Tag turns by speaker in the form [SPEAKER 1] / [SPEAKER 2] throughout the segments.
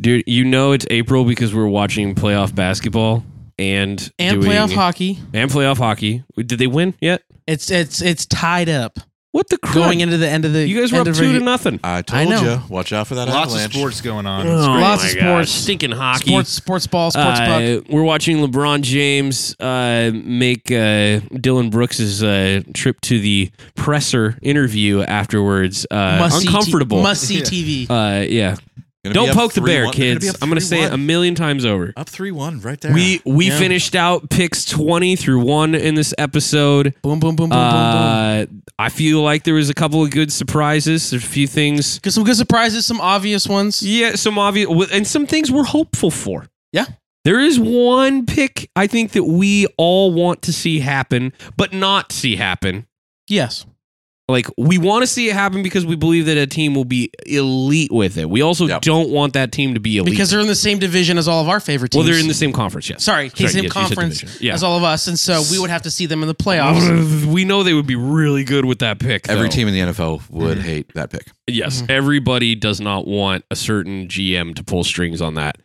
[SPEAKER 1] Dude, you know it's April because we're watching playoff basketball and
[SPEAKER 2] and
[SPEAKER 1] doing-
[SPEAKER 2] playoff hockey.
[SPEAKER 1] and playoff hockey. Did they win yet?
[SPEAKER 2] It's it's it's tied up
[SPEAKER 1] What the crud?
[SPEAKER 2] going into the end of the.
[SPEAKER 1] you guys were
[SPEAKER 2] end
[SPEAKER 1] up
[SPEAKER 2] of
[SPEAKER 1] two to
[SPEAKER 2] regu-
[SPEAKER 1] nothing.
[SPEAKER 3] I
[SPEAKER 2] I
[SPEAKER 3] told
[SPEAKER 2] know.
[SPEAKER 3] you. Watch out for that
[SPEAKER 4] Lots
[SPEAKER 3] avalanche.
[SPEAKER 4] of sports going on.
[SPEAKER 1] Oh
[SPEAKER 2] Lots
[SPEAKER 1] my
[SPEAKER 2] of
[SPEAKER 1] God.
[SPEAKER 2] sports.
[SPEAKER 1] stinking hockey.
[SPEAKER 2] sports sports ball sports puck.
[SPEAKER 1] Uh, We're watching LeBron James uh, make uh, Dylan Brooks' uh, trip to the presser interview afterwards uh,
[SPEAKER 2] Must
[SPEAKER 1] uncomfortable.
[SPEAKER 2] must see TV.
[SPEAKER 1] uh, yeah,
[SPEAKER 3] Gonna be
[SPEAKER 1] don't
[SPEAKER 3] up
[SPEAKER 1] poke the bear,
[SPEAKER 3] 3-1. Gonna be
[SPEAKER 1] kids.
[SPEAKER 3] up
[SPEAKER 1] I'm gonna say it a
[SPEAKER 3] 3-1.
[SPEAKER 1] million times over.
[SPEAKER 3] Up three one right there.
[SPEAKER 1] We we
[SPEAKER 2] Yeah.
[SPEAKER 1] finished out picks 20 through one in this episode.
[SPEAKER 2] boom boom boom boom boom boom.
[SPEAKER 1] Uh, I feel like there was a couple of good surprises. There's a few things.
[SPEAKER 2] Cause some good surprises, some obvious ones.
[SPEAKER 1] Yeah, some obvious and some things we're hopeful for.
[SPEAKER 2] Yeah.
[SPEAKER 1] There is one pick I think that we all want to see happen, but not see happen.
[SPEAKER 2] Yes.
[SPEAKER 1] Like we want to see it happen because we believe that a team will be elite with it. We also
[SPEAKER 3] Yep.
[SPEAKER 1] don't want that team to be elite.
[SPEAKER 2] Because they're in the same division as all of our favorite teams.
[SPEAKER 1] well, they're in the same conference, yes.
[SPEAKER 2] sorry,
[SPEAKER 1] Sorry,
[SPEAKER 2] same
[SPEAKER 1] yes, you said
[SPEAKER 2] conference
[SPEAKER 1] division. Yeah.
[SPEAKER 2] as all of us, and so we would have to see them in the playoffs.
[SPEAKER 1] We know they would be really good with that pick. though.
[SPEAKER 3] Every team in the NFL would hate that pick.
[SPEAKER 1] Yes, everybody does not want a certain GM to pull strings on that.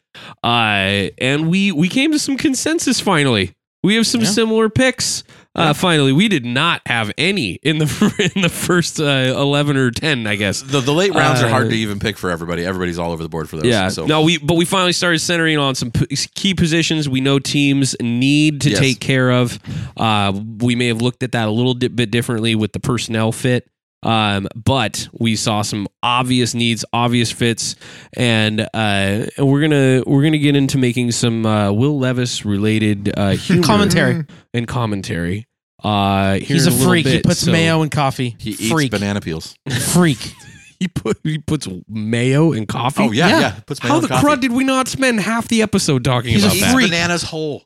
[SPEAKER 1] Uh, and we we came to some consensus finally. We have some
[SPEAKER 2] Yeah.
[SPEAKER 1] similar picks. Uh, finally, we did not have any in the in the first uh, eleven or ten, I guess.
[SPEAKER 3] The, the late rounds
[SPEAKER 1] Uh,
[SPEAKER 3] are hard to even pick for everybody. Everybody's all over the board for those.
[SPEAKER 1] Yeah.
[SPEAKER 3] So
[SPEAKER 1] No, we but we finally started centering on some p- key positions we know teams need to
[SPEAKER 3] Yes.
[SPEAKER 1] take care of. Uh, we may have looked at that a little di- bit differently with the personnel fit. Um, but we saw some obvious needs, obvious fits, and uh, and we're gonna we're gonna get into making some uh, Will Levis related uh, humor
[SPEAKER 2] Commentary.
[SPEAKER 1] and commentary. Uh, here
[SPEAKER 2] He's a
[SPEAKER 1] in little
[SPEAKER 2] freak. he
[SPEAKER 1] bit,
[SPEAKER 2] puts
[SPEAKER 1] so-
[SPEAKER 2] mayo in coffee.
[SPEAKER 3] he eats
[SPEAKER 2] freak.
[SPEAKER 3] banana peels.
[SPEAKER 2] Freak.
[SPEAKER 1] He put he puts mayo in coffee.
[SPEAKER 3] Oh yeah,
[SPEAKER 2] Yeah.
[SPEAKER 3] yeah. Puts
[SPEAKER 1] How the crud did we not spend half the episode talking
[SPEAKER 2] He's a
[SPEAKER 1] about
[SPEAKER 3] he
[SPEAKER 1] that?
[SPEAKER 3] eats
[SPEAKER 2] freak.
[SPEAKER 3] bananas whole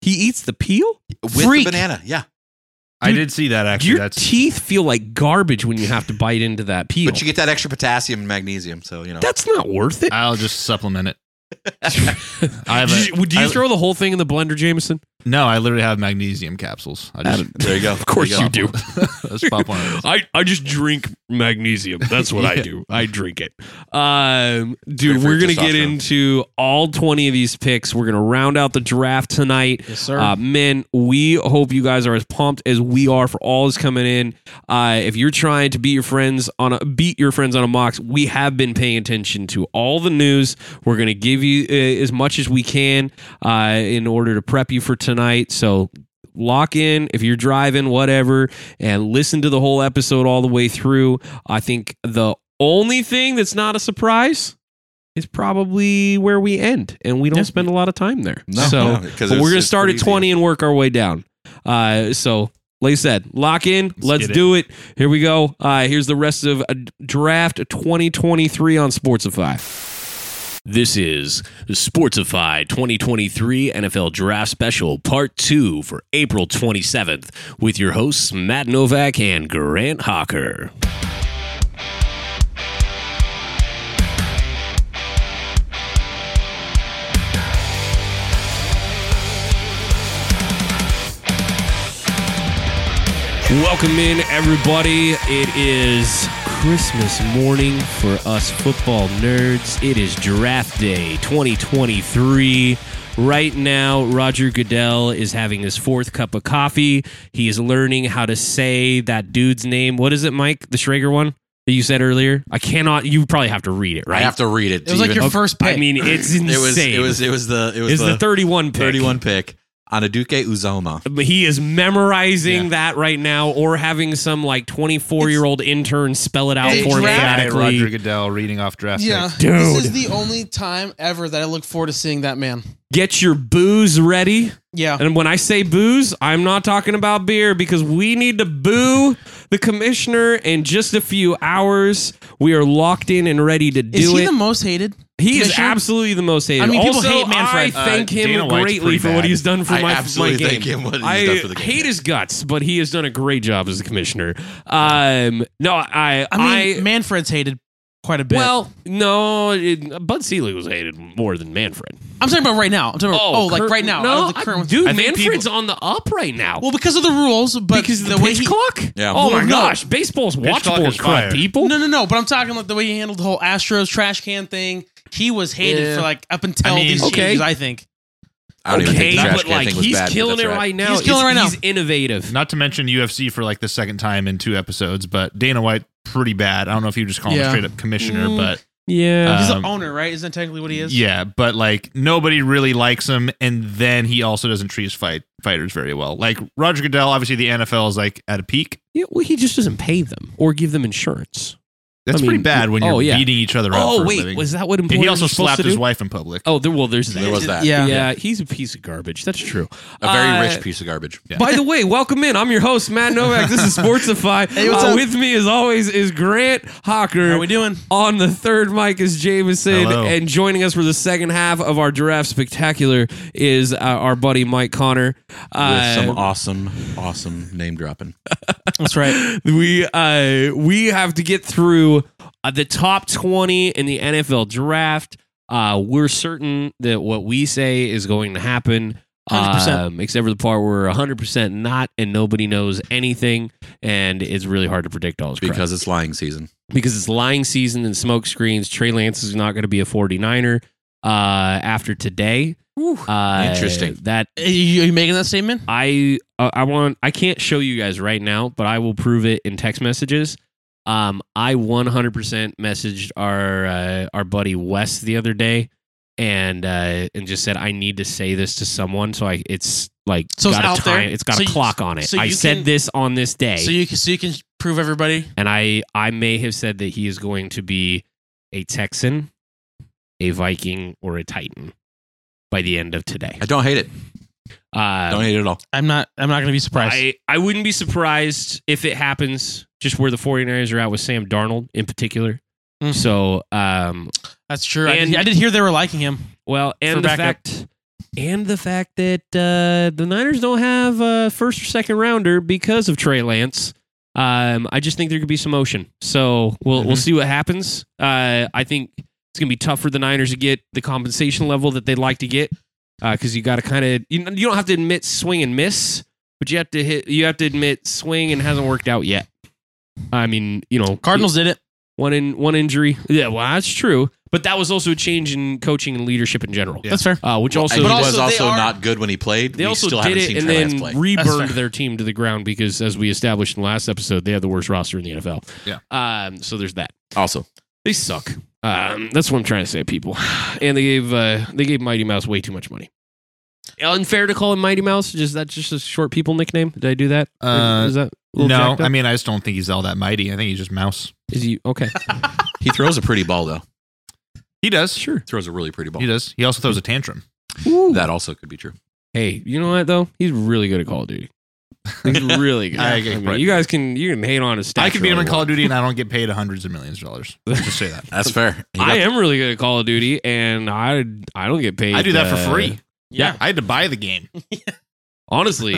[SPEAKER 1] He eats the peel?
[SPEAKER 3] with
[SPEAKER 2] Freak.
[SPEAKER 3] the banana. Yeah,
[SPEAKER 4] I did see that actually.
[SPEAKER 1] Your
[SPEAKER 4] That's
[SPEAKER 1] teeth feel like garbage when you have to bite into that peel.
[SPEAKER 3] but you get that extra potassium and magnesium. So you know.
[SPEAKER 1] That's not worth it.
[SPEAKER 4] I'll just supplement it. I have
[SPEAKER 1] Did
[SPEAKER 4] a,
[SPEAKER 1] you- would you
[SPEAKER 4] I-
[SPEAKER 1] throw the whole thing in the blender, Jameson?
[SPEAKER 4] No, I literally have magnesium capsules. I just
[SPEAKER 3] there you go.
[SPEAKER 1] Of course
[SPEAKER 3] There
[SPEAKER 1] you
[SPEAKER 3] go.
[SPEAKER 1] do.
[SPEAKER 4] Let's pop one of those.
[SPEAKER 1] I, I just drink magnesium. That's what I
[SPEAKER 4] Yeah.
[SPEAKER 1] do. I drink it. Um, dude,
[SPEAKER 3] Great for
[SPEAKER 1] we're going to get
[SPEAKER 3] testosterone.
[SPEAKER 1] into all 20 of these picks. We're going to round out the draft tonight.
[SPEAKER 2] Yes, sir.
[SPEAKER 1] Uh, men, we hope you guys are as pumped as we are for all that's coming in. Uh, if you're trying to beat your friends on a beat your friends on a mox, we have been paying attention to all the news. We're going to give you uh, as much as we can uh, in order to prep you for tonight. So lock in if you're driving, whatever, and listen to the whole episode all the way through. I think the only thing that's not a surprise. Is probably where we end, and we don't
[SPEAKER 2] Yeah.
[SPEAKER 1] spend a lot of time there.
[SPEAKER 3] No,
[SPEAKER 1] so,
[SPEAKER 3] no, 'cause
[SPEAKER 1] but
[SPEAKER 3] it's-
[SPEAKER 1] we're gonna
[SPEAKER 3] it's
[SPEAKER 1] start at
[SPEAKER 3] pretty easy.
[SPEAKER 1] 20 and work our way down. Uh, so, like I said, lock in. Let's,
[SPEAKER 4] get it.
[SPEAKER 1] do it. Here we go. Uh, here's the rest of uh, draft 2023 on Sportsify. This is Sportsify 2023 NFL Draft Special Part 2 for April 27th with your hosts Matt Novak and Grant Hawker. Welcome in, everybody. It is Christmas morning for us football nerds. It is draft day 2023. Right now, Roger Goodell is having his fourth cup of coffee. He is learning how to say that dude's name. What is it, Mike? The Schrager one that you said earlier? I cannot, you probably have to read it,
[SPEAKER 3] I
[SPEAKER 1] right?
[SPEAKER 3] have to read it.
[SPEAKER 2] It was like your first pick.
[SPEAKER 1] oh, I mean, it's insane.
[SPEAKER 3] It was. It was. It was the. It was
[SPEAKER 1] It's the, 31 pick.
[SPEAKER 3] 31 pick on Aduke Uzoma.
[SPEAKER 1] But he is memorizing
[SPEAKER 3] Yeah.
[SPEAKER 1] that right now or having some like 24 year old intern spell it out
[SPEAKER 2] It's
[SPEAKER 1] for him
[SPEAKER 2] draft-
[SPEAKER 4] Saturday, Roger
[SPEAKER 1] phonetically.
[SPEAKER 4] Goodell reading off draft.
[SPEAKER 2] yeah.
[SPEAKER 4] picks.
[SPEAKER 2] This is
[SPEAKER 1] Dude.
[SPEAKER 2] the only time ever that I look forward to seeing that man.
[SPEAKER 1] Get your booze ready.
[SPEAKER 2] Yeah.
[SPEAKER 1] And when I say booze, I'm not talking about beer because we need to boo the commissioner in just a few hours. We are locked in and ready to do
[SPEAKER 2] Is he
[SPEAKER 1] it.
[SPEAKER 2] the most hated?
[SPEAKER 1] he is
[SPEAKER 2] commissioner?
[SPEAKER 1] absolutely the most hated.
[SPEAKER 2] I mean, people
[SPEAKER 1] also,
[SPEAKER 2] hate
[SPEAKER 1] I
[SPEAKER 2] Manfred.
[SPEAKER 1] thank
[SPEAKER 4] Uh,
[SPEAKER 1] him
[SPEAKER 4] Dana White's
[SPEAKER 1] greatly
[SPEAKER 4] pretty
[SPEAKER 1] for what
[SPEAKER 4] bad.
[SPEAKER 1] he's done for
[SPEAKER 3] I
[SPEAKER 1] my,
[SPEAKER 3] absolutely
[SPEAKER 1] my game.
[SPEAKER 3] thank him what he's
[SPEAKER 1] I
[SPEAKER 3] done for the game,
[SPEAKER 1] hate
[SPEAKER 3] yeah.
[SPEAKER 1] his guts, but he has done a great job as a commissioner. Um, no, I,
[SPEAKER 2] I mean,
[SPEAKER 1] I
[SPEAKER 2] Manfred's hated quite a bit.
[SPEAKER 1] Well, no, it, Bud Selig was hated more than Manfred.
[SPEAKER 2] I'm talking about right now. I'm talking about oh, like
[SPEAKER 1] Kurt-
[SPEAKER 2] right now.
[SPEAKER 1] no,
[SPEAKER 2] out of the current
[SPEAKER 1] dude,
[SPEAKER 4] I think
[SPEAKER 1] Manfred's on the up right now.
[SPEAKER 2] Well, because of the rules, but
[SPEAKER 1] because of the,
[SPEAKER 2] the way
[SPEAKER 1] pitch
[SPEAKER 2] he,
[SPEAKER 1] clock.
[SPEAKER 3] Yeah.
[SPEAKER 1] Oh my
[SPEAKER 2] Well, no.
[SPEAKER 1] gosh, baseball's
[SPEAKER 4] Pitch clock
[SPEAKER 1] watchable
[SPEAKER 4] is
[SPEAKER 1] as crud,
[SPEAKER 4] fire.
[SPEAKER 1] people.
[SPEAKER 2] No, no, no. But I'm talking like the way he handled the whole Astros trash can thing. he was hated
[SPEAKER 4] Yeah.
[SPEAKER 2] for like up until
[SPEAKER 4] I mean-
[SPEAKER 2] these
[SPEAKER 1] Okay.
[SPEAKER 2] changes. I think.
[SPEAKER 3] I don't even think
[SPEAKER 1] okay,
[SPEAKER 3] the trash
[SPEAKER 1] but
[SPEAKER 3] can
[SPEAKER 1] like
[SPEAKER 3] thing was
[SPEAKER 1] he's
[SPEAKER 3] bad, but
[SPEAKER 1] killing
[SPEAKER 3] that's
[SPEAKER 1] it
[SPEAKER 3] right.
[SPEAKER 1] right now.
[SPEAKER 2] He's killing
[SPEAKER 1] It's-
[SPEAKER 2] it right now.
[SPEAKER 1] He's innovative.
[SPEAKER 4] Not to mention UFC for like the second time in two episodes, but Dana White pretty bad. I don't know if you just call him
[SPEAKER 2] Yeah.
[SPEAKER 4] straight up commissioner,
[SPEAKER 1] Mm.
[SPEAKER 4] but
[SPEAKER 3] Uh,
[SPEAKER 1] Yeah.
[SPEAKER 2] He's
[SPEAKER 4] Um,
[SPEAKER 2] the owner, right? Isn't that technically what he is?
[SPEAKER 4] yeah, but like nobody really likes him, and then he also doesn't treat his fight fighters very well. Like Roger Goodell, obviously the NFL is like at a peak.
[SPEAKER 1] Yeah, well, he just doesn't pay them or give them insurance. I
[SPEAKER 4] That's
[SPEAKER 1] mean,
[SPEAKER 4] pretty bad when you're
[SPEAKER 1] oh, yeah.
[SPEAKER 4] beating each other up. for
[SPEAKER 1] Oh
[SPEAKER 4] a
[SPEAKER 1] wait,
[SPEAKER 4] living.
[SPEAKER 1] was that what
[SPEAKER 4] And
[SPEAKER 1] employers
[SPEAKER 4] he also
[SPEAKER 1] are supposed
[SPEAKER 4] slapped
[SPEAKER 1] to
[SPEAKER 4] his
[SPEAKER 1] do?
[SPEAKER 4] wife in public.
[SPEAKER 1] Oh, there. Well, there's that.
[SPEAKER 3] There was that.
[SPEAKER 2] Yeah.
[SPEAKER 1] Yeah. he's a piece of garbage. That's true.
[SPEAKER 3] A very
[SPEAKER 1] Uh,
[SPEAKER 3] rich piece of garbage.
[SPEAKER 4] Yeah.
[SPEAKER 1] By the way, welcome in. I'm your host, Matt Novak. This is Sportsify.
[SPEAKER 2] Hey, what's
[SPEAKER 1] Uh,
[SPEAKER 2] up?
[SPEAKER 1] with me, as always, is Grant Hawker.
[SPEAKER 2] How are we doing?
[SPEAKER 1] On the third mic is Jameson,
[SPEAKER 4] Hello.
[SPEAKER 1] and joining us for the second half of our Giraffe Spectacular is uh, our buddy Mike Connor. Uh,
[SPEAKER 3] With some awesome, awesome name dropping.
[SPEAKER 2] That's right.
[SPEAKER 1] we uh we have to get through uh, the top 20 in the NFL draft. Uh we're certain that what we say is going to happen.
[SPEAKER 2] 100%.
[SPEAKER 1] Um, except for the part where 100% not and nobody knows anything and it's really hard to predict all this crap.
[SPEAKER 3] Because it's lying season.
[SPEAKER 1] because it's lying season and smoke screens. Trey Lance is not going to be a 49er uh after today. Uh,
[SPEAKER 3] Interesting.
[SPEAKER 1] That
[SPEAKER 2] Are you, are you making that statement?
[SPEAKER 1] I uh, I want I can't show you guys right now, but I will prove it in text messages. Um, I 100% messaged our uh, our buddy Wes the other day, and uh, and just said I need to say this to someone. So I it's like
[SPEAKER 2] So it's
[SPEAKER 1] got a
[SPEAKER 2] out there?
[SPEAKER 1] time, it's got
[SPEAKER 2] So
[SPEAKER 1] a
[SPEAKER 2] you-
[SPEAKER 1] clock on it.
[SPEAKER 2] so
[SPEAKER 1] I
[SPEAKER 2] you
[SPEAKER 1] said
[SPEAKER 2] can-
[SPEAKER 1] this on this day,
[SPEAKER 2] So you can so you can prove everybody.
[SPEAKER 1] and I I may have said that he is going to be a Texan, a Viking, or a Titan by the end of today.
[SPEAKER 3] I don't hate it.
[SPEAKER 1] Uh,
[SPEAKER 3] Don't hate it at all.
[SPEAKER 2] I'm not. I'm not going to be surprised.
[SPEAKER 1] I, I wouldn't be surprised if it happens just where the 49ers are at with Sam Darnold in particular.
[SPEAKER 2] Mm.
[SPEAKER 1] So, um,
[SPEAKER 2] That's true. I
[SPEAKER 1] And-
[SPEAKER 2] did, I did hear they were liking him.
[SPEAKER 1] well,
[SPEAKER 2] For
[SPEAKER 1] and the
[SPEAKER 2] backup.
[SPEAKER 1] fact and the fact that uh, the Niners don't have a first or second rounder because of Trey Lance. Um, I just think there could be some motion. So we'll
[SPEAKER 2] Mm-hmm.
[SPEAKER 1] we'll see what happens. Uh, I think it's gonna be tough for the Niners to get the compensation level that they'd like to get because you got to kind of you, you don't have to admit swing and miss, but you have to hit you have to admit swing and hasn't worked out yet. I mean, you know,
[SPEAKER 2] Cardinals did it.
[SPEAKER 1] one in one injury. Yeah, well, that's true. But that was also a change in coaching and leadership in general,
[SPEAKER 4] Yeah.
[SPEAKER 2] That's fair.
[SPEAKER 1] uh, which also
[SPEAKER 3] and he
[SPEAKER 2] But
[SPEAKER 3] was
[SPEAKER 2] also they
[SPEAKER 3] also
[SPEAKER 2] are-
[SPEAKER 3] not good when he played.
[SPEAKER 1] they
[SPEAKER 3] we
[SPEAKER 1] also
[SPEAKER 3] still
[SPEAKER 1] did
[SPEAKER 3] haven't
[SPEAKER 1] it
[SPEAKER 3] seen
[SPEAKER 1] and
[SPEAKER 3] Trey Lance
[SPEAKER 1] then
[SPEAKER 3] play.
[SPEAKER 1] reburned
[SPEAKER 2] fair.
[SPEAKER 1] their team to the ground because, as we established in the last episode, they had the worst roster in the NFL.
[SPEAKER 4] Yeah.
[SPEAKER 1] Um. So there's that.
[SPEAKER 3] also,
[SPEAKER 1] They suck. Um. That's what I'm trying to say, people. And they gave uh they gave Mighty Mouse way too much money. Unfair to call him Mighty Mouse. Is that just a short people nickname? Did I do that? Or
[SPEAKER 4] Uh,
[SPEAKER 1] is that a little
[SPEAKER 4] No,
[SPEAKER 1] jacked up?
[SPEAKER 4] I mean I just don't think he's all that mighty. I think he's just mouse.
[SPEAKER 1] is he okay?
[SPEAKER 3] he throws a pretty ball, though.
[SPEAKER 4] He does.
[SPEAKER 1] sure.
[SPEAKER 3] Throws a really pretty ball.
[SPEAKER 4] He does. He also throws a tantrum.
[SPEAKER 3] That also could be true.
[SPEAKER 1] Hey, you know what though? He's really good at Call of Duty. He's really good.
[SPEAKER 4] I- I
[SPEAKER 1] mean,
[SPEAKER 4] probably-
[SPEAKER 1] you guys can you can hate on his stats.
[SPEAKER 4] I could beat him
[SPEAKER 1] all
[SPEAKER 4] in
[SPEAKER 1] you
[SPEAKER 4] Call
[SPEAKER 1] want.
[SPEAKER 4] of Duty, and I don't get paid hundreds of millions of dollars. Just say that.
[SPEAKER 3] That's fair. He
[SPEAKER 1] I
[SPEAKER 3] got-
[SPEAKER 1] am really good at Call of Duty, and I I don't get paid.
[SPEAKER 4] I do that
[SPEAKER 1] uh,
[SPEAKER 4] for free.
[SPEAKER 1] Yeah.
[SPEAKER 4] I had to buy the game.
[SPEAKER 1] Honestly,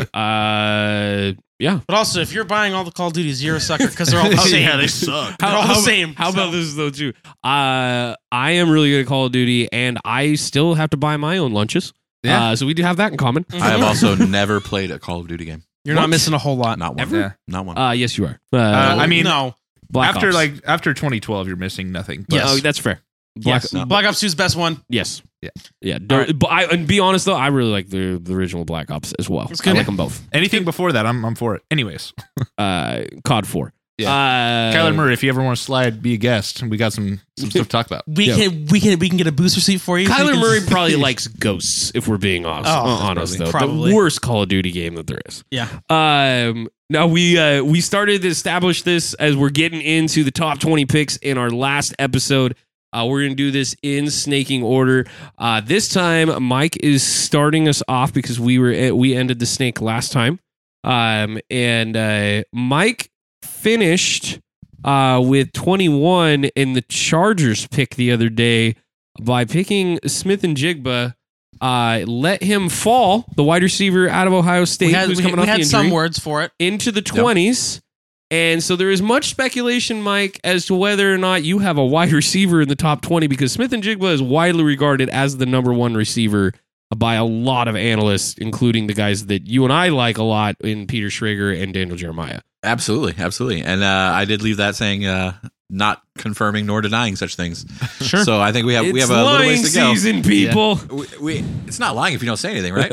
[SPEAKER 1] uh, yeah.
[SPEAKER 2] But also, if you're buying all the Call of Duty, you're a sucker because they're all the same.
[SPEAKER 4] yeah, they suck.
[SPEAKER 2] They're all the same.
[SPEAKER 1] How about
[SPEAKER 2] So-
[SPEAKER 1] this though too? Uh, I am really good at Call of Duty, and I still have to buy my own lunches.
[SPEAKER 4] Yeah.
[SPEAKER 1] Uh, so we do have that in common.
[SPEAKER 2] Mhm.
[SPEAKER 3] I have also never played a Call of Duty game.
[SPEAKER 2] You're
[SPEAKER 1] What?
[SPEAKER 2] not missing a whole lot.
[SPEAKER 3] Not one.
[SPEAKER 1] Uh, Ever?
[SPEAKER 4] Yeah.
[SPEAKER 3] Not one.
[SPEAKER 1] Uh, yes, you are. Uh,
[SPEAKER 4] Uh, I mean,
[SPEAKER 2] no.
[SPEAKER 1] Black
[SPEAKER 4] after
[SPEAKER 1] Ops.
[SPEAKER 4] like after 2012, you're missing nothing. But
[SPEAKER 2] Yes.
[SPEAKER 1] oh, that's fair. Black,
[SPEAKER 2] yes. Black Ops 2's best one.
[SPEAKER 1] Yes.
[SPEAKER 4] Yeah.
[SPEAKER 1] Yeah. Don't- But I, and be honest though, I really like the, the original Black Ops as well.
[SPEAKER 2] It's
[SPEAKER 1] I
[SPEAKER 2] good.
[SPEAKER 1] like them both.
[SPEAKER 4] anything before that, I'm I'm for it. Anyways,
[SPEAKER 1] Uh, COD Four.
[SPEAKER 4] Yeah.
[SPEAKER 1] Uh,
[SPEAKER 4] Kyler Murray, if you ever want to slide, be a guest. We got some some stuff to talk about.
[SPEAKER 2] We
[SPEAKER 1] Yeah.
[SPEAKER 2] can we can we can get a booster seat for you. so you
[SPEAKER 1] Kyler
[SPEAKER 2] can-
[SPEAKER 1] Murray probably likes ghosts. If we're being honest,
[SPEAKER 2] Oh,
[SPEAKER 1] uh, honest
[SPEAKER 2] probably.
[SPEAKER 1] though,
[SPEAKER 2] Probably.
[SPEAKER 1] the worst Call of Duty game that there is.
[SPEAKER 2] Yeah.
[SPEAKER 1] Um. Now we uh we started to establish this as we're getting into the top twenty picks in our last episode. Uh, we're gonna do this in snaking order. Uh, this time Mike is starting us off because we were eh, we ended the snake last time. Um, and uh, Mike finished uh, with 21 in the Chargers pick the other day by picking Smith and Jigba. Uh, let him fall, the wide receiver out of Ohio State,
[SPEAKER 2] We had,
[SPEAKER 1] who's
[SPEAKER 2] we,
[SPEAKER 1] coming
[SPEAKER 2] we
[SPEAKER 1] off the
[SPEAKER 2] had
[SPEAKER 1] injury,
[SPEAKER 2] some words for it.
[SPEAKER 1] into the 20s. And so there is much speculation, Mike, as to whether or not you have a wide receiver in the top 20 because Smith and Jigba is widely regarded as the number one receiver by a lot of analysts, including the guys that you and I like a lot in Peter Schrager and Daniel Jeremiah.
[SPEAKER 3] Absolutely, absolutely. And uh, I did leave that saying uh, not confirming nor denying such things.
[SPEAKER 4] Sure.
[SPEAKER 3] So I think we have we have a little
[SPEAKER 1] lying
[SPEAKER 3] ways to go.
[SPEAKER 1] season, people.
[SPEAKER 3] We, we, it's not lying if you don't say anything, right?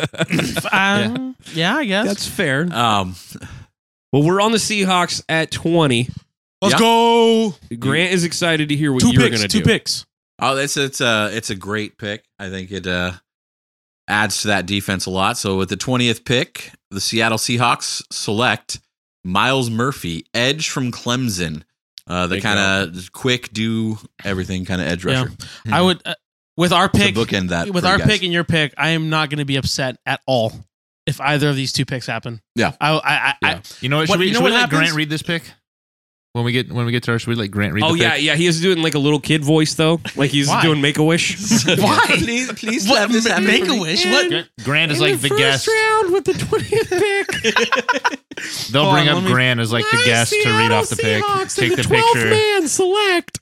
[SPEAKER 2] Um, yeah. I guess.
[SPEAKER 1] That's fair.
[SPEAKER 3] um,
[SPEAKER 1] Well, we're on the Seahawks at 20.
[SPEAKER 2] Let's
[SPEAKER 3] yeah.
[SPEAKER 2] go.
[SPEAKER 1] Grant is excited to hear what
[SPEAKER 2] two
[SPEAKER 1] you're
[SPEAKER 2] picks.
[SPEAKER 1] going to
[SPEAKER 2] Two
[SPEAKER 1] do.
[SPEAKER 2] picks.
[SPEAKER 3] oh, it's it's a it's a great pick. I think it uh, adds to that defense a lot. So with the twentieth pick, the Seattle Seahawks select Miles Murphy, edge from Clemson. Uh, the
[SPEAKER 1] Big
[SPEAKER 3] kind of quick, do everything kind of edge
[SPEAKER 2] Yeah.
[SPEAKER 3] rusher.
[SPEAKER 2] I would uh, with our
[SPEAKER 3] To
[SPEAKER 2] pick
[SPEAKER 3] bookend that
[SPEAKER 2] with
[SPEAKER 3] for you
[SPEAKER 2] our
[SPEAKER 3] guys.
[SPEAKER 2] pick and your pick. I am not going to be upset at all if either of these two picks happen.
[SPEAKER 3] Yeah.
[SPEAKER 2] I I I,
[SPEAKER 3] Yeah.
[SPEAKER 4] You know what?
[SPEAKER 2] What-
[SPEAKER 4] Should we,
[SPEAKER 2] you know
[SPEAKER 4] should we
[SPEAKER 2] what
[SPEAKER 4] let
[SPEAKER 2] happens?
[SPEAKER 4] Grant read this pick? When we get when we get to our, should we let Grant read?
[SPEAKER 1] Oh
[SPEAKER 4] the
[SPEAKER 1] yeah,
[SPEAKER 4] pick?
[SPEAKER 1] yeah. He is doing like a little kid voice though, like he's
[SPEAKER 2] Why?
[SPEAKER 1] doing Make a Wish.
[SPEAKER 2] Why?
[SPEAKER 3] please, please
[SPEAKER 2] What-
[SPEAKER 3] have this happen
[SPEAKER 2] make
[SPEAKER 3] for
[SPEAKER 2] a
[SPEAKER 3] me.
[SPEAKER 2] wish. What?
[SPEAKER 4] Grant- Grant is like the guest.
[SPEAKER 1] round with the twentieth pick.
[SPEAKER 4] They'll
[SPEAKER 2] Hold on,
[SPEAKER 4] bring up
[SPEAKER 2] let me-
[SPEAKER 4] Grant as like the guest to read off the pick, take the, picture.
[SPEAKER 1] man select.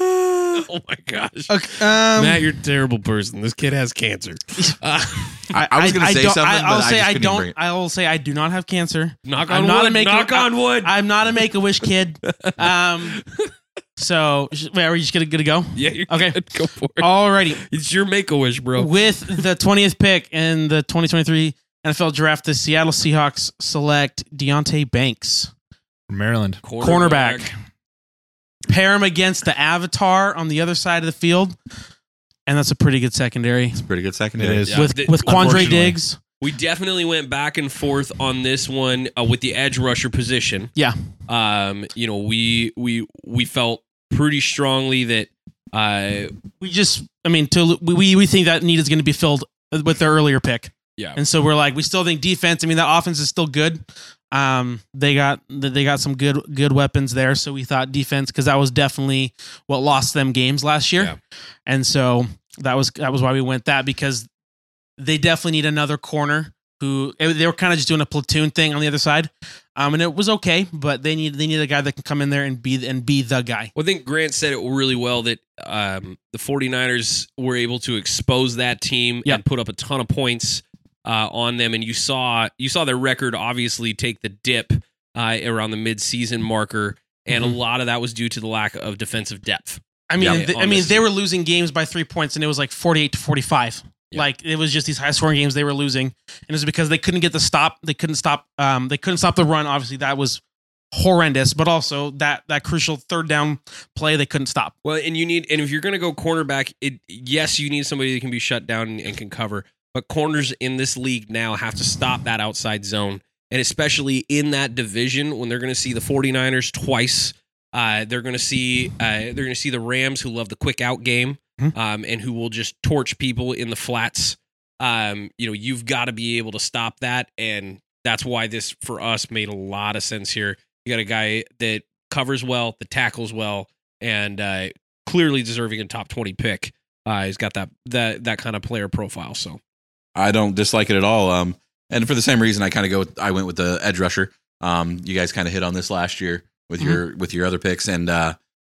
[SPEAKER 1] oh my gosh,
[SPEAKER 2] Okay, um,
[SPEAKER 1] Matt, you're a terrible person. This kid has cancer. Uh,
[SPEAKER 3] I, I was going to say
[SPEAKER 2] don't-
[SPEAKER 3] something,
[SPEAKER 2] I,
[SPEAKER 3] but
[SPEAKER 2] I'll
[SPEAKER 3] I
[SPEAKER 2] say
[SPEAKER 3] just
[SPEAKER 2] I
[SPEAKER 3] couldn't bring
[SPEAKER 2] don't.
[SPEAKER 3] it.
[SPEAKER 2] I will say I do not have cancer.
[SPEAKER 1] knock
[SPEAKER 2] I'm
[SPEAKER 1] on
[SPEAKER 2] not
[SPEAKER 1] wood.
[SPEAKER 2] making-
[SPEAKER 1] knock on wood.
[SPEAKER 2] I'm not a make a wish kid. Um, so sh- wait, are we just gonna, gonna go?
[SPEAKER 1] yeah, you're
[SPEAKER 2] Okay. Uh,
[SPEAKER 1] good. Go for it.
[SPEAKER 2] Alrighty,
[SPEAKER 1] It's your Make a Wish, bro.
[SPEAKER 2] with the 20th pick in the 2023 NFL Draft, the Seattle Seahawks select Deontay Banks,
[SPEAKER 4] Maryland.
[SPEAKER 2] cornerback. Pair him against the Avatar on the other side of the field, and that's a pretty good secondary
[SPEAKER 3] It's pretty good
[SPEAKER 4] It
[SPEAKER 3] secondary.
[SPEAKER 4] is.
[SPEAKER 1] Yeah.
[SPEAKER 2] with
[SPEAKER 1] th-
[SPEAKER 2] with Quandre
[SPEAKER 4] unfortunately.
[SPEAKER 2] Diggs.
[SPEAKER 1] We definitely went back and forth on this one uh, with the edge rusher position.
[SPEAKER 2] Yeah.
[SPEAKER 1] Um, you know, we we we felt pretty strongly that uh
[SPEAKER 2] We just, I mean, to, we- we we think that need is going to be filled with their earlier pick.
[SPEAKER 1] yeah.
[SPEAKER 2] And so we're like, we still think defense. I mean, that offense is still good. Um, they got they got some good good weapons there. So we thought defense because that was definitely what lost them games last year.
[SPEAKER 1] Yeah.
[SPEAKER 2] And so that was that was why we went that because they definitely need another corner who they were kind of just doing a platoon thing on the other side. Um, and it was okay, but they need they need a guy that can come in there and be and be the guy.
[SPEAKER 1] Well, I think Grant said it really well that um, the 49ers were able to expose that team
[SPEAKER 2] Yeah.
[SPEAKER 1] and put up a ton of points uh, on them. And you saw you saw their record obviously take the dip uh, around the midseason marker. And a lot of that was due to the lack of defensive depth.
[SPEAKER 2] I mean,
[SPEAKER 1] Yeah.
[SPEAKER 2] th- I
[SPEAKER 1] On
[SPEAKER 2] mean,
[SPEAKER 1] this
[SPEAKER 2] they were losing games by three points, and it was like forty-eight to forty-five.
[SPEAKER 1] Yeah.
[SPEAKER 2] Like it was just these high-scoring games they were losing, and it was because they couldn't get the stop. They couldn't stop. Um, they couldn't stop the run. Obviously, that was horrendous, but also that that crucial third down play they couldn't stop.
[SPEAKER 1] Well, and you need, and if you're going to go cornerback, it yes, you need somebody that can be shut down and, and can cover. But corners in this league now have to stop that outside zone, and especially in that division when they're going to see the 49ers twice. Uh, they're going to see uh, they're going to see the Rams who love the quick out game,
[SPEAKER 2] Mhm.
[SPEAKER 1] um, and who will just torch people in the flats. Um, you know, you've got to be able to stop that, and that's why this for us made a lot of sense here. You got a guy that covers well, that tackles well, and uh, clearly deserving a top twenty pick. Uh, he's got that that that kind of player profile. So
[SPEAKER 3] I don't dislike it at all. Um, and for the same reason, I kind of go. With, I went with the edge rusher. Um, you guys kind of hit on this last year with
[SPEAKER 2] Mm-hmm.
[SPEAKER 3] your with your other picks, and uh,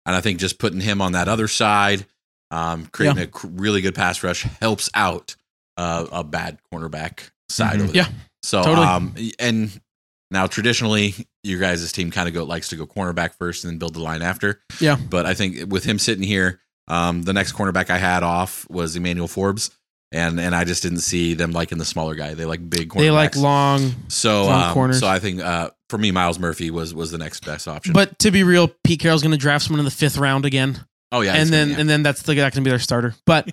[SPEAKER 3] and I think just putting him on that other side, um, creating a cr- really good pass rush helps out uh, a bad cornerback side
[SPEAKER 4] Mhm.
[SPEAKER 3] over there.
[SPEAKER 2] Mm-hmm. Yeah.
[SPEAKER 3] So
[SPEAKER 2] Totally.
[SPEAKER 3] um, and now traditionally, your guys' team kind of go likes to go cornerback first and then build the line after.
[SPEAKER 2] Yeah.
[SPEAKER 3] But I think with him sitting here, um, the next cornerback I had off was Emmanuel Forbes and and I just didn't see them liking the smaller guy. They like big.
[SPEAKER 2] They like
[SPEAKER 3] cornerbacks.
[SPEAKER 2] long,
[SPEAKER 3] so
[SPEAKER 2] long
[SPEAKER 3] um,
[SPEAKER 2] corners.
[SPEAKER 3] So I think uh, for me, Miles Murphy was was the next best option.
[SPEAKER 2] but to be real, Pete Carroll's going to draft someone in the fifth round again,
[SPEAKER 3] oh yeah,
[SPEAKER 2] and
[SPEAKER 3] it's
[SPEAKER 2] then
[SPEAKER 3] gonna-
[SPEAKER 2] and then that's the that can be their starter. But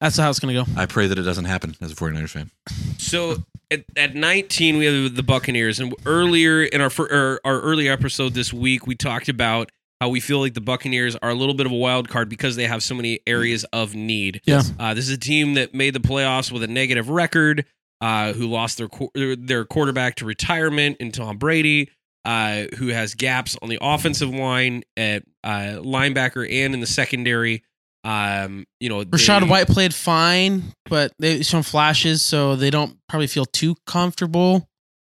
[SPEAKER 2] that's how it's going to go.
[SPEAKER 3] yeah. I pray that it doesn't happen as a 49ers fan.
[SPEAKER 1] so at, at nineteen we have the Buccaneers, and earlier in our fir- or our earlier episode this week we talked about how we feel like the Buccaneers are a little bit of a wild card because they have so many areas of need.
[SPEAKER 2] Yeah.
[SPEAKER 1] Uh, this is a team that made the playoffs with a negative record, uh, who lost their qu- their quarterback to retirement in Tom Brady, uh, who has gaps on the offensive line at uh, linebacker and in the secondary. Um, you know, they-
[SPEAKER 2] Rashad White played fine, but they some flashes, so they don't probably feel too comfortable.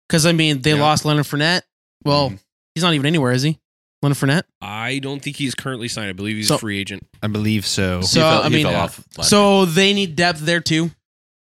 [SPEAKER 2] Because I mean, they
[SPEAKER 3] Yeah.
[SPEAKER 2] lost Leonard Fournette. Well,
[SPEAKER 3] Mhm.
[SPEAKER 2] he's not even anywhere, is he? Leonard Fournette.
[SPEAKER 1] I don't think he's currently signed. I believe he's
[SPEAKER 2] So-
[SPEAKER 1] a free agent.
[SPEAKER 4] I believe so.
[SPEAKER 2] So
[SPEAKER 3] fell-
[SPEAKER 2] I
[SPEAKER 3] Oh, he
[SPEAKER 2] mean,
[SPEAKER 3] fell off last
[SPEAKER 2] so they need depth there too.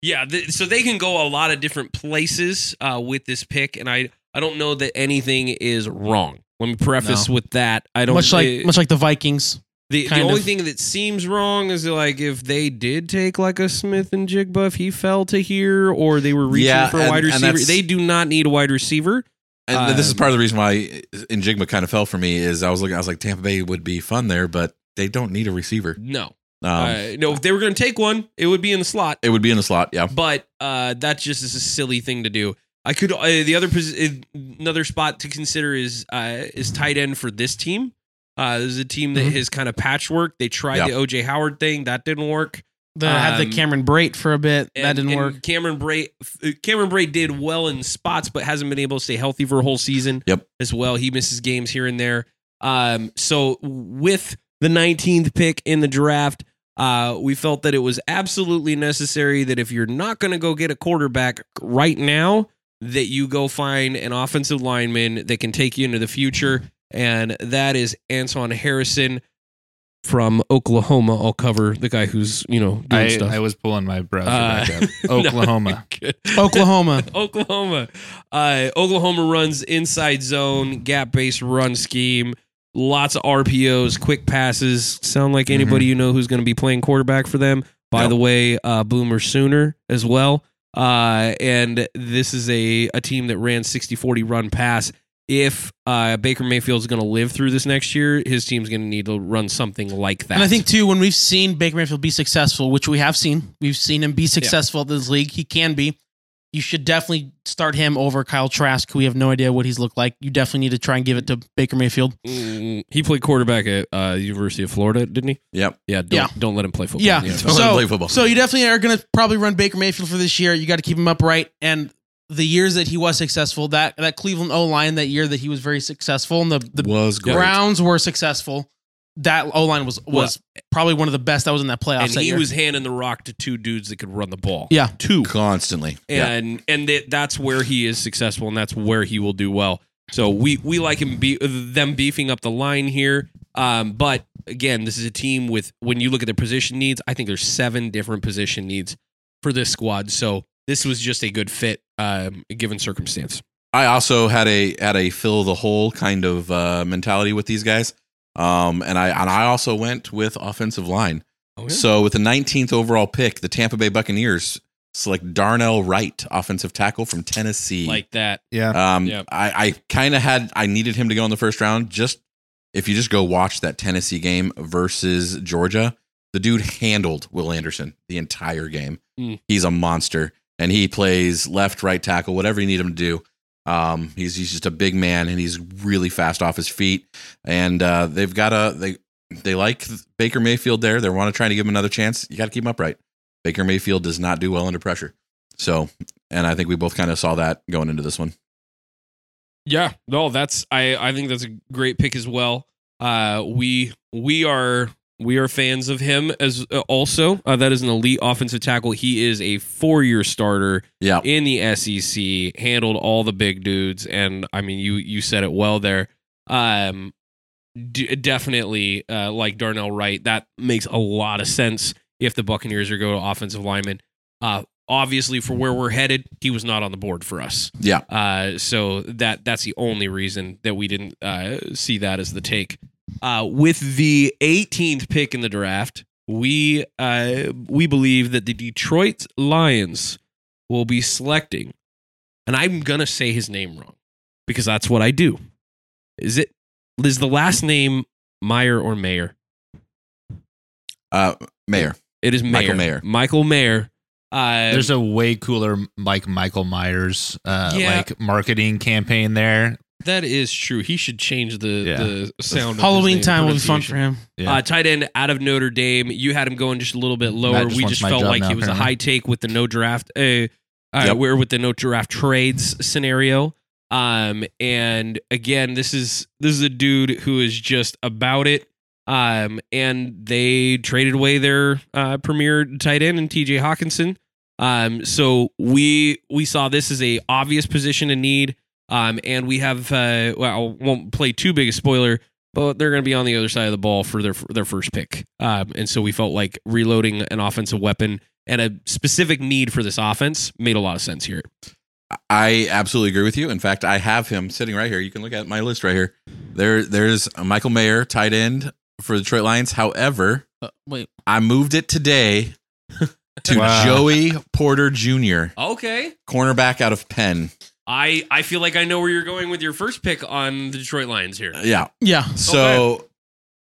[SPEAKER 1] Yeah, th- so they can go a lot of different places uh, with this pick, and I I don't know that anything is wrong. Let me preface with that. I don't
[SPEAKER 2] much like
[SPEAKER 1] it-
[SPEAKER 2] much like the Vikings.
[SPEAKER 1] the, the
[SPEAKER 2] kind
[SPEAKER 1] only
[SPEAKER 2] of.
[SPEAKER 1] thing that seems wrong is like if they did take like a Smith and Jigba, if he fell to here, or they were reaching
[SPEAKER 3] Yeah,
[SPEAKER 1] for a
[SPEAKER 3] and-
[SPEAKER 1] wide
[SPEAKER 3] and
[SPEAKER 1] receiver.
[SPEAKER 3] that's-
[SPEAKER 1] They do not need a wide receiver.
[SPEAKER 3] And th- this is
[SPEAKER 1] Um,
[SPEAKER 3] part of the reason why Njigma kind of fell for me is I was looking, I was like, Tampa Bay would be fun there, but they don't need a receiver.
[SPEAKER 1] No,
[SPEAKER 3] Um,
[SPEAKER 1] uh, no. If they were going to take one, it would be in the slot.
[SPEAKER 3] it would be in the slot. Yeah.
[SPEAKER 1] But uh, that just is a silly thing to do. I could uh, the other posi- uh, another spot to consider is uh, is tight end for this team. Uh, this is a team that
[SPEAKER 2] Mhm.
[SPEAKER 1] has kind of patchwork. They tried
[SPEAKER 3] Mm-hmm. Yeah.
[SPEAKER 1] the OJ Howard thing that didn't work.
[SPEAKER 2] They had the
[SPEAKER 1] Um,
[SPEAKER 2] Cameron Brait for a bit. that
[SPEAKER 1] And-
[SPEAKER 2] didn't
[SPEAKER 1] and
[SPEAKER 2] work.
[SPEAKER 1] Cameron Bray, uh, Cameron Bray did well in spots, but hasn't been able to stay healthy for a whole season.
[SPEAKER 3] Yep.
[SPEAKER 1] As well, he misses games here and there. Um, so with the 19th pick in the draft, uh, we felt that it was absolutely necessary that if you're not going to go get a quarterback right now, that you go find an offensive lineman that can take you into the future, and that is Antoine Harrison from Oklahoma. I'll cover the guy who's you know doing
[SPEAKER 4] I,
[SPEAKER 1] stuff.
[SPEAKER 4] I was pulling my browser
[SPEAKER 1] Uh,
[SPEAKER 4] back up. Oklahoma.
[SPEAKER 2] Oklahoma.
[SPEAKER 1] Oklahoma. Uh, Oklahoma runs inside zone, gap based run scheme, lots of RPOs, quick passes. Sound like anybody
[SPEAKER 2] Mm-hmm.
[SPEAKER 1] you know who's going to be playing quarterback for them. By
[SPEAKER 3] Yep.
[SPEAKER 1] the way, uh, Boomer Sooner as well. Uh, and this is a, a team that ran 60 40 run pass. If uh, Baker Mayfield's going to live through this next year, his team's going to need to run something like that.
[SPEAKER 2] And I think too, when we've seen Baker Mayfield be successful, which we have seen, we've seen him be successful at this league. He can be. You should definitely start him over Kyle Trask. who We have no idea what he's looked like. You definitely need to try and give it to Baker Mayfield.
[SPEAKER 1] Mm, he played quarterback at uh, University of Florida, didn't he?
[SPEAKER 3] Yep.
[SPEAKER 1] Yeah, don't,
[SPEAKER 2] Yeah.
[SPEAKER 1] don't let him play football.
[SPEAKER 2] Yeah.
[SPEAKER 3] Don't let him play football.
[SPEAKER 2] So you definitely are going to probably run Baker Mayfield for this year. You got to keep him upright. And the years that he was successful, that that Cleveland O line that year that he was very successful, and the the
[SPEAKER 3] was great.
[SPEAKER 2] Browns were successful. That O line was was probably one of the best that was in that playoffs.
[SPEAKER 1] and
[SPEAKER 2] that
[SPEAKER 1] he
[SPEAKER 2] year.
[SPEAKER 1] was handing the rock to two dudes that could run the ball.
[SPEAKER 2] yeah.
[SPEAKER 1] two,
[SPEAKER 3] Constantly. yeah.
[SPEAKER 1] and and that that's where he is successful, and that's where he will do well. So we we like him be, them beefing up the line here. Um, but again, this is a team with when you look at their position needs, I think there's seven different position needs for this squad. So this was just a good fit, um, given circumstance.
[SPEAKER 3] I also had a had a fill the hole kind of uh, mentality with these guys, um, and I and I also went with offensive line.
[SPEAKER 1] Oh,
[SPEAKER 3] So with the 19th overall pick, the Tampa Bay Buccaneers select Darnell Wright, offensive tackle from Tennessee.
[SPEAKER 1] like that,
[SPEAKER 4] Yeah.
[SPEAKER 3] um,
[SPEAKER 1] Yeah.
[SPEAKER 3] I, I kind of had I needed him to go in the first round. Just if you just go watch that Tennessee game versus Georgia, the dude handled Will Anderson the entire game.
[SPEAKER 1] Mm.
[SPEAKER 3] He's a monster, and he plays left, right tackle, whatever you need him to do. Um, he's he's just a big man, and he's really fast off his feet. And uh, they've got a they they like Baker Mayfield there. They want to try to give him another chance. You got to keep him upright. Baker Mayfield does not do well under pressure. So, and I think we both kind of saw that going into this one.
[SPEAKER 1] Yeah, no, that's I I think that's a great pick as well. Uh we we are we are fans of him as uh, also. Uh, that is an elite offensive tackle. He is a four-year starter
[SPEAKER 3] Yeah.
[SPEAKER 1] in the SEC, handled all the big dudes and I mean you you said it well there. Um d- definitely uh like Darnell Wright, that makes a lot of sense if the Buccaneers are go to offensive lineman. Uh obviously for where we're headed, he was not on the board for us.
[SPEAKER 3] Yeah.
[SPEAKER 1] Uh, so that that's the only reason that we didn't uh, see that as the take. Uh, with the 18th pick in the draft, we uh, we believe that the Detroit Lions will be selecting, and I'm gonna say his name wrong because that's what I do. Is it is the last name Meyer or Mayer?
[SPEAKER 3] Uh, Mayor.
[SPEAKER 1] It is Mayer.
[SPEAKER 3] Michael Mayer.
[SPEAKER 1] Michael Mayer. Uh,
[SPEAKER 4] There's a way cooler like Michael Myers uh
[SPEAKER 1] Yeah.
[SPEAKER 4] like marketing campaign there.
[SPEAKER 1] that is true. He should change the,
[SPEAKER 4] Yeah.
[SPEAKER 1] the sound. of his
[SPEAKER 2] Halloween
[SPEAKER 1] name
[SPEAKER 2] time will be fun
[SPEAKER 1] pronunciation.
[SPEAKER 2] for him.
[SPEAKER 4] Yeah.
[SPEAKER 1] Uh, tight end out of Notre Dame. You had him going just a little bit lower.
[SPEAKER 4] Matt just
[SPEAKER 1] we
[SPEAKER 4] wants
[SPEAKER 1] just
[SPEAKER 4] my
[SPEAKER 1] felt
[SPEAKER 4] job
[SPEAKER 1] like
[SPEAKER 4] now,
[SPEAKER 1] it was a
[SPEAKER 4] apparently.
[SPEAKER 1] high take with the no draft. Uh, uh,
[SPEAKER 3] Yep.
[SPEAKER 1] We're with the no draft trades scenario. Um, and again, this is this is a dude who is just about it. Um, and they traded away their uh, premier tight end and T.J. Hawkinson. Um, so we we saw this as a obvious position in need. Um, and we have uh, well, I won't play too big a spoiler, but they're going to be on the other side of the ball for their their first pick. Um, and so we felt like reloading an offensive weapon and a specific need for this offense made a lot of sense here.
[SPEAKER 3] I absolutely agree with you. In fact, I have him sitting right here. You can look at my list right here. There, there's Michael Mayer, tight end for the Detroit Lions. However,
[SPEAKER 2] Uh, wait,
[SPEAKER 3] I moved it today to
[SPEAKER 4] Wow.
[SPEAKER 3] Joey Porter Jr.,
[SPEAKER 1] Okay.
[SPEAKER 3] cornerback out of Penn.
[SPEAKER 1] I, I feel like I know where you're going with your first pick on the Detroit Lions here.
[SPEAKER 3] Yeah,
[SPEAKER 2] yeah,
[SPEAKER 3] So,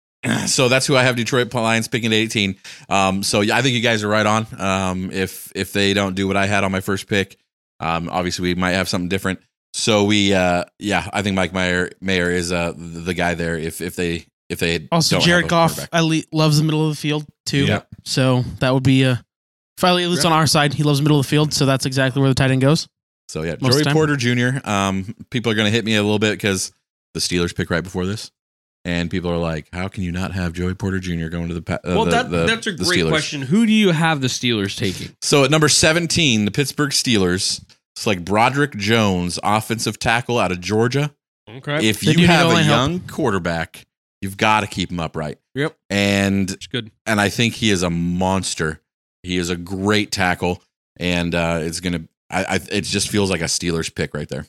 [SPEAKER 3] so that's who I have Detroit Lions picking at eighteen. Um, so yeah, I think you guys are right on. Um, if if they don't do what I had on my first pick, um, obviously we might have something different. So we, uh, yeah, I think Mike Mayer Mayer is uh the guy there. If if they if they
[SPEAKER 2] Also,
[SPEAKER 3] don't have
[SPEAKER 2] Jared
[SPEAKER 3] a
[SPEAKER 2] Goff
[SPEAKER 3] quarterback.
[SPEAKER 2] I le- loves the middle of the field too.
[SPEAKER 3] Yep.
[SPEAKER 2] So that would be a finally at least on our side. He loves the middle of the field, so that's exactly where the tight end goes.
[SPEAKER 3] So yeah,
[SPEAKER 2] Most
[SPEAKER 3] Joey
[SPEAKER 2] time.
[SPEAKER 3] Porter Jr. Um, people are gonna hit me a little bit because the Steelers pick right before this, and people are like, how can you not have Joey Porter Jr. going to the pa- uh,
[SPEAKER 1] well,
[SPEAKER 3] the-
[SPEAKER 1] that,
[SPEAKER 3] the-
[SPEAKER 1] that's a
[SPEAKER 3] the
[SPEAKER 1] great
[SPEAKER 3] Steelers?
[SPEAKER 1] question. Who do you have the Steelers taking?
[SPEAKER 3] So at number 17, the Pittsburgh Steelers. It's like Broderick Jones, offensive tackle out of Georgia.
[SPEAKER 1] Okay.
[SPEAKER 3] If
[SPEAKER 2] They do
[SPEAKER 3] you
[SPEAKER 2] need
[SPEAKER 3] have a
[SPEAKER 2] O-line help.
[SPEAKER 3] young quarterback, you've got to keep him upright.
[SPEAKER 1] Yep.
[SPEAKER 3] And
[SPEAKER 1] It's good.
[SPEAKER 3] and I think he is a monster. He is a great tackle, and uh, it's gonna. I, I it just feels like a Steelers pick right there.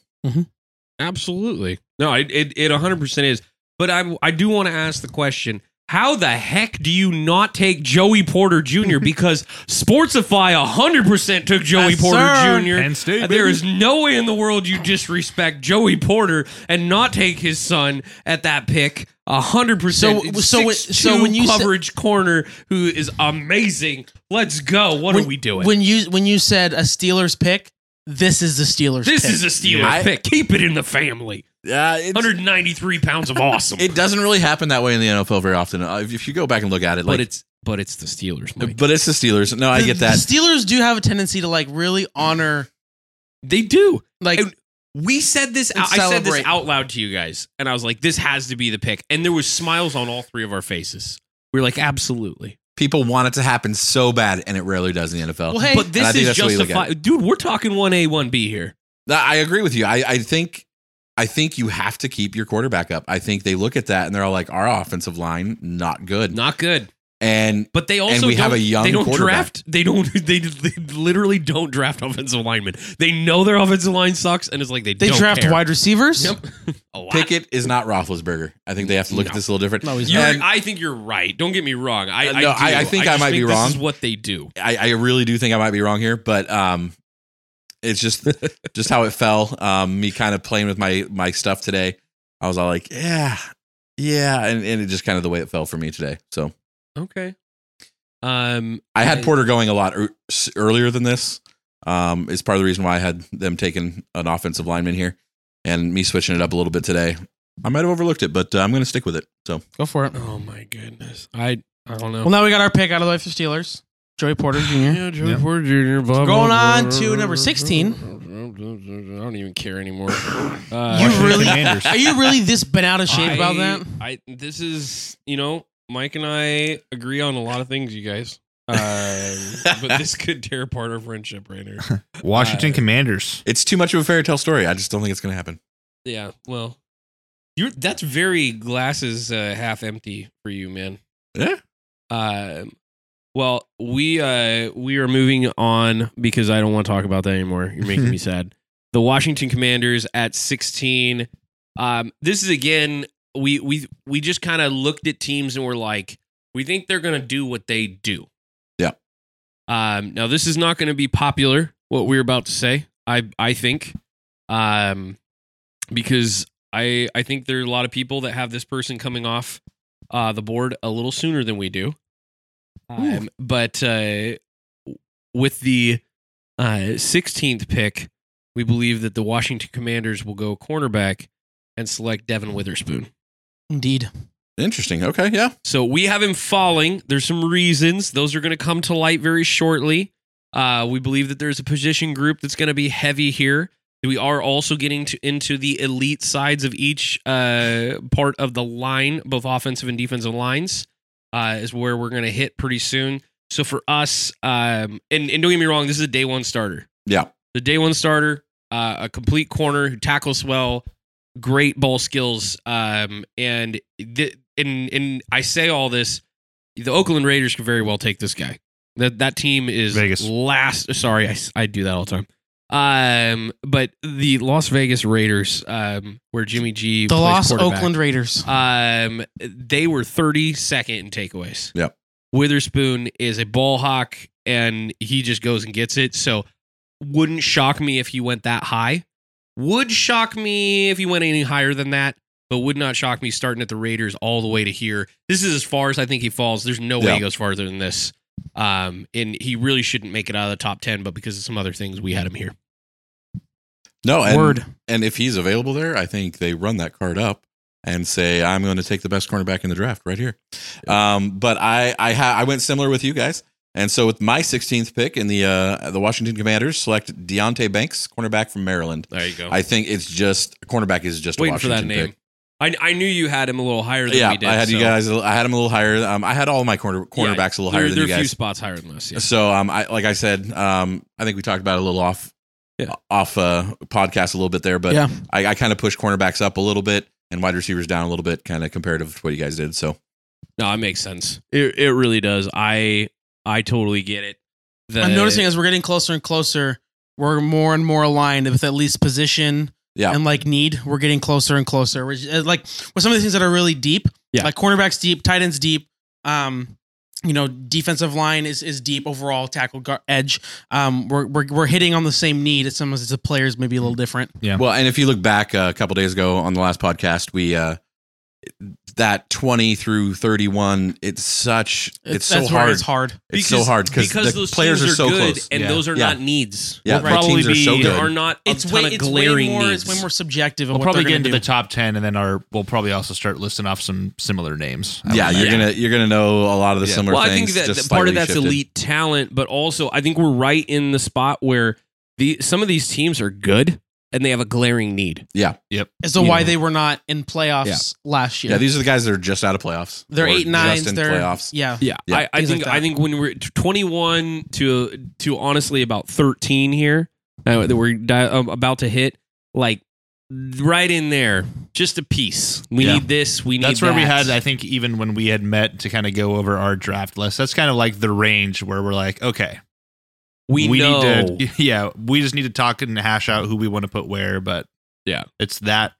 [SPEAKER 1] Absolutely. No, it, it, it 100% is. But I, I do want to ask the question how the heck do you not take Joey Porter Jr.? because Sportsify 100% took Joey
[SPEAKER 2] Yes,
[SPEAKER 1] Porter
[SPEAKER 2] sir.
[SPEAKER 1] Jr.
[SPEAKER 4] Penn State.
[SPEAKER 1] There
[SPEAKER 4] baby.
[SPEAKER 1] is no way in the world you disrespect Joey Porter and not take his son at that pick. A hundred percent.
[SPEAKER 2] So- so when- so when you sa-
[SPEAKER 1] coverage corner who is amazing. Let's go. What
[SPEAKER 2] When-
[SPEAKER 1] are we doing?
[SPEAKER 2] When you when you said a Steelers pick, this is the Steelers.
[SPEAKER 1] this
[SPEAKER 2] pick.
[SPEAKER 1] is a Steelers
[SPEAKER 3] I-
[SPEAKER 1] pick. Keep it in the family.
[SPEAKER 3] Yeah, it's,
[SPEAKER 1] 193 pounds of awesome.
[SPEAKER 3] it doesn't really happen that way in the NFL very often. Uh, If, if you go back and look at it,
[SPEAKER 1] but
[SPEAKER 3] like,
[SPEAKER 1] it's but it's the Steelers. Mike.
[SPEAKER 3] but it's the Steelers. No, I
[SPEAKER 2] The-
[SPEAKER 3] get that.
[SPEAKER 2] The Steelers do have a tendency to like really honor
[SPEAKER 1] They do.
[SPEAKER 2] like
[SPEAKER 1] And- We said this.
[SPEAKER 2] And
[SPEAKER 1] Out, I said this
[SPEAKER 2] celebrate.
[SPEAKER 1] out loud to you guys, and I was like, "This has to be the pick." And there was smiles on all three of our faces. We were like, "Absolutely."
[SPEAKER 3] People want it to happen so bad, and it rarely does in the NFL.
[SPEAKER 2] Well, hey,
[SPEAKER 1] uh, but
[SPEAKER 3] And I
[SPEAKER 1] this
[SPEAKER 3] think
[SPEAKER 1] is
[SPEAKER 3] that's what you look at.
[SPEAKER 1] justified, dude. We're talking one A, one B here.
[SPEAKER 3] No, I agree with you. I, I think I think you have to keep your quarterback up. I think they look at that and they're all like, our offensive line not good.
[SPEAKER 1] Not good.
[SPEAKER 3] And
[SPEAKER 1] But they also
[SPEAKER 3] we
[SPEAKER 1] don't,
[SPEAKER 3] have a young
[SPEAKER 1] They don't
[SPEAKER 3] quarterback.
[SPEAKER 1] draft. They don't. They, they literally don't draft offensive linemen. They know their offensive line sucks, and it's like they
[SPEAKER 2] they
[SPEAKER 1] don't
[SPEAKER 2] draft
[SPEAKER 1] care.
[SPEAKER 2] wide receivers.
[SPEAKER 1] Yep. a lot.
[SPEAKER 3] Pickett is not Roethlisberger. I think they have to look at
[SPEAKER 1] No.
[SPEAKER 3] this a little different.
[SPEAKER 2] No, he's
[SPEAKER 1] You're,
[SPEAKER 3] And
[SPEAKER 1] I think you're right. Don't get me wrong. I
[SPEAKER 3] Uh,
[SPEAKER 1] I,
[SPEAKER 3] no,
[SPEAKER 1] do.
[SPEAKER 3] I- I think I
[SPEAKER 1] just
[SPEAKER 3] might be
[SPEAKER 1] this
[SPEAKER 3] wrong.
[SPEAKER 1] is what they do.
[SPEAKER 3] I, I really do think I might be wrong here, but um, it's just just how it fell. Um, me kind of playing with my my stuff today. I was all like, yeah, yeah, and, and it just kind of the way it fell for me today. So
[SPEAKER 1] Okay. Um.
[SPEAKER 3] I had
[SPEAKER 1] I-
[SPEAKER 3] Porter going a lot ear- s- earlier than this. Um, is part of the reason why I had them taking an offensive lineman here, and me switching it up a little bit today. I might have overlooked it, but uh, I'm going to stick with it. So
[SPEAKER 2] Go for it.
[SPEAKER 1] Oh my goodness. I I don't know.
[SPEAKER 2] Well, now we got our pick out of the way for Steelers. Joey Porter Jr.
[SPEAKER 1] Yeah,
[SPEAKER 4] Yeah.
[SPEAKER 1] Porter Jr. blah,
[SPEAKER 2] So going
[SPEAKER 1] blah,
[SPEAKER 2] on
[SPEAKER 1] blah,
[SPEAKER 2] to
[SPEAKER 1] blah, blah,
[SPEAKER 2] number 16.
[SPEAKER 1] blah. I don't even care anymore.
[SPEAKER 2] You
[SPEAKER 1] Uh,
[SPEAKER 2] really-
[SPEAKER 4] Commanders.
[SPEAKER 2] Are you really this bent out of shape about that?
[SPEAKER 1] I this is you know Mike and I agree on a lot of things, you guys. Um, but this could tear apart our friendship right here.
[SPEAKER 4] Washington
[SPEAKER 1] Uh,
[SPEAKER 4] Commanders.
[SPEAKER 3] it's too much of a fairy tale story. I just don't think it's going to happen.
[SPEAKER 1] Yeah, well, you're that's very glasses uh, half empty for you, man.
[SPEAKER 3] Yeah.
[SPEAKER 1] Um. Well, we uh we are moving on because I don't want to talk about that anymore. You're making me sad. The Washington Commanders at 16. Um, this is again we we we just kind of looked at teams and we're like, we think they're gonna do what they do.
[SPEAKER 3] Yeah.
[SPEAKER 1] Um. Now this is not going to be popular. What we're about to say, I I think, um, because I I think there are a lot of people that have this person coming off uh, the board a little sooner than we do. Um, but uh, with the uh, 16th pick, we believe that the Washington Commanders will go cornerback and select Devin Witherspoon.
[SPEAKER 2] Indeed.
[SPEAKER 3] Interesting. Okay, yeah.
[SPEAKER 1] So we have him falling. There's some reasons. Those are going to come to light very shortly. Uh, we believe that there's a position group that's going to be heavy here. We are also getting to, into the elite sides of each uh, part of the line, both offensive and defensive lines, uh, is where we're going to hit pretty soon. So for us, um, and, and don't get me wrong, this is a day one starter.
[SPEAKER 3] Yeah.
[SPEAKER 1] The day one starter, uh, a complete corner who tackles well, great ball skills. Um, and th- in in I say all this, the Oakland Raiders could very well take this guy. That that team is
[SPEAKER 4] Vegas.
[SPEAKER 1] last. Sorry, I, s- I do that all the time. Um, but the Las Vegas Raiders, um, where Jimmy G
[SPEAKER 2] The
[SPEAKER 1] plays
[SPEAKER 2] Los
[SPEAKER 1] quarterback,
[SPEAKER 2] Oakland Raiders.
[SPEAKER 1] um, they were 32nd in takeaways.
[SPEAKER 3] Yep.
[SPEAKER 1] Witherspoon is a ball hawk and he just goes and gets it. So wouldn't shock me if he went that high. Would shock me if he went any higher than that, but would not shock me starting at the Raiders all the way to here. This is as far as I think he falls. There's no way
[SPEAKER 3] Yeah.
[SPEAKER 1] he goes farther than this. Um, and he really shouldn't make it out of the top 10, but because of some other things, we had him here.
[SPEAKER 3] No, and,
[SPEAKER 2] Word.
[SPEAKER 3] and if he's available there, I think they run that card up and say, "I'm going to take the best cornerback in the draft right here." Um, but I I, ha- I went similar with you guys, and so with my 16th pick in the uh, the Washington Commanders, select Deontay Banks, cornerback from Maryland.
[SPEAKER 1] There you go.
[SPEAKER 3] I think it's just cornerback is just a
[SPEAKER 1] Oh. Waiting for
[SPEAKER 3] Washington
[SPEAKER 1] that name.
[SPEAKER 3] pick.
[SPEAKER 1] I, I knew you had him a little higher than
[SPEAKER 3] Yeah,
[SPEAKER 1] we did.
[SPEAKER 3] I had you
[SPEAKER 1] so-
[SPEAKER 3] guys. I had him a little higher. Um, I had all my corner cornerbacks a little
[SPEAKER 1] There-
[SPEAKER 3] higher than
[SPEAKER 1] there
[SPEAKER 3] you
[SPEAKER 1] are a few
[SPEAKER 3] guys.
[SPEAKER 1] spots higher than us. Yeah.
[SPEAKER 3] So um, I like I said, um, I think we talked about it a little off,
[SPEAKER 1] Yeah.
[SPEAKER 3] off uh, podcast a little bit there, but
[SPEAKER 2] yeah.
[SPEAKER 3] I, I kind of pushed cornerbacks up a little bit and wide receivers down a little bit, kind of comparative to what you guys did. So
[SPEAKER 1] No, it makes sense. It it really does. I I totally get it. The-
[SPEAKER 2] I'm noticing as we're getting closer and closer, we're more and more aligned with at least position
[SPEAKER 3] Yeah.
[SPEAKER 2] and like need. We're getting closer and closer. Which uh, like with some of the things that are really deep,
[SPEAKER 1] Yeah.
[SPEAKER 2] like cornerbacks deep, tight ends deep, um, you know, defensive line is is deep overall. Tackle gar- edge, um, we're, we're we're hitting on the same need. It's sometimes the players maybe a little different.
[SPEAKER 3] well, and if you look back uh, a couple days ago on the last podcast, we uh, that twenty through thirty one, it's such it's, so
[SPEAKER 2] that's where
[SPEAKER 3] hard.
[SPEAKER 2] It's hard.
[SPEAKER 3] It's so hard because the players are
[SPEAKER 1] teams
[SPEAKER 3] so
[SPEAKER 1] good
[SPEAKER 3] close.
[SPEAKER 1] and
[SPEAKER 4] Yeah.
[SPEAKER 1] those are
[SPEAKER 3] Yeah.
[SPEAKER 1] not needs.
[SPEAKER 3] Yeah,
[SPEAKER 4] We'll
[SPEAKER 3] the teams
[SPEAKER 4] probably
[SPEAKER 3] are so
[SPEAKER 4] be-
[SPEAKER 1] There
[SPEAKER 3] good.
[SPEAKER 1] are not a
[SPEAKER 2] It's
[SPEAKER 1] ton
[SPEAKER 2] way
[SPEAKER 1] of
[SPEAKER 2] it's way
[SPEAKER 1] glaring
[SPEAKER 2] more
[SPEAKER 1] needs.
[SPEAKER 2] it's way more subjective. Of
[SPEAKER 4] We'll
[SPEAKER 2] what
[SPEAKER 4] probably
[SPEAKER 2] they're
[SPEAKER 4] get
[SPEAKER 2] gonna
[SPEAKER 4] into
[SPEAKER 2] do.
[SPEAKER 4] the top ten, and then our we'll probably also start listing off some similar names. I would
[SPEAKER 3] yeah, you're
[SPEAKER 4] imagine.
[SPEAKER 3] gonna you're gonna know a lot of the
[SPEAKER 4] Yeah.
[SPEAKER 3] similar
[SPEAKER 1] well, I think
[SPEAKER 3] things.
[SPEAKER 1] that that
[SPEAKER 3] just
[SPEAKER 1] part
[SPEAKER 3] slightly
[SPEAKER 1] of that's
[SPEAKER 3] shifted.
[SPEAKER 1] elite talent, but also I think we're right in the spot where the some of these teams are good and they have a glaring need.
[SPEAKER 2] As
[SPEAKER 1] you
[SPEAKER 2] to why
[SPEAKER 1] know.
[SPEAKER 2] they were not in playoffs last year.
[SPEAKER 3] Yeah, these are the guys that are just out of playoffs.
[SPEAKER 2] they're
[SPEAKER 3] or
[SPEAKER 2] eight nines.
[SPEAKER 3] Just in
[SPEAKER 2] They're
[SPEAKER 3] playoffs.
[SPEAKER 2] yeah.
[SPEAKER 1] Yeah,
[SPEAKER 3] Yeah.
[SPEAKER 1] I, I
[SPEAKER 2] Things like
[SPEAKER 1] think
[SPEAKER 2] that.
[SPEAKER 1] I think when we're twenty one to to honestly about thirteen here uh, that we're di- um, about to hit, like right in there, just a piece. We
[SPEAKER 4] Yeah.
[SPEAKER 1] need this. We need
[SPEAKER 4] That's where we
[SPEAKER 1] that.
[SPEAKER 4] had, I think, even when we had met to kind of go over our draft list. That's kind of like the range where we're like, okay,
[SPEAKER 1] we, know.
[SPEAKER 4] need to, yeah, we just need to talk and hash out who we want to put where. But
[SPEAKER 1] Yeah.
[SPEAKER 4] it's that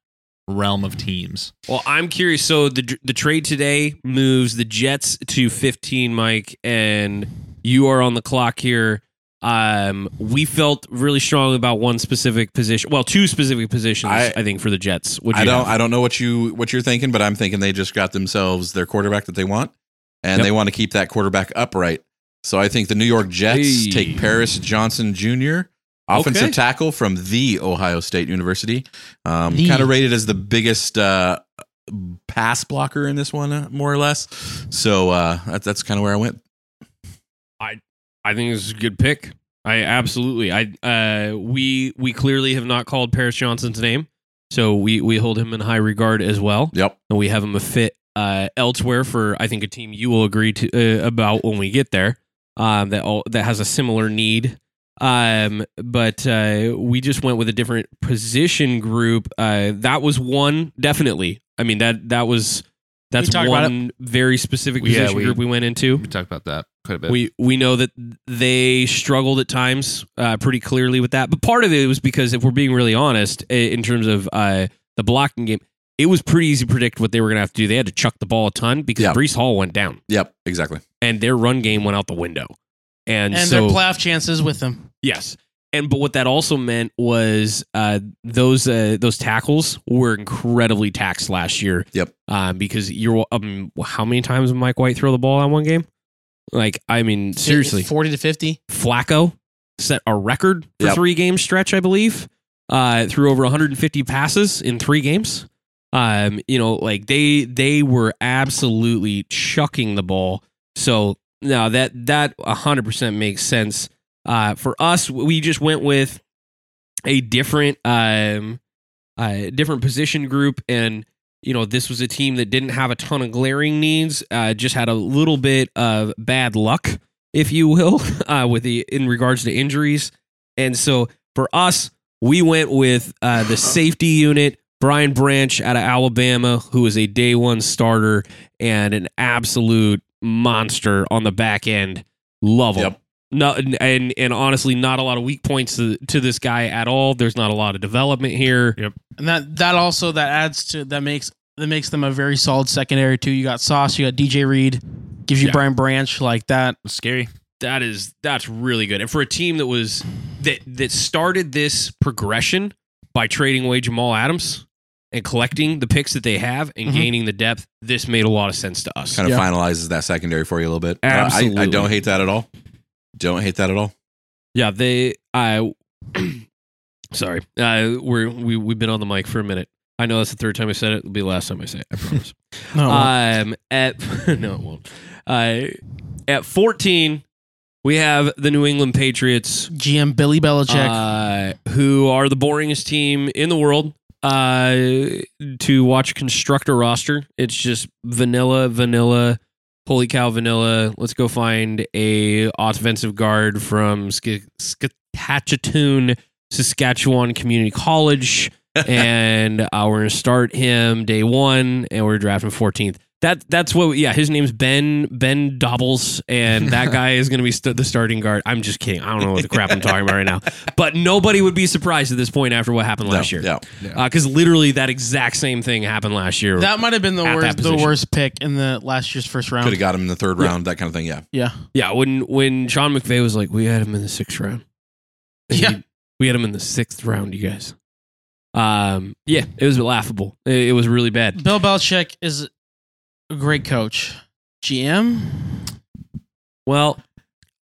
[SPEAKER 4] realm of teams.
[SPEAKER 1] Well, I'm curious. So the the trade today moves the Jets to 15, Mike, and you are on the clock here. Um, we felt really strong about one specific position. Well, two specific positions, I,
[SPEAKER 3] I-
[SPEAKER 1] think, for the Jets. Would you
[SPEAKER 3] I don't
[SPEAKER 1] have?
[SPEAKER 3] I don't know what you what you're thinking, but I'm thinking they just got themselves their quarterback that they want, and
[SPEAKER 1] Yep.
[SPEAKER 3] they want to keep that quarterback upright. So I think the New York Jets
[SPEAKER 1] Hey.
[SPEAKER 3] take Paris Johnson Jr. Offensive
[SPEAKER 1] Okay.
[SPEAKER 3] tackle from the Ohio State University, um,
[SPEAKER 2] The.
[SPEAKER 3] kind of rated as the biggest uh, pass blocker in this one, uh, more or less. So uh, that, that's kind of where I went.
[SPEAKER 1] I think this is a good pick. I absolutely. I uh, we we clearly have not called Paris Johnson's name, so we we hold him in high regard as well,
[SPEAKER 3] Yep.
[SPEAKER 1] and we have him a fit uh, elsewhere for I think a team you will agree to uh, about when we get there um, that all, that has a similar need. Um, but uh, we just went with a different position group. Uh, that was one definitely. I mean that that was that's
[SPEAKER 2] talked about
[SPEAKER 1] one very specific
[SPEAKER 4] Yeah,
[SPEAKER 1] position
[SPEAKER 4] we-
[SPEAKER 1] group we went into.
[SPEAKER 4] We talked about that quite a bit.
[SPEAKER 1] We we know that they struggled at times uh, pretty clearly with that, but part of it was because if we're being really honest, i- in terms of uh, the blocking game, it was pretty easy to predict what they were going to have to do. They had to chuck the ball a ton because
[SPEAKER 3] Yeah.
[SPEAKER 1] Brees Hall went down,
[SPEAKER 3] Yep. Exactly.
[SPEAKER 1] and their run game went out the window. And,
[SPEAKER 2] and
[SPEAKER 1] so,
[SPEAKER 2] their playoff chances with them.
[SPEAKER 1] yes, and but what that also meant was uh, those uh, those tackles were incredibly taxed last year.
[SPEAKER 3] Yep.
[SPEAKER 1] Uh, because you're um, how many times did Mike White throw the ball on one game? Like I mean, seriously,
[SPEAKER 2] forty to fifty.
[SPEAKER 1] Flacco set a record for
[SPEAKER 3] Yep.
[SPEAKER 1] three game stretch, I believe. Uh, threw over 150 passes in three games. Um, you know, like they they were absolutely chucking the ball. So no, that that 100% makes sense. Uh, for us, we just went with a different um, uh, different position group and you know, this was a team that didn't have a ton of glaring needs, uh, just had a little bit of bad luck, if you will, uh, with the in regards to injuries. And so for us, we went with uh, the safety unit, Brian Branch out of Alabama, who is a day one starter and an absolute monster on the back end. Love him.
[SPEAKER 3] Yep.
[SPEAKER 1] No, and and honestly, not a lot of weak points to, to this guy at all. There's not a lot of development here.
[SPEAKER 2] And that that also that adds to that makes that makes them a very solid secondary too. You got Sauce, you got DJ Reed, gives you
[SPEAKER 4] Yeah.
[SPEAKER 2] Brian Branch like that.
[SPEAKER 4] It's scary.
[SPEAKER 1] That is that's really good. And for a team that was that that started this progression by trading away Jamal Adams and collecting the picks that they have and
[SPEAKER 2] Mhm.
[SPEAKER 1] gaining the depth, this made a lot of sense to us.
[SPEAKER 3] Kind of
[SPEAKER 2] Yeah.
[SPEAKER 3] finalizes that secondary for you a little bit. Uh, I, I
[SPEAKER 1] Absolutely.
[SPEAKER 3] don't hate that at all. Don't hate that at all.
[SPEAKER 1] Yeah, they. I. sorry, uh, we're we we've been on the mic for a minute. I know that's the third time I said it. It'll be the last time I say it. I promise.
[SPEAKER 2] No,
[SPEAKER 1] um, at no, it won't. Uh, at fourteen, we have the New England Patriots,
[SPEAKER 2] GM Billy Belichick.
[SPEAKER 1] uh, who are the boringest team in the world. Uh, to watch construct a roster, it's just vanilla, vanilla. Holy cow, vanilla! Let's go find a offensive guard from Sk- Saskatchewan, Saskatchewan Community College, and uh, we're gonna start him day one, and we're drafting fourteenth. That that's what. Yeah, his name's Ben Ben Dobbles, and that guy is gonna be st- the starting guard. I'm just kidding. I don't know what the crap I'm talking about right now, but nobody would be surprised at this point after what happened last
[SPEAKER 3] No,
[SPEAKER 1] year.
[SPEAKER 3] Yeah.
[SPEAKER 1] Because literally that exact same thing happened last year.
[SPEAKER 2] that might have been the
[SPEAKER 1] at that
[SPEAKER 2] worst the
[SPEAKER 1] position.
[SPEAKER 2] worst pick in the last year's first
[SPEAKER 3] Could
[SPEAKER 2] round.
[SPEAKER 3] have got him in the third round, that kind of thing. Yeah.
[SPEAKER 2] Yeah.
[SPEAKER 1] Yeah, when when Sean McVay was like, we had him in the sixth round.
[SPEAKER 2] Yeah.
[SPEAKER 1] we had him in the sixth round, you guys. Um, yeah, it was laughable. It, it was really bad.
[SPEAKER 2] Bill Belichick is a great coach. GM?
[SPEAKER 1] Well,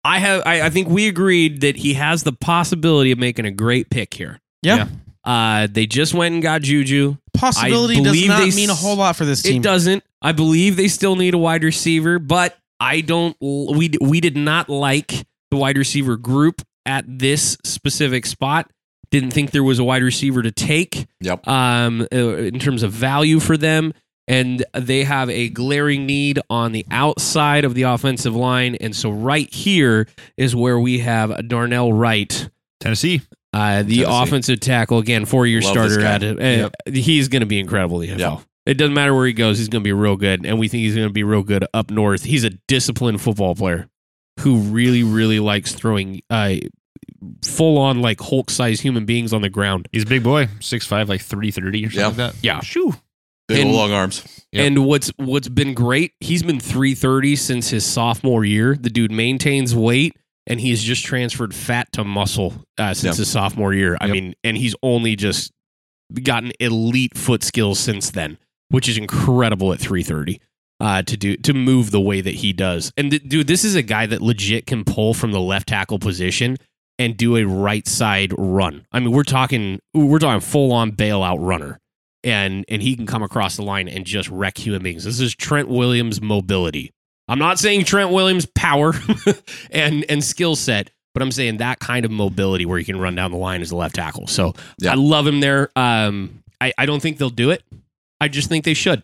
[SPEAKER 1] I have. I, I think we agreed that he has the possibility of making a great pick here.
[SPEAKER 2] Yeah.
[SPEAKER 4] Yeah.
[SPEAKER 1] Uh, they just went and got Juju.
[SPEAKER 2] Possibility does
[SPEAKER 1] believe
[SPEAKER 2] not
[SPEAKER 1] they
[SPEAKER 2] mean a
[SPEAKER 1] s-
[SPEAKER 2] whole lot for this team.
[SPEAKER 1] It doesn't. I believe they still need a wide receiver, but I don't. We we did not like the wide receiver group at this specific spot. Didn't think there was a wide receiver to take.
[SPEAKER 3] Yep.
[SPEAKER 1] Um, uh, in terms of value for them, and they have a glaring need on the outside of the offensive line, and so right here is where we have Darnell Wright.
[SPEAKER 4] Tennessee.
[SPEAKER 1] Uh, the
[SPEAKER 3] Tennessee.
[SPEAKER 1] offensive tackle again, four-year
[SPEAKER 3] Love this
[SPEAKER 1] starter.
[SPEAKER 3] guy.
[SPEAKER 1] At it, uh, he's going to be incredible. in The NFL.
[SPEAKER 3] Yeah.
[SPEAKER 1] It doesn't matter where he goes; he's going to be real good, and we think he's going to be real good up north. He's a disciplined football player who really, really likes throwing uh, full-on like Hulk-sized human beings on the ground.
[SPEAKER 4] He's a big boy, six five, like three thirty or something
[SPEAKER 3] Yeah.
[SPEAKER 4] like that.
[SPEAKER 1] Yeah.
[SPEAKER 4] Shoo.
[SPEAKER 3] Big
[SPEAKER 1] And-
[SPEAKER 3] old long arms.
[SPEAKER 4] Yep.
[SPEAKER 1] And what's what's been great? He's been three thirty since his sophomore year. The dude maintains weight. And he's just transferred fat to muscle uh, since
[SPEAKER 3] Yeah.
[SPEAKER 1] his sophomore year. I
[SPEAKER 4] Yep.
[SPEAKER 1] mean, and he's only just gotten elite foot skills since then, which is incredible at 330 uh, to do to move the way that he does. And th- dude, this is a guy that legit can pull from the left tackle position and do a right side run. I mean, we're talking we're talking full on bailout runner. And and he can come across the line and just wreck human beings. This is Trent Williams mobility. I'm not saying Trent Williams power and and skill set, but I'm saying that kind of mobility where he can run down the line as a left tackle. So
[SPEAKER 3] Yeah.
[SPEAKER 1] I love him there. Um, I, I don't think they'll do it. I just think they should.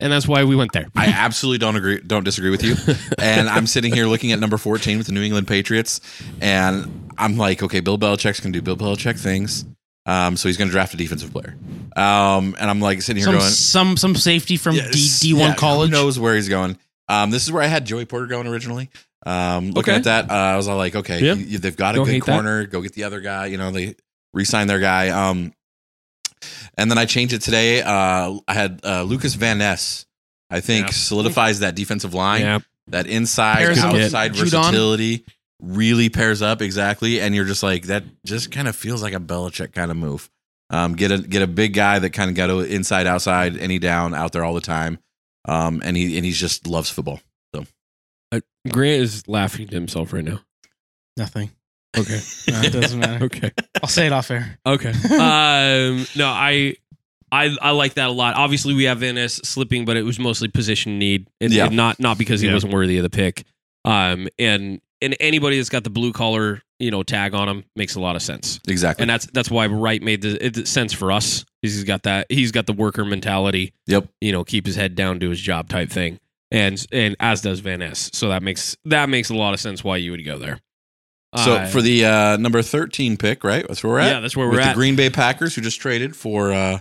[SPEAKER 1] And that's why we went there.
[SPEAKER 3] I absolutely don't agree. Don't disagree with you. And I'm sitting here looking at number 14 with the New England Patriots, and I'm like, okay, Bill Belichick's gonna do Bill Belichick things. Um, so he's gonna draft a defensive player. Um, and I'm like sitting here
[SPEAKER 2] Some
[SPEAKER 3] going,
[SPEAKER 2] some some safety from
[SPEAKER 3] Yes,
[SPEAKER 2] D D one
[SPEAKER 3] yeah,
[SPEAKER 2] college.
[SPEAKER 3] Who knows where he's going? Um, this is where I had Joey Porter going originally. Um, looking
[SPEAKER 1] Okay.
[SPEAKER 3] at that, uh, I was all like, okay,
[SPEAKER 1] Yeah.
[SPEAKER 3] you- you- they've got a
[SPEAKER 1] Don't
[SPEAKER 3] good
[SPEAKER 1] hate that.
[SPEAKER 3] corner. Go get the other guy. You know, they re-sign their guy. Um, and then I changed it today. Uh, I had uh, Lucas Van Ness. I think
[SPEAKER 1] Yeah.
[SPEAKER 3] solidifies that defensive line,
[SPEAKER 1] Yeah.
[SPEAKER 3] that inside
[SPEAKER 2] Pairs
[SPEAKER 1] up with
[SPEAKER 3] outside
[SPEAKER 2] Judon.
[SPEAKER 3] versatility. Really pairs up exactly, and you're just like that. Just kind of feels like a Belichick kind of move. Um, get a get a big guy that kind of got a- inside, outside, any down, out there all the time. Um, and he and he just loves football.
[SPEAKER 1] Grant is laughing to himself right now.
[SPEAKER 2] Nothing.
[SPEAKER 1] Okay.
[SPEAKER 2] No, it doesn't matter.
[SPEAKER 1] Okay.
[SPEAKER 2] I'll say it off air.
[SPEAKER 1] Okay.
[SPEAKER 2] Uh,
[SPEAKER 1] um, no, I, I, I like that a lot. Obviously, we have Van Ness slipping, but it was mostly position need, and
[SPEAKER 3] Yeah.
[SPEAKER 1] and not not because he
[SPEAKER 4] Yeah.
[SPEAKER 1] wasn't worthy of the pick. Um, and and anybody that's got the blue collar, you know, tag on him makes a lot of sense.
[SPEAKER 3] Exactly.
[SPEAKER 1] And that's that's why Wright made the it, sense for us. He's got that. He's got the worker mentality.
[SPEAKER 3] Yep.
[SPEAKER 1] You know, keep his head down, do his job type thing. And and as does Van Ness. So that makes that makes a lot of sense why you would go there.
[SPEAKER 3] so
[SPEAKER 1] Uh,
[SPEAKER 3] for the uh, number thirteen pick, right? That's where we're at.
[SPEAKER 1] yeah, that's where
[SPEAKER 3] With
[SPEAKER 1] we're
[SPEAKER 3] the
[SPEAKER 1] at.
[SPEAKER 3] Green Bay Packers, who just traded for uh,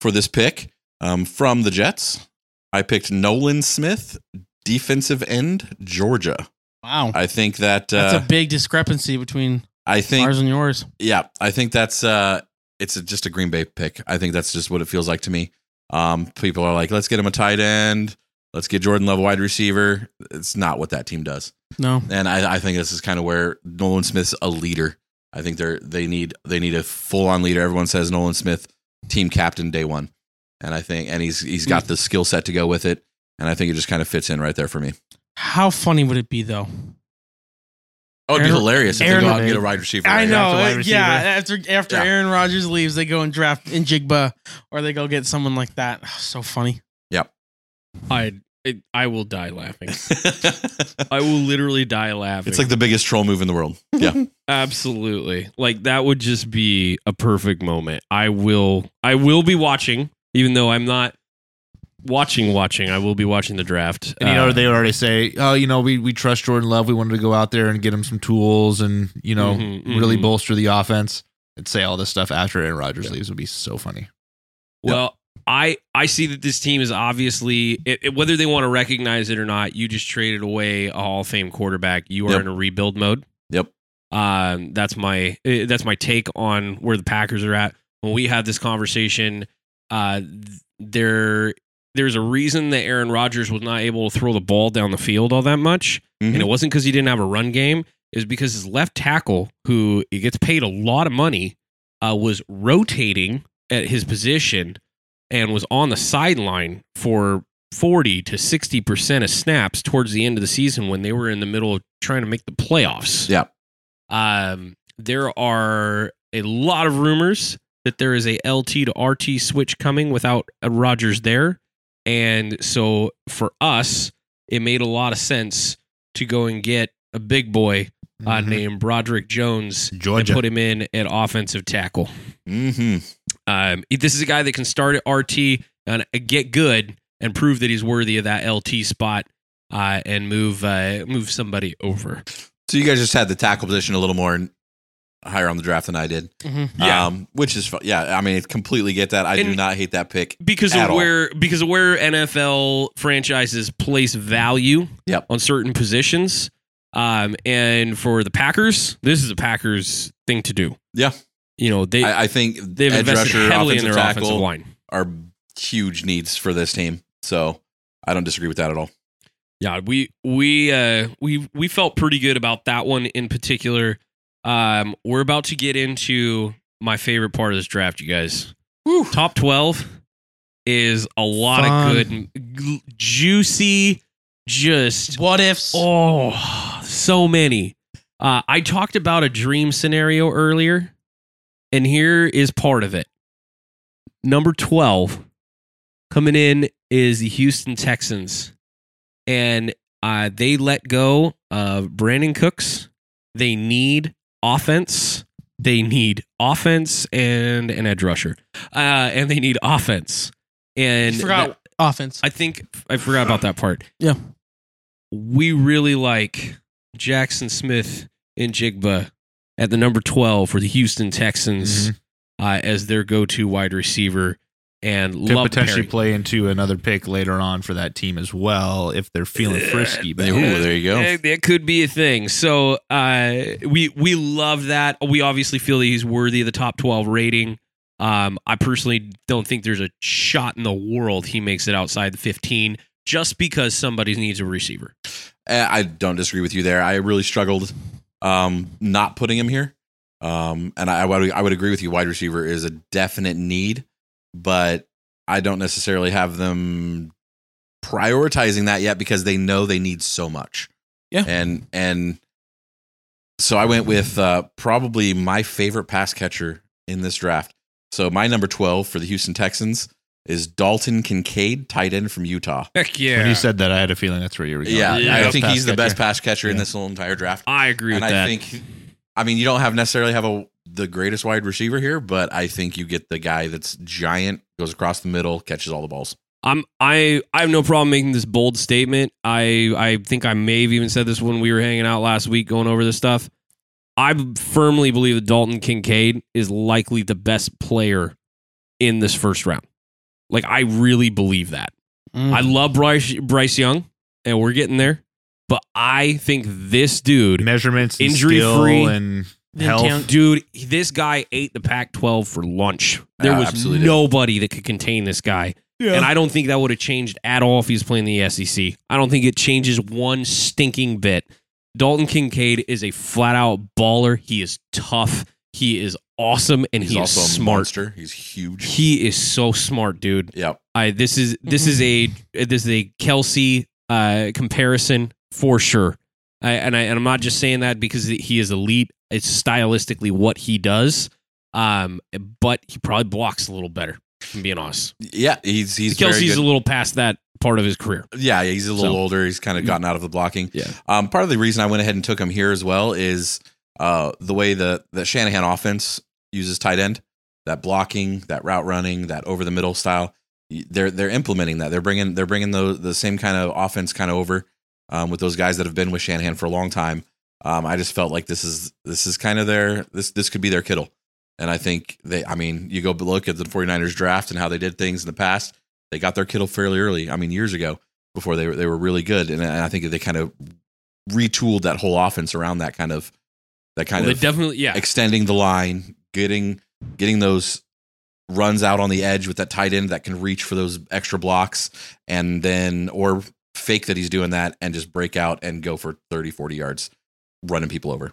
[SPEAKER 3] for this pick um, from the Jets. I picked Nolan Smith, defensive end, Georgia.
[SPEAKER 2] Wow.
[SPEAKER 3] I think that
[SPEAKER 2] That's
[SPEAKER 3] uh,
[SPEAKER 2] a big discrepancy between
[SPEAKER 3] I think
[SPEAKER 2] ours and yours.
[SPEAKER 3] yeah, I think that's uh, it's a, just a Green Bay pick. I think that's just what it feels like to me. Um, people are like, let's get him a tight end, let's get Jordan Love a wide receiver. It's not what that team does,
[SPEAKER 2] No.
[SPEAKER 3] and I, I think this is kind of where Nolan Smith's a leader. I think they're they need they need a full on leader. Everyone says Nolan Smith, team captain day one, and I think and he's he's
[SPEAKER 2] Hmm.
[SPEAKER 3] got the skill set to go with it, and I think it just kind of fits in right there for me.
[SPEAKER 2] How funny would it be though?
[SPEAKER 3] Oh, it'd be
[SPEAKER 2] Aaron-
[SPEAKER 3] hilarious if
[SPEAKER 2] Aaron-
[SPEAKER 3] they go out and get a wide receiver.
[SPEAKER 2] I
[SPEAKER 3] right?
[SPEAKER 2] know.
[SPEAKER 4] After wide
[SPEAKER 2] uh, yeah.
[SPEAKER 4] receiver.
[SPEAKER 2] After after
[SPEAKER 3] Yeah.
[SPEAKER 2] Aaron Rodgers leaves, they go and draft Njigba or they go get someone like that. so funny.
[SPEAKER 1] I it, I will die laughing. I will literally die laughing.
[SPEAKER 3] it's like the biggest troll move in the world. Yeah.
[SPEAKER 1] Absolutely. Like that would just be a perfect moment. I will I will be watching even though I'm not watching watching. I will be watching the draft.
[SPEAKER 4] And you know
[SPEAKER 1] Uh,
[SPEAKER 4] they already say, oh, you know, we we trust Jordan Love. We wanted to go out there and get him some tools and you know
[SPEAKER 1] Mhm,
[SPEAKER 4] really
[SPEAKER 1] mhm.
[SPEAKER 4] bolster the offense. And say all this stuff after Aaron Rodgers leaves would be so funny.
[SPEAKER 1] Well, I I see that this team is obviously it, it- whether they want to recognize it or not. You just traded away a Hall of Fame quarterback. You are
[SPEAKER 3] Yep.
[SPEAKER 1] in a rebuild mode.
[SPEAKER 3] Yep.
[SPEAKER 1] Um, that's my eh, that's my take on where the Packers are at. When we had this conversation, uh, th- there there's a reason that Aaron Rodgers was not able to throw the ball down the field all that much, and
[SPEAKER 3] Mhm.
[SPEAKER 1] it wasn't because he didn't have a run game. It was because his left tackle, who he gets paid a lot of money, uh, was rotating at his position and was on the sideline for 40 to 60% of snaps towards the end of the season when they were in the middle of trying to make the playoffs.
[SPEAKER 3] Yeah.
[SPEAKER 1] Um, there are a lot of rumors that there is a LT to RT switch coming without a Rodgers there. And so for us, it made a lot of sense to go and get a big boy uh,
[SPEAKER 4] Mhm.
[SPEAKER 1] named Broderick Jones
[SPEAKER 4] Georgia.
[SPEAKER 1] and put him in at offensive tackle.
[SPEAKER 3] Mm-hmm.
[SPEAKER 1] Um, this is a guy that can start at RT and uh, get good and prove that he's worthy of that LT spot uh, and move uh, move somebody over.
[SPEAKER 3] So you guys just had the tackle position a little more higher on the draft than I did.
[SPEAKER 2] Mhm.
[SPEAKER 1] Yeah.
[SPEAKER 3] um, which is fu- yeah. I mean, I completely get that. I do
[SPEAKER 1] And-
[SPEAKER 3] not hate that pick.
[SPEAKER 1] because
[SPEAKER 3] at
[SPEAKER 1] of
[SPEAKER 3] all.
[SPEAKER 1] where because of where NFL franchises place value
[SPEAKER 3] Yep.
[SPEAKER 1] on certain positions. Um, and for the Packers, this is a Packers thing to do.
[SPEAKER 3] Yeah.
[SPEAKER 1] You know, they
[SPEAKER 3] I, I think
[SPEAKER 1] they've
[SPEAKER 3] edge
[SPEAKER 1] invested
[SPEAKER 3] rusher,
[SPEAKER 1] heavily in
[SPEAKER 3] offensive
[SPEAKER 1] their
[SPEAKER 3] tackle
[SPEAKER 1] offensive line.
[SPEAKER 3] are huge needs for this team. So I don't disagree with that at all.
[SPEAKER 1] Yeah, we we uh we we felt pretty good about that one in particular. Um we're about to get into my favorite part of this draft, you guys. Top 12 is a lot
[SPEAKER 4] Fun.
[SPEAKER 1] of good g- juicy just
[SPEAKER 2] What ifs?
[SPEAKER 1] oh, so many. Uh I talked about a dream scenario earlier and here is part of it. Number 12 coming in is the Houston Texans. And uh, they let go of Brandon Cooks. They need offense. They need offense and an edge rusher. Uh, and they need offense. And
[SPEAKER 2] You forgot offense.
[SPEAKER 1] I think I forgot about that part.
[SPEAKER 2] Yeah.
[SPEAKER 1] We really like Jackson Smith and Jigba at the number 12 for the Houston Texans uh, as their go to wide receiver. And
[SPEAKER 4] Could
[SPEAKER 1] love
[SPEAKER 4] potentially
[SPEAKER 1] Perry.
[SPEAKER 4] play into another pick later on for that team as well if they're feeling frisky. But
[SPEAKER 3] Ooh, there you go.
[SPEAKER 1] It, it could be a thing. So uh, we we love that. We obviously feel that he's worthy of the top twelve rating. Um, I personally don't think there's a shot in the world he makes it outside the fifteen, just because somebody needs a receiver.
[SPEAKER 3] Eh, I don't disagree with you there. I really struggled um, not putting him here, um, and I, I would I would agree with you. Wide receiver is a definite need, but I don't necessarily have them prioritizing that yet because they know they need so much.
[SPEAKER 2] Yeah.
[SPEAKER 3] and and so I went with uh, probably my favorite pass catcher in this draft. So my number twelve for the Houston Texans is Dalton Kincaid, tight end from Utah.
[SPEAKER 1] Heck
[SPEAKER 4] When
[SPEAKER 1] yeah,
[SPEAKER 4] you said that, I had a feeling that's where you were going.
[SPEAKER 3] Yeah,
[SPEAKER 1] Yeah.
[SPEAKER 3] I think
[SPEAKER 4] Pass
[SPEAKER 3] he's the best
[SPEAKER 4] catcher.
[SPEAKER 3] pass catcher in
[SPEAKER 4] Yeah.
[SPEAKER 3] this whole entire draft.
[SPEAKER 1] I agree with
[SPEAKER 3] and I
[SPEAKER 1] that.
[SPEAKER 3] think- I mean, you don't have necessarily have a the greatest wide receiver here, but I think you get the guy that's giant, goes across the middle, catches all the balls.
[SPEAKER 1] I'm I I have no problem making this bold statement. I I think I may have even said this when we were hanging out last week going over this stuff. I firmly believe that Dalton Kincaid is likely the best player in this first round. Like I really believe that.
[SPEAKER 2] Mm.
[SPEAKER 1] I love Bryce Bryce Young, and we're getting there. But I think this dude,
[SPEAKER 4] Measurements, and
[SPEAKER 1] Injury
[SPEAKER 4] skill
[SPEAKER 1] free.
[SPEAKER 4] and
[SPEAKER 2] The
[SPEAKER 4] health.
[SPEAKER 2] intent-
[SPEAKER 1] dude, this guy ate the Pac-12 for lunch. There
[SPEAKER 3] Yeah,
[SPEAKER 1] was
[SPEAKER 3] absolutely did.
[SPEAKER 1] nobody that could contain this guy, and I don't think that would have changed at all if he's playing the SEC. I don't think it changes one stinking bit. Dalton Kincaid is a flat-out baller. He is tough. He is awesome, and
[SPEAKER 3] He's
[SPEAKER 1] he
[SPEAKER 3] also
[SPEAKER 1] is
[SPEAKER 3] a
[SPEAKER 1] smart.
[SPEAKER 3] monster. He's huge.
[SPEAKER 1] He is so smart, dude.
[SPEAKER 3] Yep.
[SPEAKER 1] I this is this is a this is a Kelsey uh, comparison for sure. I, and I and I'm not just saying that because he is elite. It's stylistically what he does. Um, but he probably blocks a little better. If I'm being honest,
[SPEAKER 3] Yeah, he's he's very
[SPEAKER 1] Kelsey's
[SPEAKER 3] good.
[SPEAKER 1] a little past that part of his career.
[SPEAKER 3] yeah, yeah, he's a little
[SPEAKER 1] So-
[SPEAKER 3] older. He's kind of gotten out of the blocking.
[SPEAKER 1] Yeah.
[SPEAKER 3] Um, part of the reason I went ahead and took him here as well is uh, the way the the Shanahan offense uses tight end, that blocking, that route running, that over the middle style. y- They're they're implementing that. They're bringing they're bringing the the same kind of offense kind of over um, with those guys that have been with Shanahan for a long time. Um, I just felt like this is this is kind of their this this could be their Kittle. And I think they, I mean, you go look at the 49ers draft and how they did things in the past. They got their Kittle fairly early. I mean, years ago before they were, they were really good. And, I- I think they kind of retooled that whole offense around that kind of, that kind
[SPEAKER 1] Well,
[SPEAKER 3] of
[SPEAKER 1] they definitely, yeah,
[SPEAKER 3] extending the line, getting, getting those runs out on the edge with that tight end that can reach for those extra blocks and then, or fake that he's doing that and just break out and go for 30, 40 yards running people over.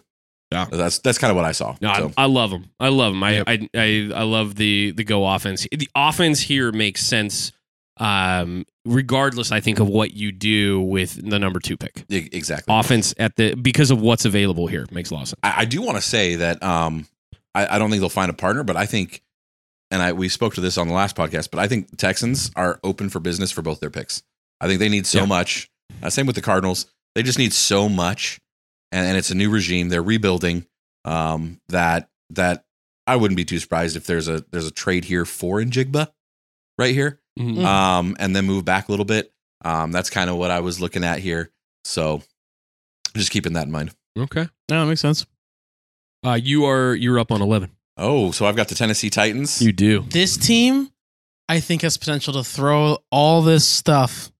[SPEAKER 4] Yeah.
[SPEAKER 3] That's, that's kind of what I saw.
[SPEAKER 1] No,
[SPEAKER 3] So,
[SPEAKER 1] I, I love him. I love him. I,
[SPEAKER 4] Yep.
[SPEAKER 1] I I I love the the go offense. The offense here makes sense, um, regardless. I think of what you do with the number two pick.
[SPEAKER 3] e- exactly.
[SPEAKER 1] Offense at the because of what's available here makes a lot of sense.
[SPEAKER 3] I, I do want to say that um, I, I don't think they'll find a partner, but I think, and I we spoke to this on the last podcast, but I think the Texans are open for business for both their picks. I think they need so
[SPEAKER 1] Yeah.
[SPEAKER 3] much. Uh, same with the Cardinals; they just need so much, and, and it's a new regime. They're rebuilding. Um, that that I wouldn't be too surprised if there's a there's a trade here for Njigba, right here,
[SPEAKER 1] Mhm.
[SPEAKER 2] Mm.
[SPEAKER 3] um, and then move back a little bit. Um, that's kind of what I was looking at here. So, just keeping that in mind.
[SPEAKER 1] Okay,
[SPEAKER 2] No, that makes sense.
[SPEAKER 1] uh, you are you're up on eleven.
[SPEAKER 3] Oh, so I've got the Tennessee Titans.
[SPEAKER 1] do.
[SPEAKER 2] This team, I think, has potential to throw all this stuff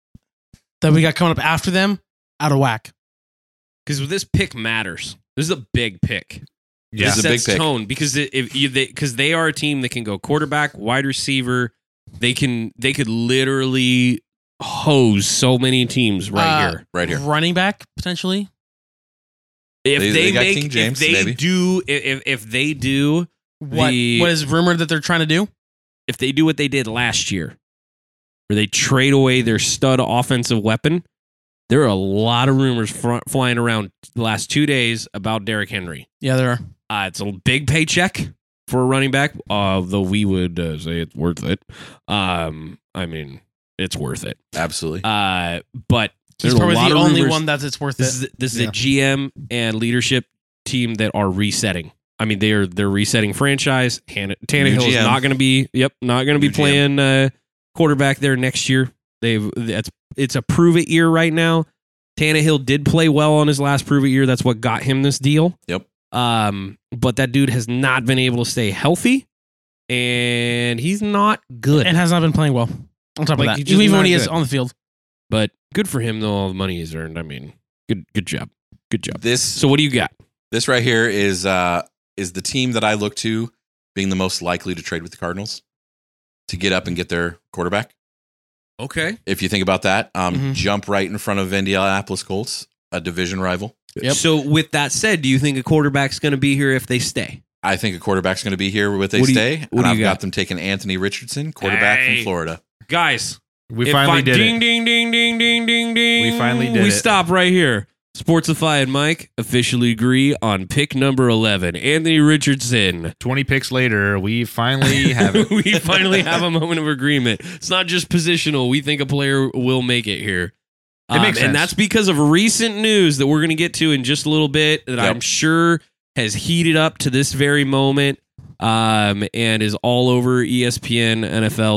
[SPEAKER 2] that we got coming up after them out of whack.
[SPEAKER 1] because this pick matters. This is a big pick.
[SPEAKER 4] Yeah.
[SPEAKER 1] this
[SPEAKER 3] This is a big
[SPEAKER 1] sets
[SPEAKER 3] pick.
[SPEAKER 1] tone because it, if you they because they are a team that can go quarterback, wide receiver. They can they could literally hose so many teams right
[SPEAKER 2] Uh,
[SPEAKER 1] here.
[SPEAKER 3] right here.
[SPEAKER 2] Running back potentially.
[SPEAKER 1] If
[SPEAKER 3] They-
[SPEAKER 1] they,
[SPEAKER 3] they got
[SPEAKER 1] make
[SPEAKER 3] King James,
[SPEAKER 1] if they
[SPEAKER 3] maybe.
[SPEAKER 1] do if if they do
[SPEAKER 2] What
[SPEAKER 1] The-
[SPEAKER 2] what is rumored that they're trying to do?
[SPEAKER 1] if they do what they did last year, where they trade away their stud offensive weapon, there are a lot of rumors fr- flying around the last two days about Derrick Henry.
[SPEAKER 2] Yeah, there are.
[SPEAKER 1] Uh, it's a big paycheck for a running back, although we would uh, say it's worth it. Um, I mean, it's worth it.
[SPEAKER 3] Absolutely.
[SPEAKER 1] Uh, but
[SPEAKER 2] He's
[SPEAKER 1] there's a
[SPEAKER 2] probably
[SPEAKER 1] lot
[SPEAKER 2] the
[SPEAKER 1] of
[SPEAKER 2] only
[SPEAKER 1] rumors.
[SPEAKER 2] one that it's worth
[SPEAKER 1] This
[SPEAKER 2] it.
[SPEAKER 1] is this is a GM and leadership team that are resetting. I mean, they are they're resetting franchise. Han- Tannehill is
[SPEAKER 3] GM.
[SPEAKER 1] not going to be. Yep, not going to be
[SPEAKER 3] New GM.
[SPEAKER 1] playing uh, quarterback there next year. They've that's it's a prove it year right now. Tannehill did play well on his last prove it year. That's what got him this deal.
[SPEAKER 3] Yep.
[SPEAKER 1] Um, but that dude has not been able to stay healthy, and he's not good.
[SPEAKER 2] And has not been playing well. On top
[SPEAKER 1] Like,
[SPEAKER 2] of
[SPEAKER 1] he's
[SPEAKER 2] that,
[SPEAKER 1] just
[SPEAKER 2] even
[SPEAKER 1] not
[SPEAKER 2] when he is
[SPEAKER 1] good.
[SPEAKER 2] on the field,
[SPEAKER 1] but good for him though. All the money he's earned. I mean, good good job, good job.
[SPEAKER 3] This
[SPEAKER 1] So what do you got?
[SPEAKER 3] this right here is uh is the team that I look to being the most likely to trade with the Cardinals to get up and get their quarterback.
[SPEAKER 1] Okay.
[SPEAKER 3] If you think about that, um,
[SPEAKER 1] Mm-hmm.
[SPEAKER 2] Mhm.
[SPEAKER 3] jump right in front of Indianapolis Colts, a division rival.
[SPEAKER 2] Yep.
[SPEAKER 1] So with that said, do you think a quarterback's going to be here if they stay?
[SPEAKER 3] I think a quarterback's going to be here with they
[SPEAKER 1] What do you-
[SPEAKER 3] stay,
[SPEAKER 1] what
[SPEAKER 3] and
[SPEAKER 1] do you
[SPEAKER 3] I've got?
[SPEAKER 1] got?
[SPEAKER 3] them taking Anthony Richardson, quarterback
[SPEAKER 1] Hey.
[SPEAKER 3] from Florida.
[SPEAKER 1] Guys,
[SPEAKER 4] We
[SPEAKER 1] if
[SPEAKER 4] finally
[SPEAKER 1] I-
[SPEAKER 4] did
[SPEAKER 1] ding,
[SPEAKER 4] it.
[SPEAKER 1] ding, ding, ding, ding, ding, ding.
[SPEAKER 4] finally did
[SPEAKER 1] We
[SPEAKER 4] it.
[SPEAKER 1] stop right here. Sportsify and Mike officially agree on pick number 11, Anthony Richardson.
[SPEAKER 4] 20 picks later, we finally have it.
[SPEAKER 1] we finally have a moment of agreement. It's not just positional. We think a player will make it here. Um,
[SPEAKER 4] It makes sense.
[SPEAKER 1] And that's because of recent news that we're going to get to in just a little bit that
[SPEAKER 3] Yep.
[SPEAKER 1] I'm sure has heated up to this very moment um, and is all over E ESPN,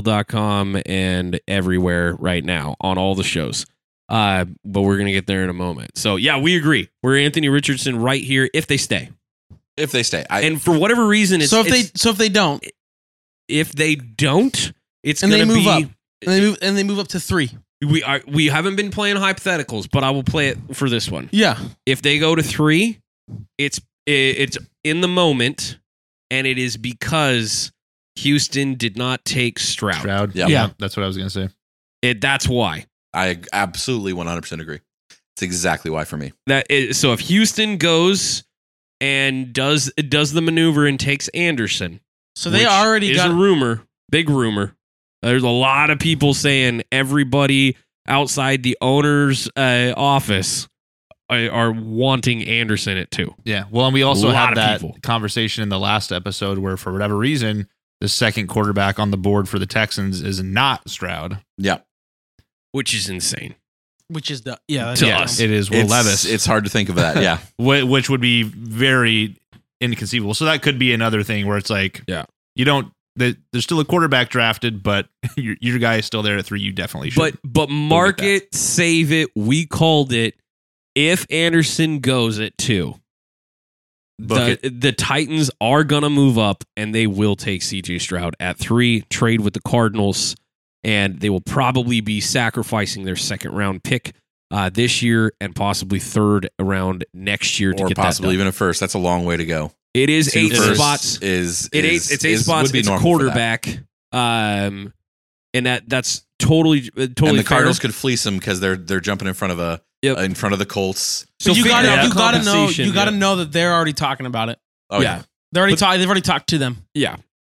[SPEAKER 1] NFL.com, and everywhere right now on all the shows. Uh, but we're going to get there in a moment. So, yeah, we agree. We're Anthony Richardson right here if they stay.
[SPEAKER 3] If they stay, I,
[SPEAKER 1] And for whatever reason, it's,
[SPEAKER 2] so if they
[SPEAKER 1] it's-
[SPEAKER 2] so if they don't
[SPEAKER 1] if they don't, it's
[SPEAKER 2] And
[SPEAKER 1] going to
[SPEAKER 2] they move
[SPEAKER 1] be
[SPEAKER 2] up. and they move and they move up to three,
[SPEAKER 1] we I, we haven't been playing hypotheticals, but I will play it for this one.
[SPEAKER 2] Yeah.
[SPEAKER 1] If they go to three, it's i- it's in the moment, and it is because Houston did not take Stroud.
[SPEAKER 4] Shroud.
[SPEAKER 3] Yeah.
[SPEAKER 2] Yeah.
[SPEAKER 4] That's what I was going to say.
[SPEAKER 1] It, that's why.
[SPEAKER 3] I absolutely 100% agree. It's exactly why for me.
[SPEAKER 1] That is, so if Houston goes and does does the maneuver and takes Anderson,
[SPEAKER 2] So they
[SPEAKER 1] which
[SPEAKER 2] already
[SPEAKER 1] is
[SPEAKER 2] got
[SPEAKER 1] a rumor, big rumor. There's a lot of people saying everybody outside the owner's uh, office are, are wanting Anderson at two.
[SPEAKER 4] Yeah. Well, and we also
[SPEAKER 1] lot
[SPEAKER 4] had
[SPEAKER 1] of
[SPEAKER 4] that
[SPEAKER 1] people.
[SPEAKER 4] conversation in the last episode where, for whatever reason, the second quarterback on the board for the Texans is not Stroud.
[SPEAKER 3] Yeah.
[SPEAKER 1] which is insane.
[SPEAKER 2] which is the yeah
[SPEAKER 1] To
[SPEAKER 2] that's-
[SPEAKER 1] us.
[SPEAKER 4] It is Will
[SPEAKER 3] it's,
[SPEAKER 4] Levis,
[SPEAKER 3] It's hard to think of that. Yeah.
[SPEAKER 4] whi- which would be very inconceivable. So that could be another thing where it's like,
[SPEAKER 1] Yeah.
[SPEAKER 4] you don't. the- There's still a quarterback drafted, but your, your guy is still there at three. You definitely should.
[SPEAKER 1] But but mark
[SPEAKER 4] that.
[SPEAKER 1] it, save it. We called it. If Anderson goes at two, the,
[SPEAKER 4] Book
[SPEAKER 1] the Titans are gonna move up and they will take CJ Stroud at three, trade with the Cardinals, and they will probably be sacrificing their second round pick uh, this year and possibly third round next year to
[SPEAKER 3] or
[SPEAKER 1] get that.
[SPEAKER 3] possibly
[SPEAKER 1] done.
[SPEAKER 3] even a first. That's a long way to go.
[SPEAKER 1] It is
[SPEAKER 3] Two
[SPEAKER 1] eight
[SPEAKER 3] firsts
[SPEAKER 1] spots.
[SPEAKER 3] Is,
[SPEAKER 1] It
[SPEAKER 3] is,
[SPEAKER 1] is, it's eight
[SPEAKER 3] is-
[SPEAKER 1] spots.
[SPEAKER 3] would be
[SPEAKER 1] It's a
[SPEAKER 3] normal for that.
[SPEAKER 1] quarterback, um, and that that's totally uh, totally.
[SPEAKER 3] and the
[SPEAKER 1] fair.
[SPEAKER 3] Cardinals could fleece them because they're they're jumping in front of a
[SPEAKER 1] Yep.
[SPEAKER 3] in front of the Colts.
[SPEAKER 1] So
[SPEAKER 2] but you
[SPEAKER 1] figure
[SPEAKER 2] gotta
[SPEAKER 1] out
[SPEAKER 2] you gotta know
[SPEAKER 1] compensation.
[SPEAKER 2] you gotta
[SPEAKER 1] Yeah.
[SPEAKER 2] know that they're already talking about it.
[SPEAKER 3] Oh yeah,
[SPEAKER 1] Yeah.
[SPEAKER 2] They already
[SPEAKER 1] But-
[SPEAKER 2] talked. They've already talked to them.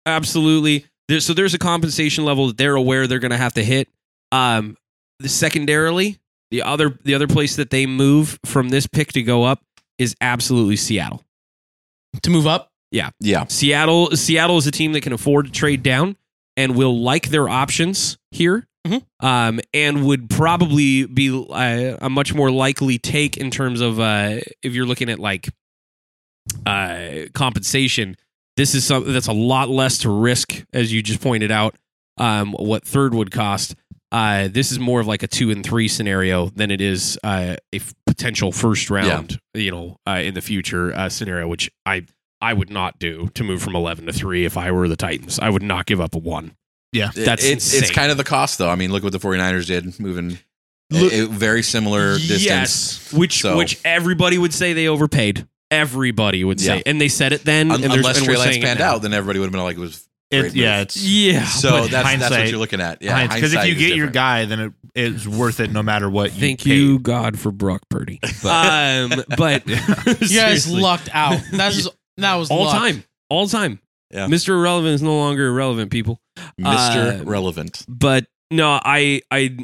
[SPEAKER 1] absolutely. There, so there's a compensation level that they're aware they're going to have to hit. Um, the secondarily, the other the other place that they move from this pick to go up is absolutely Seattle.
[SPEAKER 2] to move up.
[SPEAKER 3] yeah.
[SPEAKER 1] Seattle Seattle is a team that can afford to trade down and will like their options here.
[SPEAKER 2] Mhm.
[SPEAKER 1] Um, and would probably be uh, a much more likely take in terms of uh, if you're looking at like uh, compensation. This is something that's a lot less to risk, as you just pointed out. Um, what third would cost. Uh, this is more of like a two and three scenario than it is uh, a f- potential first round, you know, uh, in the future uh, scenario, which I I would not do to move from 11 to 3 if I were the Titans. I would not give up a 1.
[SPEAKER 3] It-
[SPEAKER 1] That's
[SPEAKER 3] it's it's
[SPEAKER 1] insane.
[SPEAKER 3] kind of the cost though. I mean, look what the 49ers did moving
[SPEAKER 1] Look-
[SPEAKER 3] it- it- very similar distance.
[SPEAKER 1] Yes, which
[SPEAKER 3] So-
[SPEAKER 1] which everybody would say they overpaid. Everybody would say.
[SPEAKER 3] Yeah.
[SPEAKER 1] And they said it then
[SPEAKER 3] Un-
[SPEAKER 1] and there's-
[SPEAKER 3] unless
[SPEAKER 1] and we're
[SPEAKER 3] Trey Lance
[SPEAKER 1] saying it
[SPEAKER 3] panned
[SPEAKER 1] now.
[SPEAKER 3] out, then everybody would have been like, it was.
[SPEAKER 4] it,
[SPEAKER 3] Great
[SPEAKER 4] yeah,
[SPEAKER 3] move.
[SPEAKER 4] it's
[SPEAKER 1] Yeah.
[SPEAKER 3] So
[SPEAKER 4] But
[SPEAKER 3] that's, that's what
[SPEAKER 4] hindsight-
[SPEAKER 3] you're looking at. Yeah,
[SPEAKER 4] because if
[SPEAKER 3] hindsight
[SPEAKER 4] you
[SPEAKER 3] is
[SPEAKER 4] get your
[SPEAKER 3] different.
[SPEAKER 4] guy, then it, it's worth it no matter what. You
[SPEAKER 1] Thank
[SPEAKER 4] paid.
[SPEAKER 1] you God for Brock Purdy. um but
[SPEAKER 2] You guys
[SPEAKER 1] seriously.
[SPEAKER 2] lucked out. That's just, that was
[SPEAKER 1] all
[SPEAKER 2] luck.
[SPEAKER 1] time. All time.
[SPEAKER 3] Yeah.
[SPEAKER 1] Mr. Irrelevant is no longer irrelevant, people.
[SPEAKER 3] Mr.
[SPEAKER 1] uh,
[SPEAKER 3] Relevant.
[SPEAKER 1] But no, I I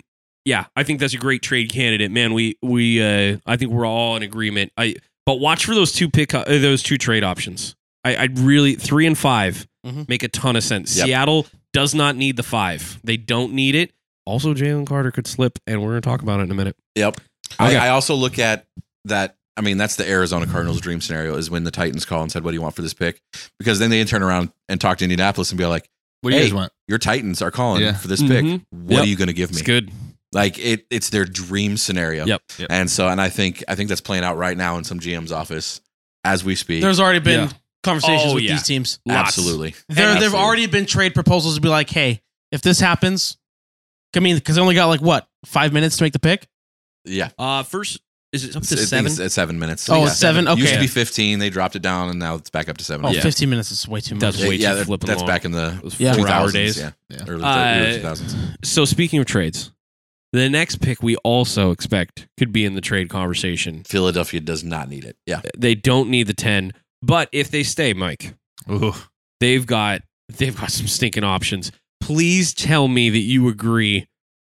[SPEAKER 1] yeah, I think that's a great trade candidate, man. We we uh I think we're all in agreement. I but watch for those two pick uh, those two trade options. I I really 3 and 5
[SPEAKER 2] Mhm.
[SPEAKER 1] make a ton of sense.
[SPEAKER 3] Mm-hmm. Yep.
[SPEAKER 1] Seattle does not need the 5. They don't need it. Also Jalen Carter could slip and we're going to talk about it in a minute.
[SPEAKER 3] Yep.
[SPEAKER 1] Okay.
[SPEAKER 3] I, I also look at that. I mean, that's the Arizona Cardinals dream scenario is when the Titans call and said, What do you want for this pick? Because then they turn around and talk to Indianapolis and be like,
[SPEAKER 4] What do you
[SPEAKER 3] Hey,
[SPEAKER 4] guys want?
[SPEAKER 3] Your Titans are calling
[SPEAKER 4] Yeah.
[SPEAKER 3] for this pick.
[SPEAKER 1] Mhm.
[SPEAKER 3] What
[SPEAKER 1] Yep.
[SPEAKER 3] are you going to give me?
[SPEAKER 1] It's good.
[SPEAKER 3] Like it, it's their dream scenario.
[SPEAKER 1] Yep.
[SPEAKER 4] Yep.
[SPEAKER 3] And so, and I think, I think that's playing out right now in some GM's office as we speak.
[SPEAKER 2] There's already been
[SPEAKER 1] Yeah.
[SPEAKER 2] conversations
[SPEAKER 1] Oh,
[SPEAKER 2] with
[SPEAKER 1] yeah.
[SPEAKER 2] these teams.
[SPEAKER 1] Lots.
[SPEAKER 3] absolutely.
[SPEAKER 2] There, there've
[SPEAKER 3] Absolutely.
[SPEAKER 2] already been trade proposals to be like, hey, if this happens, I mean, because they only got like what five minutes to make the pick.
[SPEAKER 3] Yeah.
[SPEAKER 1] Uh first is it up to
[SPEAKER 3] It's- I think
[SPEAKER 1] 7?
[SPEAKER 3] It's, it's seven minutes.
[SPEAKER 2] Oh, it's seven?
[SPEAKER 3] Used to
[SPEAKER 2] Okay.
[SPEAKER 3] be 15. They dropped it down and now it's back up to seven.
[SPEAKER 2] Oh,
[SPEAKER 1] Yeah.
[SPEAKER 2] 15 minutes is way too much.
[SPEAKER 1] That's way too
[SPEAKER 3] that-
[SPEAKER 1] flipping
[SPEAKER 3] That's
[SPEAKER 1] long.
[SPEAKER 3] back in the
[SPEAKER 1] Those
[SPEAKER 2] Yeah.
[SPEAKER 3] 2000s,
[SPEAKER 1] four-hour days.
[SPEAKER 3] Yeah.
[SPEAKER 4] Yeah.
[SPEAKER 3] Early,
[SPEAKER 1] Uh,
[SPEAKER 3] early 2000s.
[SPEAKER 1] So speaking of trades, the next pick we also expect could be in the trade conversation.
[SPEAKER 3] Philadelphia does not need it. Yeah.
[SPEAKER 1] They don't need the 10, but if they stay, Mike,
[SPEAKER 4] Ooh.
[SPEAKER 1] they've got they've got some stinking options. Please tell me that you agree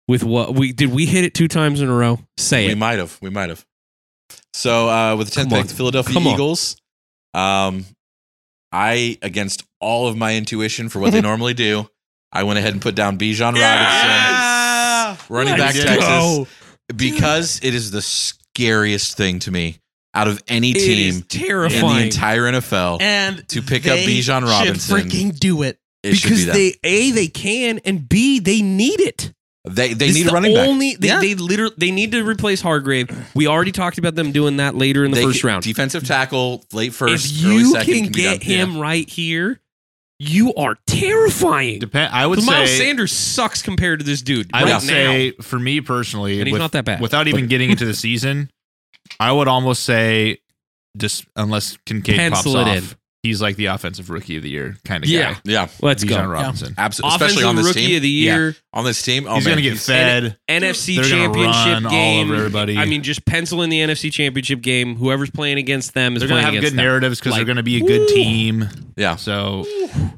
[SPEAKER 1] with what we did we hit it two times in a row? Say
[SPEAKER 3] We
[SPEAKER 1] it.
[SPEAKER 3] might have. We might have. So uh, with the
[SPEAKER 1] Come
[SPEAKER 3] 10th pick,
[SPEAKER 1] on.
[SPEAKER 3] the Philadelphia
[SPEAKER 1] Come on.
[SPEAKER 3] Eagles. Um, I, against all of my intuition for what they normally do, I went ahead and put down Bijan Robinson, running back
[SPEAKER 4] Let's
[SPEAKER 3] Texas,
[SPEAKER 1] go.
[SPEAKER 3] because it is the scariest thing to me out of any team
[SPEAKER 1] It is
[SPEAKER 3] in
[SPEAKER 1] terrifying.
[SPEAKER 3] the entire NFL.
[SPEAKER 2] And
[SPEAKER 3] To pick up
[SPEAKER 2] they
[SPEAKER 3] Bijan
[SPEAKER 2] should
[SPEAKER 3] Robinson.
[SPEAKER 2] freaking do it.
[SPEAKER 3] It should be
[SPEAKER 1] because
[SPEAKER 3] them.
[SPEAKER 1] they A they can and B they need it.
[SPEAKER 3] They they
[SPEAKER 1] This is
[SPEAKER 3] need a running
[SPEAKER 1] the
[SPEAKER 3] back.
[SPEAKER 1] only, They,
[SPEAKER 2] Yeah.
[SPEAKER 1] they literally they need to replace Hargrave. We already talked about them doing that later in the
[SPEAKER 3] They
[SPEAKER 1] first
[SPEAKER 3] can-
[SPEAKER 1] round.
[SPEAKER 3] defensive tackle, late first,
[SPEAKER 1] if
[SPEAKER 3] early
[SPEAKER 1] you
[SPEAKER 3] second
[SPEAKER 1] can,
[SPEAKER 3] be
[SPEAKER 1] get
[SPEAKER 3] done. Yeah.
[SPEAKER 1] him right here, you are terrifying.
[SPEAKER 4] Depend. I would
[SPEAKER 1] 'Cause Miles
[SPEAKER 4] say.
[SPEAKER 1] Sanders sucks compared to this dude.
[SPEAKER 4] I
[SPEAKER 1] right
[SPEAKER 4] would
[SPEAKER 1] now.
[SPEAKER 4] say for me personally,
[SPEAKER 1] And he's
[SPEAKER 4] with-
[SPEAKER 1] not that bad.
[SPEAKER 4] Without even getting into the season, I would almost say, just unless Kincaid
[SPEAKER 1] Pencil
[SPEAKER 4] pops
[SPEAKER 1] it
[SPEAKER 4] off,
[SPEAKER 1] in.
[SPEAKER 4] he's like the offensive rookie of the year kind of
[SPEAKER 1] Yeah.
[SPEAKER 4] guy.
[SPEAKER 3] Yeah,
[SPEAKER 1] Let's
[SPEAKER 4] Bijan
[SPEAKER 1] go.
[SPEAKER 4] Robinson.
[SPEAKER 3] absolutely.
[SPEAKER 1] Offensive
[SPEAKER 3] Especially on this
[SPEAKER 1] rookie
[SPEAKER 3] team.
[SPEAKER 1] of the year,
[SPEAKER 3] On this team, oh,
[SPEAKER 4] He's
[SPEAKER 3] man,
[SPEAKER 4] gonna get
[SPEAKER 3] he's-
[SPEAKER 4] fed.
[SPEAKER 1] NFC
[SPEAKER 4] They're gonna run
[SPEAKER 1] Championship
[SPEAKER 4] all
[SPEAKER 1] game.
[SPEAKER 4] over everybody.
[SPEAKER 1] I mean, just pencil in the NFC Championship game. Whoever's playing against them is
[SPEAKER 4] They're gonna
[SPEAKER 1] playing
[SPEAKER 4] have
[SPEAKER 1] against
[SPEAKER 4] good
[SPEAKER 1] them.
[SPEAKER 4] narratives because
[SPEAKER 1] Like,
[SPEAKER 4] they're gonna be a good
[SPEAKER 1] woo.
[SPEAKER 4] team.
[SPEAKER 3] Yeah.
[SPEAKER 4] So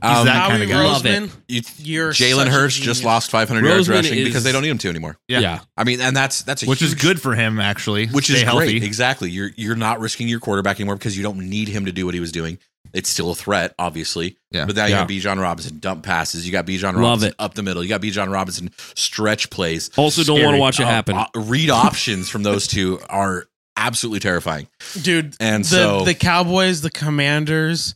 [SPEAKER 3] Um,
[SPEAKER 4] that
[SPEAKER 2] Howie
[SPEAKER 4] kinda guy.
[SPEAKER 1] Love it.
[SPEAKER 2] Roseman,
[SPEAKER 3] you-
[SPEAKER 2] you're
[SPEAKER 3] Jalen
[SPEAKER 2] such a
[SPEAKER 3] Hurts just
[SPEAKER 2] genius.
[SPEAKER 3] lost 500 yards
[SPEAKER 1] Roseman
[SPEAKER 3] rushing
[SPEAKER 1] is-
[SPEAKER 3] because they don't need him to anymore.
[SPEAKER 4] Yeah.
[SPEAKER 1] yeah.
[SPEAKER 3] I mean, and that's that's a
[SPEAKER 4] which is
[SPEAKER 3] huge-
[SPEAKER 4] good for him actually.
[SPEAKER 3] which
[SPEAKER 4] Stay
[SPEAKER 3] is
[SPEAKER 4] healthy.
[SPEAKER 3] great. Exactly. You're you're not risking your quarterback anymore because you don't need him to do what he was doing. It's still a threat, obviously.
[SPEAKER 4] Yeah.
[SPEAKER 3] But now you got Bijan Robinson dump passes. You got Bijan Robinson
[SPEAKER 1] Love it.
[SPEAKER 3] up the middle. You got Bijan Robinson stretch plays.
[SPEAKER 1] Also, don't
[SPEAKER 4] Scary.
[SPEAKER 1] want to watch it
[SPEAKER 3] Uh,
[SPEAKER 1] happen.
[SPEAKER 3] uh, read options from those two are absolutely terrifying.
[SPEAKER 2] dude.
[SPEAKER 3] And
[SPEAKER 2] the
[SPEAKER 3] so
[SPEAKER 2] the Cowboys, the Commanders,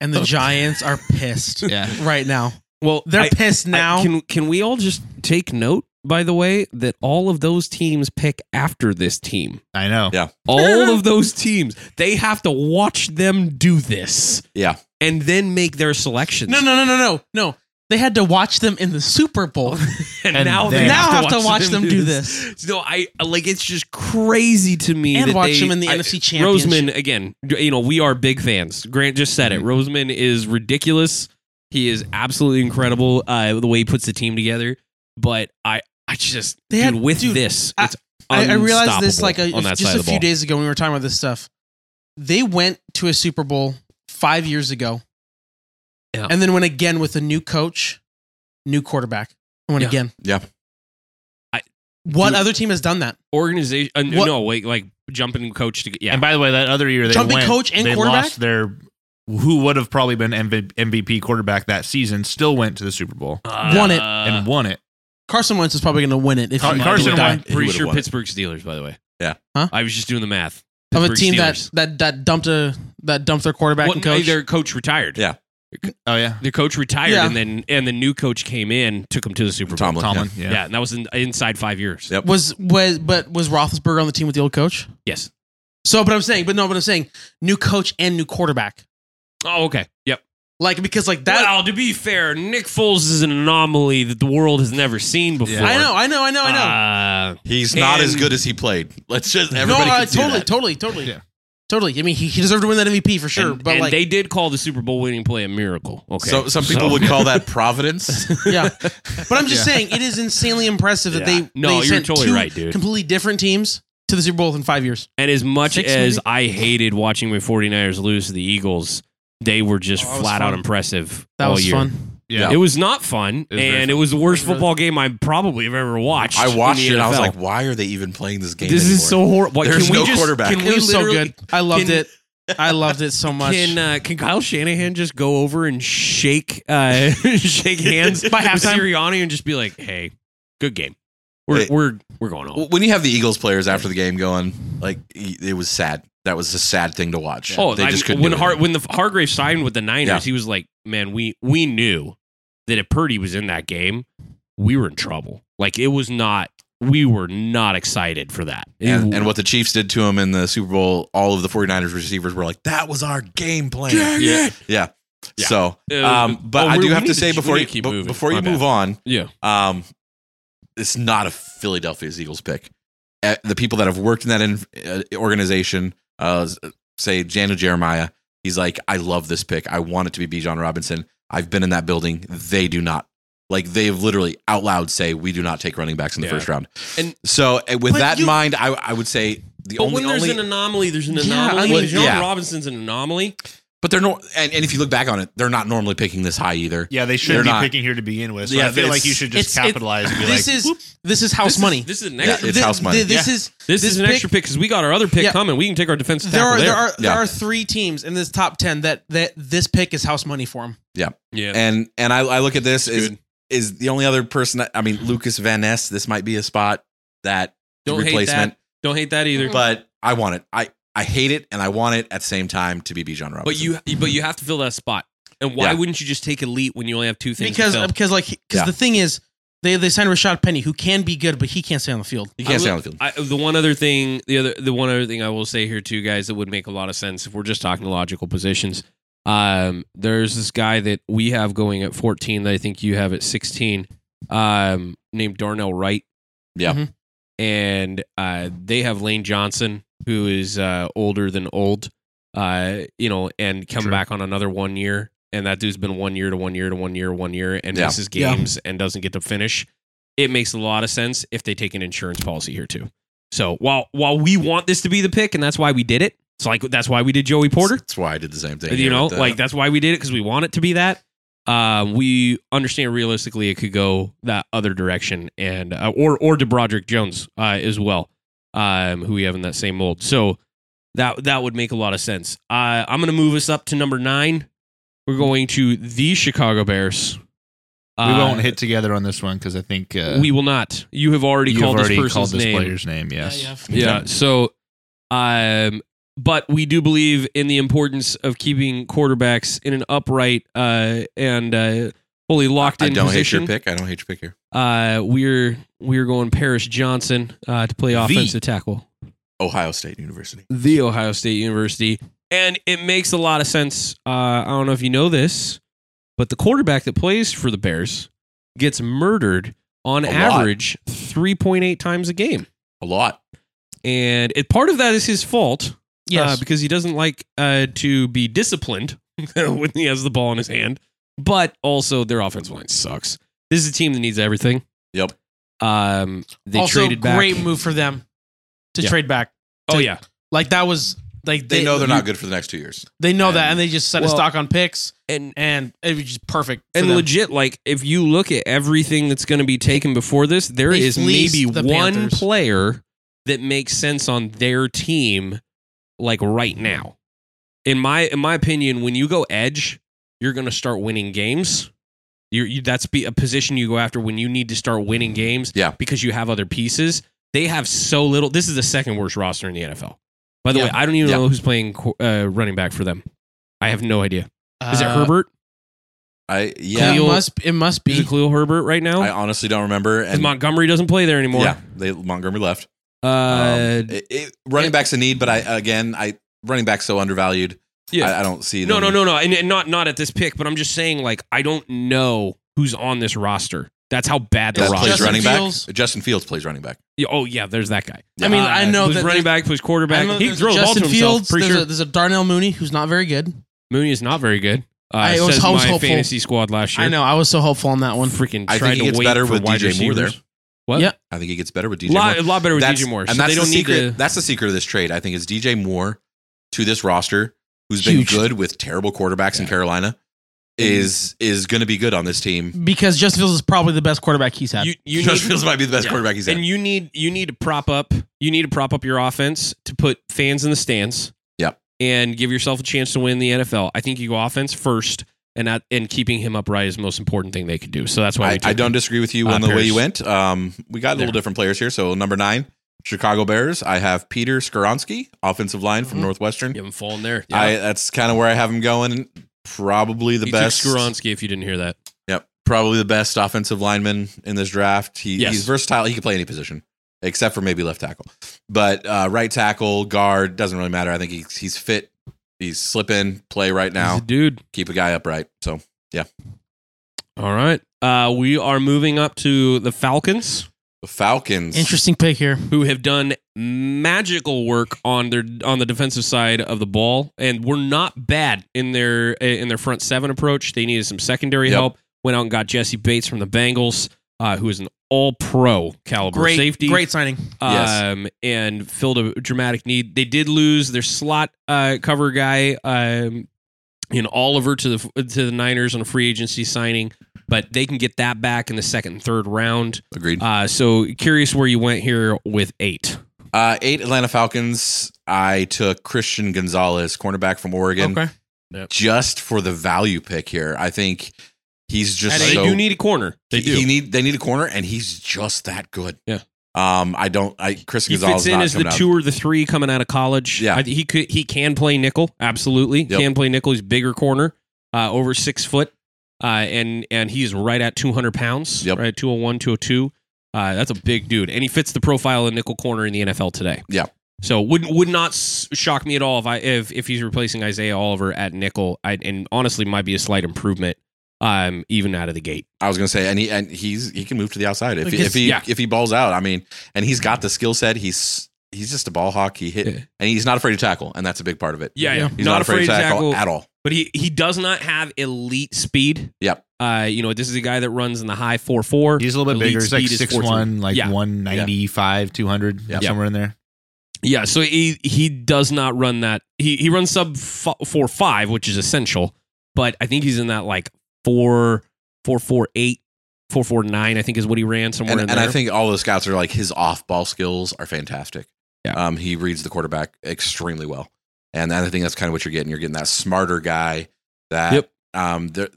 [SPEAKER 2] and the Giants are pissed
[SPEAKER 4] Yeah.
[SPEAKER 2] right now.
[SPEAKER 1] well,
[SPEAKER 2] They're
[SPEAKER 1] I-
[SPEAKER 2] pissed now.
[SPEAKER 1] I- can can we all just take note, by the way, that all of those teams pick after this team.
[SPEAKER 4] I know.
[SPEAKER 3] Yeah.
[SPEAKER 1] All of those teams, they have to watch them do this
[SPEAKER 3] yeah,
[SPEAKER 1] and then make their selections.
[SPEAKER 2] no, no, no, no, no, no. They had to watch them in the Super Bowl.
[SPEAKER 1] and,
[SPEAKER 4] And
[SPEAKER 1] now
[SPEAKER 4] then-
[SPEAKER 1] they
[SPEAKER 2] now
[SPEAKER 1] have, to
[SPEAKER 2] watch them do this,
[SPEAKER 1] No, I like it's just crazy to me
[SPEAKER 2] and
[SPEAKER 1] that
[SPEAKER 2] watch
[SPEAKER 1] they-
[SPEAKER 2] them in the
[SPEAKER 1] I-
[SPEAKER 2] NFC Championship. Mm-hmm.
[SPEAKER 1] Roseman again. You know, we are big fans. Grant just said it. Roseman is ridiculous. He is absolutely incredible. Uh, the way he puts the team together, but I, I just
[SPEAKER 2] They
[SPEAKER 1] dude
[SPEAKER 2] had-
[SPEAKER 1] with
[SPEAKER 2] dude,
[SPEAKER 1] this,
[SPEAKER 2] I-
[SPEAKER 1] it's
[SPEAKER 2] I, I realized this like a,
[SPEAKER 1] on that
[SPEAKER 2] just
[SPEAKER 1] side
[SPEAKER 2] a
[SPEAKER 1] of the
[SPEAKER 2] few
[SPEAKER 1] ball.
[SPEAKER 2] days ago when we were talking about this stuff. They went to a Super Bowl five years ago,
[SPEAKER 1] Yeah.
[SPEAKER 2] and then went again with a new coach, new quarterback, and went
[SPEAKER 1] Yeah.
[SPEAKER 2] again.
[SPEAKER 3] Yeah.
[SPEAKER 1] I-
[SPEAKER 2] what
[SPEAKER 1] Dude.
[SPEAKER 2] other team has done that?
[SPEAKER 1] Organization. Uh,
[SPEAKER 2] What-
[SPEAKER 1] no, wait, like jumping coach to yeah.
[SPEAKER 4] And by the way, that other year they
[SPEAKER 2] Jumping
[SPEAKER 4] went,
[SPEAKER 2] coach and
[SPEAKER 4] they
[SPEAKER 2] quarterback?
[SPEAKER 4] lost their who would have probably been MV- MVP quarterback that season still went to the Super Bowl
[SPEAKER 1] Uh,
[SPEAKER 2] won it.
[SPEAKER 4] and won it.
[SPEAKER 2] Carson Wentz is probably going to win it if
[SPEAKER 4] Car-
[SPEAKER 2] he
[SPEAKER 4] Carson
[SPEAKER 2] would die.
[SPEAKER 4] won-
[SPEAKER 3] Who
[SPEAKER 1] pretty
[SPEAKER 3] would've
[SPEAKER 1] sure
[SPEAKER 3] won it?
[SPEAKER 1] Pittsburgh Steelers. By the way,
[SPEAKER 3] Yeah.
[SPEAKER 2] Huh?
[SPEAKER 1] I was just doing the math
[SPEAKER 2] of a
[SPEAKER 1] Pittsburgh
[SPEAKER 2] team that,
[SPEAKER 1] Steelers.
[SPEAKER 2] that that dumped a that dumped their quarterback
[SPEAKER 1] Well,
[SPEAKER 2] and coach.
[SPEAKER 1] their coach retired.
[SPEAKER 3] Yeah.
[SPEAKER 4] Oh yeah,
[SPEAKER 1] The coach retired,
[SPEAKER 2] Yeah.
[SPEAKER 1] and then and the new coach came in, took him to the Super Bowl.
[SPEAKER 3] Tomlin.
[SPEAKER 4] Tomlin.
[SPEAKER 1] Yeah,
[SPEAKER 4] Yeah.
[SPEAKER 1] and that was in, inside five years.
[SPEAKER 3] Yep.
[SPEAKER 2] was was but was Roethlisberger on the team with the old coach?
[SPEAKER 1] Yes.
[SPEAKER 2] So, but I'm saying, but no, but I'm saying, new coach and new quarterback.
[SPEAKER 1] Oh, okay. Yep.
[SPEAKER 2] Like because like that.
[SPEAKER 1] well, to be fair, Nick Foles is an anomaly that the world has never seen before. Uh,
[SPEAKER 4] Yeah.
[SPEAKER 2] I know, I know, I know, I know.
[SPEAKER 1] I know.
[SPEAKER 3] He's not as
[SPEAKER 1] And-
[SPEAKER 3] good as he played. Let's just everybody
[SPEAKER 2] no, uh,
[SPEAKER 3] can see
[SPEAKER 2] totally,
[SPEAKER 3] that.
[SPEAKER 2] totally, totally,
[SPEAKER 4] Yeah.
[SPEAKER 2] totally. I mean, he, he deserved to win that MVP for sure.
[SPEAKER 1] and,
[SPEAKER 2] but
[SPEAKER 1] and
[SPEAKER 2] like,
[SPEAKER 1] they did call the Super Bowl winning play a miracle. Okay.
[SPEAKER 3] So some people would call that providence.
[SPEAKER 2] yeah. But I'm just saying, it is insanely impressive that
[SPEAKER 1] Yeah.
[SPEAKER 2] they
[SPEAKER 1] No,
[SPEAKER 2] they
[SPEAKER 1] you're
[SPEAKER 2] sent
[SPEAKER 1] totally
[SPEAKER 2] two
[SPEAKER 1] right, dude.
[SPEAKER 2] Completely different teams to the Super Bowl in five years.
[SPEAKER 1] and as much
[SPEAKER 2] Six,
[SPEAKER 1] as
[SPEAKER 2] maybe?
[SPEAKER 1] I hated watching my 49ers lose to the Eagles, they were just
[SPEAKER 2] Oh, that was
[SPEAKER 1] flat out
[SPEAKER 2] fun.
[SPEAKER 1] impressive.
[SPEAKER 2] That
[SPEAKER 1] all
[SPEAKER 2] was
[SPEAKER 1] year.
[SPEAKER 2] fun.
[SPEAKER 4] yeah.
[SPEAKER 1] It was not fun,
[SPEAKER 4] It was very
[SPEAKER 1] and
[SPEAKER 4] fun.
[SPEAKER 1] it was the worst
[SPEAKER 2] It was really-
[SPEAKER 1] football game I probably have ever watched.
[SPEAKER 3] I
[SPEAKER 1] in
[SPEAKER 3] watched
[SPEAKER 1] the
[SPEAKER 3] it. and I was
[SPEAKER 1] NFL.
[SPEAKER 3] like, why are they even playing this game?
[SPEAKER 1] this is
[SPEAKER 3] anymore?
[SPEAKER 1] so horrible.
[SPEAKER 3] There's
[SPEAKER 1] can we
[SPEAKER 3] no
[SPEAKER 1] just,
[SPEAKER 3] quarterback.
[SPEAKER 1] Can we
[SPEAKER 2] It was so
[SPEAKER 1] literally-
[SPEAKER 2] good. I loved
[SPEAKER 1] can-
[SPEAKER 2] it. I loved it so much.
[SPEAKER 1] Can uh, can Kyle Shanahan just go over and shake uh, shake hands
[SPEAKER 2] By
[SPEAKER 1] with
[SPEAKER 2] halftime?
[SPEAKER 1] Sirianni and just be like, "Hey, good game. We're
[SPEAKER 3] Hey.
[SPEAKER 1] we're we're going home."
[SPEAKER 3] W- when you have the Eagles players after the game going like y- it was sad. That was a sad thing to watch.
[SPEAKER 1] Oh,
[SPEAKER 3] they
[SPEAKER 1] I
[SPEAKER 3] just
[SPEAKER 1] mean,
[SPEAKER 3] couldn't.
[SPEAKER 1] when
[SPEAKER 3] do it.
[SPEAKER 1] Har- when the Hargrave signed with the Niners,
[SPEAKER 3] Yeah.
[SPEAKER 1] he was like, "Man, we we knew that if Purdy was in that game, we were in trouble. Like it was not." We were not excited for that.
[SPEAKER 3] and, and what the Chiefs did to him in the Super Bowl, all of the 49ers receivers were like, "That was our game plan."
[SPEAKER 1] Dang
[SPEAKER 3] yeah.
[SPEAKER 1] it!
[SPEAKER 3] yeah.
[SPEAKER 1] Yeah.
[SPEAKER 3] So,
[SPEAKER 1] Uh,
[SPEAKER 3] um, but
[SPEAKER 1] oh,
[SPEAKER 3] I
[SPEAKER 1] we-
[SPEAKER 3] do
[SPEAKER 1] we
[SPEAKER 3] have
[SPEAKER 1] need
[SPEAKER 3] to
[SPEAKER 1] to-
[SPEAKER 3] say
[SPEAKER 1] we
[SPEAKER 3] before
[SPEAKER 1] need
[SPEAKER 3] you
[SPEAKER 1] to keep
[SPEAKER 3] b-
[SPEAKER 1] moving.
[SPEAKER 3] before
[SPEAKER 1] My
[SPEAKER 3] you
[SPEAKER 1] bad.
[SPEAKER 3] move on,
[SPEAKER 1] yeah,
[SPEAKER 3] um, it's not a Philadelphia's Eagles pick. Uh, the people that have worked in that in, uh, organization, uh, s- say Jana Jeremiah, he's like, I love this pick. I want it to be Bijan Robinson. I've been in that building. They do not. Like they have literally out loud say we do not take running backs in the
[SPEAKER 1] Yeah.
[SPEAKER 3] first round.
[SPEAKER 1] And-
[SPEAKER 3] And so uh, with
[SPEAKER 2] But
[SPEAKER 3] that
[SPEAKER 2] you-
[SPEAKER 3] in mind, I, I would say the
[SPEAKER 1] but
[SPEAKER 3] only
[SPEAKER 1] when there's
[SPEAKER 3] only,
[SPEAKER 1] an anomaly, there's an
[SPEAKER 2] Yeah,
[SPEAKER 1] anomaly.
[SPEAKER 2] I
[SPEAKER 1] When
[SPEAKER 2] mean-
[SPEAKER 1] John
[SPEAKER 3] Yeah.
[SPEAKER 1] Robinson's an anomaly.
[SPEAKER 3] but they're not. And, and if you look back on it, they're not normally picking this high either.
[SPEAKER 4] Yeah, they
[SPEAKER 3] They're
[SPEAKER 4] should be
[SPEAKER 3] not.
[SPEAKER 4] picking here to begin with. So
[SPEAKER 3] Yeah,
[SPEAKER 4] I feel
[SPEAKER 3] it's-
[SPEAKER 4] like you should just
[SPEAKER 2] it's- it-
[SPEAKER 4] capitalize. and be
[SPEAKER 2] this
[SPEAKER 4] like,
[SPEAKER 2] is this is house
[SPEAKER 1] This is-
[SPEAKER 2] money.
[SPEAKER 1] This is an
[SPEAKER 3] Yeah,
[SPEAKER 1] extra.
[SPEAKER 3] it's
[SPEAKER 2] Thi-
[SPEAKER 3] house money.
[SPEAKER 2] thi- This is
[SPEAKER 1] This, is an
[SPEAKER 2] pick-
[SPEAKER 1] extra pick because we got our other pick
[SPEAKER 2] Yeah.
[SPEAKER 1] coming. We can take our defensive
[SPEAKER 2] There
[SPEAKER 1] tackle
[SPEAKER 2] are
[SPEAKER 1] there.
[SPEAKER 2] there are there
[SPEAKER 3] Yeah.
[SPEAKER 2] are three teams in this top ten that that this pick is house money for them.
[SPEAKER 1] yeah.
[SPEAKER 3] And and I, I look at this is
[SPEAKER 1] Good.
[SPEAKER 3] is the only other person. That, I mean, Lucas Van Ness. This might be a spot that
[SPEAKER 1] Don't hate
[SPEAKER 3] replacement,
[SPEAKER 1] that. Don't hate that either. But,
[SPEAKER 3] but I want it. I I hate it, and I want it at the same time to be Bijan Robinson.
[SPEAKER 1] but you but you have to fill that spot. And why
[SPEAKER 3] Yeah.
[SPEAKER 1] wouldn't you just take elite when you only have two things?
[SPEAKER 2] because
[SPEAKER 1] to
[SPEAKER 2] uh,
[SPEAKER 1] fill?
[SPEAKER 2] because like because
[SPEAKER 3] Yeah.
[SPEAKER 2] the thing is they they signed Rashad Penny who can be good but he can't stay on the field.
[SPEAKER 3] you
[SPEAKER 1] I
[SPEAKER 3] can't stay
[SPEAKER 1] will-
[SPEAKER 3] on the field.
[SPEAKER 1] I, the one other thing, the other the one other thing I will say here too, guys, that would make a lot of sense if we're just talking logical positions. Um, there's this guy that we have going at 14 that I think you have at 16, um, named Darnell Wright.
[SPEAKER 3] Yeah.
[SPEAKER 2] Mhm.
[SPEAKER 1] And uh, they have Lane Johnson, who is uh, older than old, uh, you know, and come
[SPEAKER 4] True.
[SPEAKER 1] back on another one year. And that dude's been one year to one year to one year, one year, and
[SPEAKER 3] Yeah.
[SPEAKER 1] misses
[SPEAKER 2] Yeah.
[SPEAKER 1] games and doesn't get to finish. It makes a lot of sense if they take an insurance policy here too. So while while we want this to be the pick, and that's why we did it, it's like that's why we did Joey Porter.
[SPEAKER 3] That's why I did the same thing.
[SPEAKER 1] You
[SPEAKER 3] here
[SPEAKER 1] know,
[SPEAKER 3] with the-
[SPEAKER 1] like that's why we did it because we want it to be that. Um, we understand realistically it could go that other direction, and uh, or or to Broderick Jones uh, as well, um, who we have in that same mold. So that that would make a lot of sense. Uh, I'm going to move us up to number nine. We're going to the Chicago Bears.
[SPEAKER 4] we won't
[SPEAKER 1] Uh,
[SPEAKER 4] hit together on this one because I think uh,
[SPEAKER 1] we will not. You have already
[SPEAKER 4] you've
[SPEAKER 1] called
[SPEAKER 4] already
[SPEAKER 1] this person's
[SPEAKER 4] called this
[SPEAKER 1] name.
[SPEAKER 4] player's name. Yes.
[SPEAKER 2] Yeah, yeah.
[SPEAKER 1] Yeah.
[SPEAKER 3] Okay.
[SPEAKER 1] So, um, but we do believe in the importance of keeping quarterbacks in an upright uh, and uh, fully locked
[SPEAKER 3] I
[SPEAKER 1] in
[SPEAKER 3] don't
[SPEAKER 1] position.
[SPEAKER 3] hate your pick. I don't hate your pick here.
[SPEAKER 1] Uh, we're we're going Paris Johnson uh, to play offensive tackle.
[SPEAKER 3] Ohio State University.
[SPEAKER 1] The Ohio State University, and it makes a lot of sense. Uh, I don't know if you know this, but the quarterback that plays for the Bears gets murdered on
[SPEAKER 3] A lot.
[SPEAKER 1] average three point eight times a game
[SPEAKER 3] A lot.
[SPEAKER 1] and it, part of that is his fault uh,
[SPEAKER 2] Yes.
[SPEAKER 1] because he doesn't like uh, to be disciplined when he has the ball in his hand but also their offensive line sucks this is a team that needs everything
[SPEAKER 3] Yep.
[SPEAKER 1] um they
[SPEAKER 2] also,
[SPEAKER 1] traded back
[SPEAKER 2] great move for them to
[SPEAKER 1] Yeah.
[SPEAKER 2] trade back.
[SPEAKER 1] oh yeah
[SPEAKER 2] Like that was like
[SPEAKER 3] They, know they're not good for the next two years.
[SPEAKER 2] They know that,
[SPEAKER 3] And-
[SPEAKER 2] and they just set
[SPEAKER 1] Well-
[SPEAKER 2] a stock on picks,
[SPEAKER 1] and
[SPEAKER 2] and it was just perfect. for
[SPEAKER 1] and
[SPEAKER 2] them.
[SPEAKER 1] legit like if you look at everything that's going to be taken before this there
[SPEAKER 2] They
[SPEAKER 1] is
[SPEAKER 2] fleeced
[SPEAKER 1] maybe
[SPEAKER 2] the
[SPEAKER 1] one
[SPEAKER 2] Panthers.
[SPEAKER 1] player that makes sense on their team like right now in my in my opinion when you go edge you're going to start winning games you're, you that's be a position you go after when you need to start winning games
[SPEAKER 3] Yeah.
[SPEAKER 1] because you have other pieces they have so little this is the second worst roster in the nfl by the
[SPEAKER 2] Yeah.
[SPEAKER 1] way i don't even
[SPEAKER 3] Yeah.
[SPEAKER 1] know who's playing qu- uh, running back for them i have no idea is it
[SPEAKER 2] Uh,
[SPEAKER 1] herbert
[SPEAKER 3] I yeah.
[SPEAKER 2] It
[SPEAKER 1] Cleo-
[SPEAKER 2] must. It must
[SPEAKER 1] is
[SPEAKER 2] be.
[SPEAKER 1] it Khalil Herbert right now?
[SPEAKER 3] I honestly don't remember.
[SPEAKER 1] Because
[SPEAKER 3] And
[SPEAKER 1] Montgomery doesn't play there anymore.
[SPEAKER 3] yeah, they Montgomery left.
[SPEAKER 1] Uh,
[SPEAKER 3] Um, it- it- running back's a need, but I again, I running back's so undervalued.
[SPEAKER 1] Yeah.
[SPEAKER 3] I, I don't see.
[SPEAKER 1] no,
[SPEAKER 3] them-
[SPEAKER 1] no, no, no, and, and not not at this pick, but I'm just saying, like, I don't know who's on this roster. That's how bad the
[SPEAKER 3] That
[SPEAKER 1] roster.
[SPEAKER 3] plays
[SPEAKER 1] is.
[SPEAKER 2] Justin
[SPEAKER 3] running
[SPEAKER 2] Fields.
[SPEAKER 3] back. Justin Fields plays running back.
[SPEAKER 1] Yeah, oh yeah, there's that guy. Uh,
[SPEAKER 2] I mean, I know
[SPEAKER 1] who's
[SPEAKER 2] that
[SPEAKER 1] running back, who's
[SPEAKER 2] I
[SPEAKER 1] quarterback.
[SPEAKER 2] know
[SPEAKER 1] He can
[SPEAKER 2] there's
[SPEAKER 1] throw the ball to
[SPEAKER 2] Justin
[SPEAKER 1] himself.
[SPEAKER 2] Fields.
[SPEAKER 1] pretty
[SPEAKER 2] there's,
[SPEAKER 1] sure
[SPEAKER 2] a, there's a Darnell Mooney who's not very good.
[SPEAKER 1] Mooney is not very good. Uh,
[SPEAKER 2] I
[SPEAKER 1] I
[SPEAKER 2] was-
[SPEAKER 1] was,
[SPEAKER 2] I was
[SPEAKER 1] my
[SPEAKER 2] hopeful.
[SPEAKER 1] fantasy squad last year.
[SPEAKER 2] I know. I was so hopeful on that one.
[SPEAKER 1] Freaking
[SPEAKER 3] I think
[SPEAKER 1] tried
[SPEAKER 3] he
[SPEAKER 1] to
[SPEAKER 3] gets
[SPEAKER 1] wait
[SPEAKER 3] better
[SPEAKER 1] for
[SPEAKER 3] with
[SPEAKER 1] wide
[SPEAKER 3] DJ Moore there.
[SPEAKER 1] receivers. What?
[SPEAKER 2] Yeah.
[SPEAKER 3] I think he gets better with
[SPEAKER 1] A
[SPEAKER 3] DJ
[SPEAKER 1] lot,
[SPEAKER 3] Moore.
[SPEAKER 1] a lot better with
[SPEAKER 3] That's-
[SPEAKER 1] DJ Moore. So
[SPEAKER 3] and that's
[SPEAKER 1] they don't
[SPEAKER 3] the
[SPEAKER 1] need
[SPEAKER 3] secret.
[SPEAKER 1] to.
[SPEAKER 3] That's the secret of this trade. I think is DJ Moore to this roster, who's
[SPEAKER 2] Huge.
[SPEAKER 3] been good with terrible quarterbacks in Carolina, is is going to be good on this team.
[SPEAKER 2] Because Justin Fields is probably the best quarterback he's had.
[SPEAKER 1] You, you
[SPEAKER 3] Josh
[SPEAKER 1] need-
[SPEAKER 3] Fields might be the best
[SPEAKER 1] Yeah.
[SPEAKER 3] quarterback he's had.
[SPEAKER 1] and you need you need to prop up you need to prop up your offense to put fans in the stands.
[SPEAKER 3] Yep.
[SPEAKER 1] And give yourself a chance to win the NFL. I think you go offense first and that and keeping him upright is the most important thing they could do. So that's why we
[SPEAKER 3] I,
[SPEAKER 1] took
[SPEAKER 3] I don't
[SPEAKER 1] him.
[SPEAKER 3] disagree with you
[SPEAKER 1] Uh,
[SPEAKER 3] on the way you
[SPEAKER 1] Paris.
[SPEAKER 3] went. Um, we got a little
[SPEAKER 1] There.
[SPEAKER 3] different players here. So number nine, Chicago Bears. I have Peter Skoronsky, offensive line
[SPEAKER 1] Mm-hmm.
[SPEAKER 3] from
[SPEAKER 2] Mhm.
[SPEAKER 3] Northwestern.
[SPEAKER 1] you haven't fallen there.
[SPEAKER 3] I that's kind of where I have him going. Probably the
[SPEAKER 1] He took
[SPEAKER 3] best.
[SPEAKER 1] Skoronski if you didn't hear that.
[SPEAKER 3] Yep. Probably the best offensive lineman in this draft. He,
[SPEAKER 1] Yes.
[SPEAKER 3] He's versatile. He can play any position except for maybe left tackle. But uh, right tackle, guard, doesn't really matter. I think he's, he's fit. He's slipping, play right
[SPEAKER 1] He's
[SPEAKER 3] now.
[SPEAKER 1] a dude.
[SPEAKER 3] Keep a guy upright. So
[SPEAKER 1] All right. Uh, we are moving up to the Falcons,
[SPEAKER 3] the Falcons.
[SPEAKER 2] Interesting pick here.
[SPEAKER 1] who have done magical work on their on the defensive side of the ball, and were not bad in their eh, in their front seven approach. They needed some secondary
[SPEAKER 3] Yep.
[SPEAKER 1] help. Went out and got Jesse Bates from the Bengals, uh, who is an All Pro caliber
[SPEAKER 2] Great
[SPEAKER 1] safety.
[SPEAKER 2] Great signing.
[SPEAKER 3] Yes.
[SPEAKER 1] um, and filled a dramatic need. They did lose their slot uh, cover guy um, in Oliver to the to the Niners on a free agency signing, but they can get that back in the second and third round.
[SPEAKER 3] Agreed.
[SPEAKER 1] Uh, so curious where you went here with eight.
[SPEAKER 3] Uh, eight Atlanta Falcons. I took Christian Gonzalez, cornerback from Oregon,
[SPEAKER 2] Okay.
[SPEAKER 3] just for the value pick here. I think he's just
[SPEAKER 2] And
[SPEAKER 1] they
[SPEAKER 3] so
[SPEAKER 1] do need a corner. They
[SPEAKER 3] he-
[SPEAKER 1] do.
[SPEAKER 3] He need they need a corner, and he's just that good.
[SPEAKER 1] Yeah.
[SPEAKER 3] Um, I don't. I Christian
[SPEAKER 1] He
[SPEAKER 3] Gonzalez
[SPEAKER 1] fits
[SPEAKER 3] is
[SPEAKER 1] in
[SPEAKER 3] not
[SPEAKER 1] as the
[SPEAKER 3] coming out.
[SPEAKER 1] two or the three coming out of college.
[SPEAKER 3] Yeah.
[SPEAKER 1] I- he could. He can play nickel. Absolutely,
[SPEAKER 3] Yep.
[SPEAKER 1] can play nickel. He's bigger corner, uh, over six foot, uh, and and he's right at two hundred pounds.
[SPEAKER 3] Yep.
[SPEAKER 1] Right, 201, 202. Uh, that's a big dude, and he fits the profile of nickel corner in the NFL today.
[SPEAKER 3] Yeah.
[SPEAKER 1] So would would not s- shock me at all if I if if he's replacing Isaiah Oliver at nickel. I and honestly might be a slight improvement. Um, even out of the gate.
[SPEAKER 3] I was gonna say, and he and he's he can move to the outside if he,
[SPEAKER 2] Because-
[SPEAKER 3] if he
[SPEAKER 1] yeah.
[SPEAKER 3] if he balls out. I mean, and he's got the skill set. He's he's just a ball hawk. He hit
[SPEAKER 1] Yeah.
[SPEAKER 3] and he's not afraid to tackle, and that's a big part of it.
[SPEAKER 1] Yeah, yeah.
[SPEAKER 3] He's not, afraid, to tackle, at all.
[SPEAKER 1] but he he does not have elite speed.
[SPEAKER 3] Yep.
[SPEAKER 1] Uh, you know, this is a guy that runs in the high four four.
[SPEAKER 4] He's a little bit
[SPEAKER 1] Elite
[SPEAKER 4] bigger. He's like
[SPEAKER 1] speed is
[SPEAKER 4] 6'1", like
[SPEAKER 1] Yeah.
[SPEAKER 4] 195, 200,
[SPEAKER 3] Yeah.
[SPEAKER 4] somewhere in there.
[SPEAKER 1] Yeah, so he he does not run that. He he runs sub f- four five, which is essential. But I think he's in that like four four four eight four four nine. I think is what he ran somewhere
[SPEAKER 3] And,
[SPEAKER 1] in
[SPEAKER 3] and
[SPEAKER 1] there.
[SPEAKER 3] I think all the scouts are like his off ball skills are fantastic.
[SPEAKER 1] Yeah.
[SPEAKER 3] Um, he reads the quarterback extremely well, and I think that's kind of what you're getting. You're getting that smarter guy that
[SPEAKER 1] Yep.
[SPEAKER 3] um there-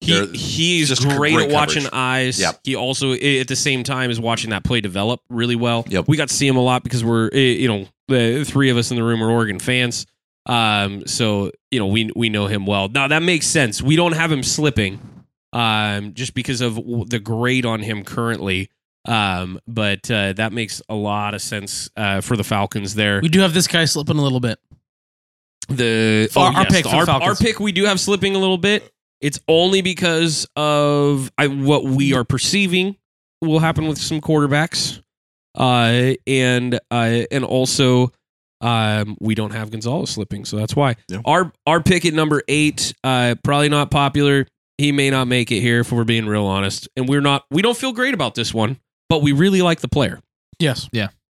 [SPEAKER 1] he
[SPEAKER 3] they're-
[SPEAKER 1] he's
[SPEAKER 3] just
[SPEAKER 1] great,
[SPEAKER 3] great
[SPEAKER 1] at watching
[SPEAKER 3] coverage.
[SPEAKER 1] eyes.
[SPEAKER 3] Yep.
[SPEAKER 1] He also i- at the same time is watching that play develop really well.
[SPEAKER 3] Yep.
[SPEAKER 1] We got to see him a lot because we're i- you know the three of us in the room are Oregon fans. Um, so you know we we know him well. Now that makes sense. We don't have him slipping, um, just because of w- the grade on him currently. Um, but uh, that makes a lot of sense uh, for the Falcons there.
[SPEAKER 2] We do have this guy slipping a little bit.
[SPEAKER 1] The
[SPEAKER 2] Our- our pick for the
[SPEAKER 1] Oh, our,
[SPEAKER 2] Falcons.
[SPEAKER 1] our pick, we do have slipping a little bit. It's only because of I, what we are perceiving will happen with some quarterbacks, uh, and uh, and also um, we don't have Gonzalez slipping, so that's why
[SPEAKER 3] Yeah.
[SPEAKER 1] our our pick at number eight uh, probably not popular. He may not make it here if we're being real honest, and we're not. We don't feel great about this one, but we really like the player.
[SPEAKER 2] Yes.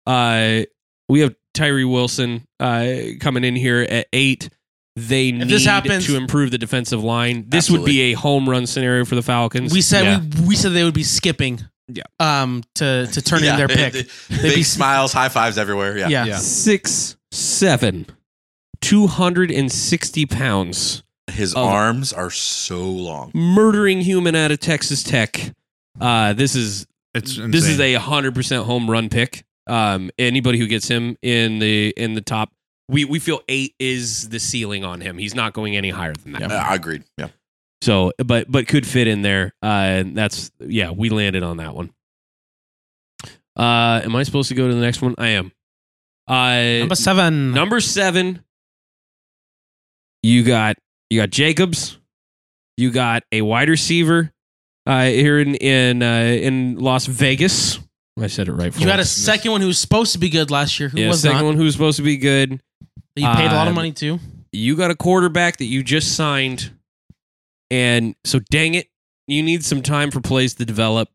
[SPEAKER 1] Uh, we have Tyree Wilson uh, coming in here at eight. They need
[SPEAKER 2] this happens-
[SPEAKER 1] to improve the defensive line. This would be a home run scenario for the Falcons.
[SPEAKER 2] We said
[SPEAKER 4] Yeah.
[SPEAKER 2] we, we said they would be skipping.
[SPEAKER 1] Yeah.
[SPEAKER 2] Um. To to turn in their pick.
[SPEAKER 3] big
[SPEAKER 2] be-
[SPEAKER 3] smiles, high fives everywhere. Yeah.
[SPEAKER 2] yeah.
[SPEAKER 4] Yeah.
[SPEAKER 1] six seven. 260 pounds,
[SPEAKER 3] His
[SPEAKER 1] Of-
[SPEAKER 3] arms are so long.
[SPEAKER 1] murdering human out of Texas Tech. Uh, this is
[SPEAKER 4] It's insane.
[SPEAKER 1] this is a hundred percent home run pick. Um, anybody who gets him in the in the top, we we feel eight is the ceiling on him. He's not going any higher than that.
[SPEAKER 3] Uh, I agreed. Yeah.
[SPEAKER 1] So, but but could fit in there. Uh, and that's yeah, we landed on that one. Uh, am I supposed to go to the next one? I am. Uh,
[SPEAKER 2] Number seven.
[SPEAKER 1] number seven. You got you got Jacobs. You got a wide receiver uh, here in in uh, in Las Vegas. I said it right. For
[SPEAKER 2] you had a
[SPEAKER 1] once.
[SPEAKER 2] second one who was supposed to be good last year, who
[SPEAKER 1] yeah,
[SPEAKER 2] was
[SPEAKER 1] second
[SPEAKER 2] not.
[SPEAKER 1] one who's supposed to be good.
[SPEAKER 2] But you paid a lot of
[SPEAKER 1] Um,
[SPEAKER 2] money too.
[SPEAKER 1] you got a quarterback that you just signed, and so dang it, you need some time for plays to develop.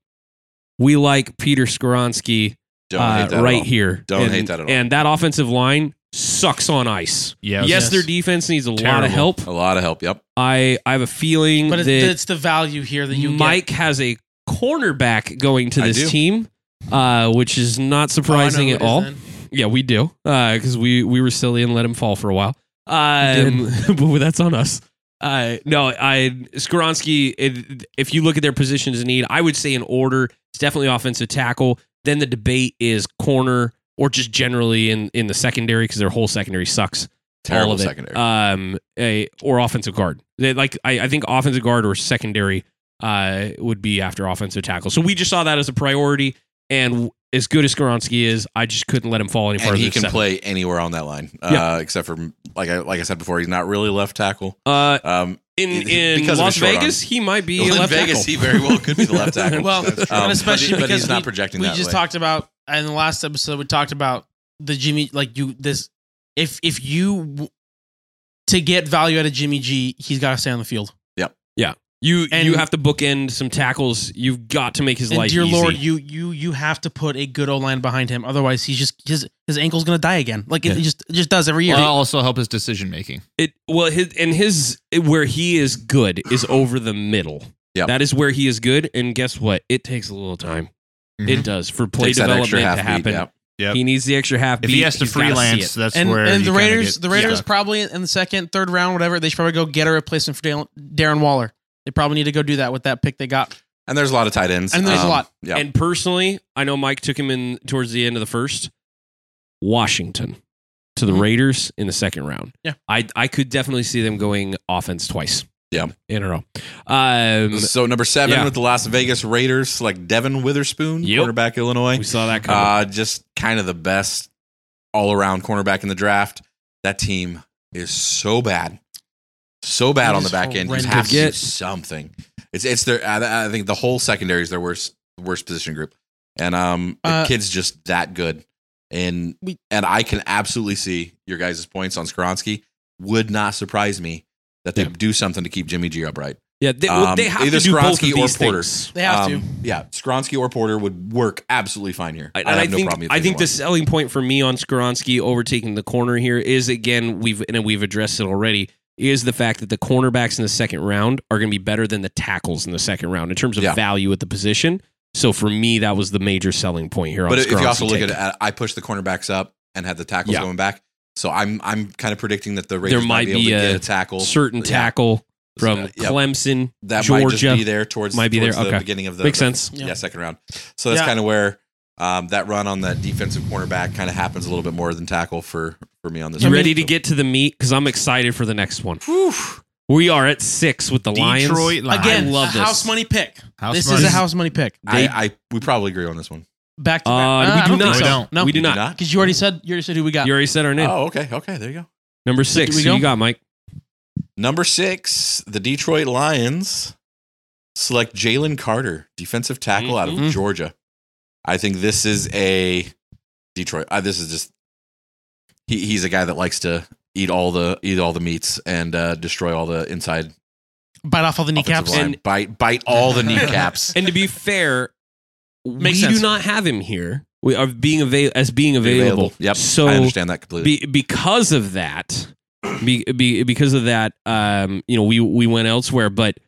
[SPEAKER 1] We like Peter Skoronsky
[SPEAKER 3] Don't
[SPEAKER 1] uh,
[SPEAKER 3] hate that at
[SPEAKER 1] right
[SPEAKER 3] all.
[SPEAKER 1] here.
[SPEAKER 3] Don't
[SPEAKER 1] and,
[SPEAKER 3] hate that at all.
[SPEAKER 1] And that offensive line sucks on ice.
[SPEAKER 4] yeah,
[SPEAKER 1] Yes,
[SPEAKER 2] Yes.
[SPEAKER 1] their defense needs a lot
[SPEAKER 4] Terrible.
[SPEAKER 1] of help.
[SPEAKER 3] A lot of help. Yep.
[SPEAKER 1] I I have a feeling
[SPEAKER 2] But it's,
[SPEAKER 1] that
[SPEAKER 2] it's the value here that you
[SPEAKER 1] Mike has a cornerback going to
[SPEAKER 3] I do.
[SPEAKER 1] this team, uh, which is not
[SPEAKER 2] get. Oh, I know
[SPEAKER 1] surprising
[SPEAKER 2] who
[SPEAKER 1] at
[SPEAKER 2] it is
[SPEAKER 1] all.
[SPEAKER 2] then.
[SPEAKER 1] Yeah, we do. Because we, we were silly and let him fall for a while. Um, but that's on us. Uh, no, I Skoronsky, if, if you look at their positions in need, I would say in order, it's definitely offensive tackle. Then the debate is corner or just generally in, in the secondary because their whole secondary sucks.
[SPEAKER 3] Terrible
[SPEAKER 1] all of it.
[SPEAKER 3] secondary.
[SPEAKER 1] Um, a, or offensive guard. They, like, I, I think offensive guard or secondary uh, would be after offensive tackle. So we just saw that as a priority. And as good as Skoronsky is, I just couldn't let him fall any further.
[SPEAKER 3] and he
[SPEAKER 1] than
[SPEAKER 3] can
[SPEAKER 1] seven.
[SPEAKER 3] play anywhere on that line,
[SPEAKER 1] Yeah.
[SPEAKER 3] uh, except for like I like I said before, he's not really left tackle.
[SPEAKER 1] Uh,
[SPEAKER 3] Um,
[SPEAKER 1] in
[SPEAKER 3] He-
[SPEAKER 1] in
[SPEAKER 3] because of
[SPEAKER 1] Las
[SPEAKER 3] his short
[SPEAKER 1] Vegas, he might be a
[SPEAKER 3] in
[SPEAKER 1] left
[SPEAKER 3] Vegas,
[SPEAKER 1] tackle.
[SPEAKER 3] he very well could be the left tackle.
[SPEAKER 2] Well,
[SPEAKER 3] Um,
[SPEAKER 4] and
[SPEAKER 2] especially
[SPEAKER 3] but, he- but
[SPEAKER 2] because
[SPEAKER 3] he's not
[SPEAKER 2] we-
[SPEAKER 3] projecting
[SPEAKER 2] we
[SPEAKER 3] that
[SPEAKER 2] just
[SPEAKER 3] way.
[SPEAKER 2] talked about in the last episode we talked about the jimmy like you this if if you w- to get value out of jimmy g he's got to stay on the field
[SPEAKER 1] You
[SPEAKER 2] And-
[SPEAKER 1] you have to bookend some tackles. You've got to make his
[SPEAKER 2] and
[SPEAKER 1] life
[SPEAKER 2] dear
[SPEAKER 1] easy.
[SPEAKER 2] lord you you you have to put a good o line behind him otherwise he's just his his ankle's gonna die again like it,
[SPEAKER 1] Yeah.
[SPEAKER 2] it just it just does every year
[SPEAKER 4] Well, that'll also help his decision making.
[SPEAKER 1] It well his and his where he is good is over the middle.
[SPEAKER 3] Yep.
[SPEAKER 1] that is where he is good. And guess what? It takes a little time. It
[SPEAKER 4] Mhm.
[SPEAKER 1] does for play
[SPEAKER 3] Mm-hmm. Takes that
[SPEAKER 1] development
[SPEAKER 3] extra
[SPEAKER 1] to
[SPEAKER 3] half beat,
[SPEAKER 1] happen.
[SPEAKER 3] yeah.
[SPEAKER 4] Yep.
[SPEAKER 1] He needs the extra half.
[SPEAKER 4] If
[SPEAKER 1] beat,
[SPEAKER 4] he has to
[SPEAKER 1] he's gotta see
[SPEAKER 4] freelance,
[SPEAKER 1] it.
[SPEAKER 4] that's
[SPEAKER 2] and,
[SPEAKER 4] where
[SPEAKER 2] and
[SPEAKER 4] you
[SPEAKER 2] the
[SPEAKER 4] kinda
[SPEAKER 2] Raiders,
[SPEAKER 4] get
[SPEAKER 2] the Raiders
[SPEAKER 4] stuck.
[SPEAKER 2] probably in the second, third round, whatever, they should probably go get a replacement for Dalen- Darren Waller. They probably need to go do that with that pick they got.
[SPEAKER 3] and there's a lot of tight ends. Um,
[SPEAKER 2] And there's a lot.
[SPEAKER 3] Yeah,
[SPEAKER 1] And personally, I know Mike took him in towards the end of the first. Washington to the
[SPEAKER 3] Mm-hmm.
[SPEAKER 2] Mhm.
[SPEAKER 1] Raiders in the second round.
[SPEAKER 2] Yeah.
[SPEAKER 1] I I could definitely see them going offense twice.
[SPEAKER 3] Yeah.
[SPEAKER 1] in a row. Um,
[SPEAKER 3] so number seven
[SPEAKER 1] Yeah.
[SPEAKER 3] with the Las Vegas Raiders, select Devin Witherspoon,
[SPEAKER 1] Yep.
[SPEAKER 3] quarterback Illinois.
[SPEAKER 1] we saw that coming.
[SPEAKER 3] Uh, just kind of the best all around cornerback in the draft. That team is so bad, so bad
[SPEAKER 2] It
[SPEAKER 3] on the
[SPEAKER 2] is
[SPEAKER 3] back end. You
[SPEAKER 2] horrendous.
[SPEAKER 3] have to
[SPEAKER 1] Get-
[SPEAKER 3] do something. It's it's their. I, I think the whole secondary is their worst worst position group, and um, the
[SPEAKER 2] Uh,
[SPEAKER 3] kid's just that good. And
[SPEAKER 2] We-
[SPEAKER 3] and I can absolutely see your guys' points on Skoronsky. Would not surprise me that they
[SPEAKER 1] Yeah.
[SPEAKER 3] do something to keep Jimmy G upright.
[SPEAKER 1] Yeah, they, well,
[SPEAKER 3] Um,
[SPEAKER 1] they have
[SPEAKER 3] either
[SPEAKER 1] to do both of
[SPEAKER 3] Skronsky or
[SPEAKER 1] these
[SPEAKER 3] Porter.
[SPEAKER 1] things.
[SPEAKER 2] They have to.
[SPEAKER 3] Um, Yeah, Skronsky or Porter would work absolutely fine here.
[SPEAKER 1] I,
[SPEAKER 3] I'd
[SPEAKER 1] and I
[SPEAKER 3] have no
[SPEAKER 1] think
[SPEAKER 3] problem. with
[SPEAKER 1] I
[SPEAKER 3] either
[SPEAKER 1] think the
[SPEAKER 3] one.
[SPEAKER 1] selling point for me on Skaronski overtaking the corner here is again we've and we've addressed it already is the fact that the cornerbacks in the second round are going to be better than the tackles in the second round in terms of
[SPEAKER 3] Yeah.
[SPEAKER 1] value at the position. So for me, that was the major selling point here.
[SPEAKER 3] But
[SPEAKER 1] on
[SPEAKER 3] if you also
[SPEAKER 1] Skronsky
[SPEAKER 3] look
[SPEAKER 1] take.
[SPEAKER 3] at it, I pushed the cornerbacks up and had the tackles
[SPEAKER 1] Yeah.
[SPEAKER 3] going back. So I'm I'm kind of predicting that the Raiders
[SPEAKER 1] There
[SPEAKER 3] might be able to get a tackle.
[SPEAKER 1] certain
[SPEAKER 3] Yeah.
[SPEAKER 1] tackle from
[SPEAKER 3] Uh, yeah.
[SPEAKER 1] Clemson,
[SPEAKER 3] that might just
[SPEAKER 1] Georgia.
[SPEAKER 3] be there towards
[SPEAKER 1] might be
[SPEAKER 3] towards
[SPEAKER 1] there.
[SPEAKER 3] the
[SPEAKER 1] Okay.
[SPEAKER 3] beginning of the
[SPEAKER 1] Makes
[SPEAKER 3] the-
[SPEAKER 1] sense.
[SPEAKER 3] Yeah.
[SPEAKER 2] Yeah.
[SPEAKER 3] second round. So that's
[SPEAKER 2] Yeah.
[SPEAKER 3] kind of where um, that run on the defensive cornerback kind of happens a little bit more than tackle for for me on this.
[SPEAKER 1] You
[SPEAKER 3] one.
[SPEAKER 1] ready to
[SPEAKER 3] So-
[SPEAKER 1] get to the meat? Because I'm excited for the next one.
[SPEAKER 3] Whew.
[SPEAKER 1] We are at six with the Lions.
[SPEAKER 4] Detroit Lions.
[SPEAKER 2] Again,
[SPEAKER 1] I love
[SPEAKER 2] a
[SPEAKER 1] this.
[SPEAKER 2] house money pick.
[SPEAKER 4] House
[SPEAKER 2] this
[SPEAKER 4] money.
[SPEAKER 2] is a house money pick.
[SPEAKER 1] They-
[SPEAKER 3] I, I we probably agree on this one.
[SPEAKER 2] Back to
[SPEAKER 1] Uh,
[SPEAKER 2] back.
[SPEAKER 1] we
[SPEAKER 2] I
[SPEAKER 1] do
[SPEAKER 2] don't think
[SPEAKER 1] not.
[SPEAKER 4] We
[SPEAKER 2] so.
[SPEAKER 4] don't.
[SPEAKER 2] No,
[SPEAKER 1] We do
[SPEAKER 3] You
[SPEAKER 1] not.
[SPEAKER 3] do not?
[SPEAKER 2] because you already said you already said who we got.
[SPEAKER 1] You already said our name.
[SPEAKER 3] Oh, okay, okay, there you go.
[SPEAKER 1] Number six.
[SPEAKER 2] we
[SPEAKER 1] Who
[SPEAKER 2] go?
[SPEAKER 1] you got, Mike?
[SPEAKER 3] Number six, the Detroit Lions select Jalen Carter, defensive tackle out
[SPEAKER 1] Mm-hmm.
[SPEAKER 2] Mhm.
[SPEAKER 3] of Georgia. I think this is a Detroit. Uh, this is just he, he's a guy that likes to eat all the eat all the meats and uh, destroy all the inside
[SPEAKER 2] Bite off all the
[SPEAKER 3] offensive
[SPEAKER 2] kneecaps.
[SPEAKER 3] line.
[SPEAKER 1] And-
[SPEAKER 3] bite bite all the kneecaps.
[SPEAKER 1] And to be fair, we
[SPEAKER 2] Makes sense.
[SPEAKER 1] do not have him here. We are being avail- as being
[SPEAKER 3] Be
[SPEAKER 1] available.
[SPEAKER 3] Yep.
[SPEAKER 1] So
[SPEAKER 3] I understand that
[SPEAKER 1] be-
[SPEAKER 3] completely.
[SPEAKER 1] because of that, be- be- because of that, um, you know, we we went elsewhere. But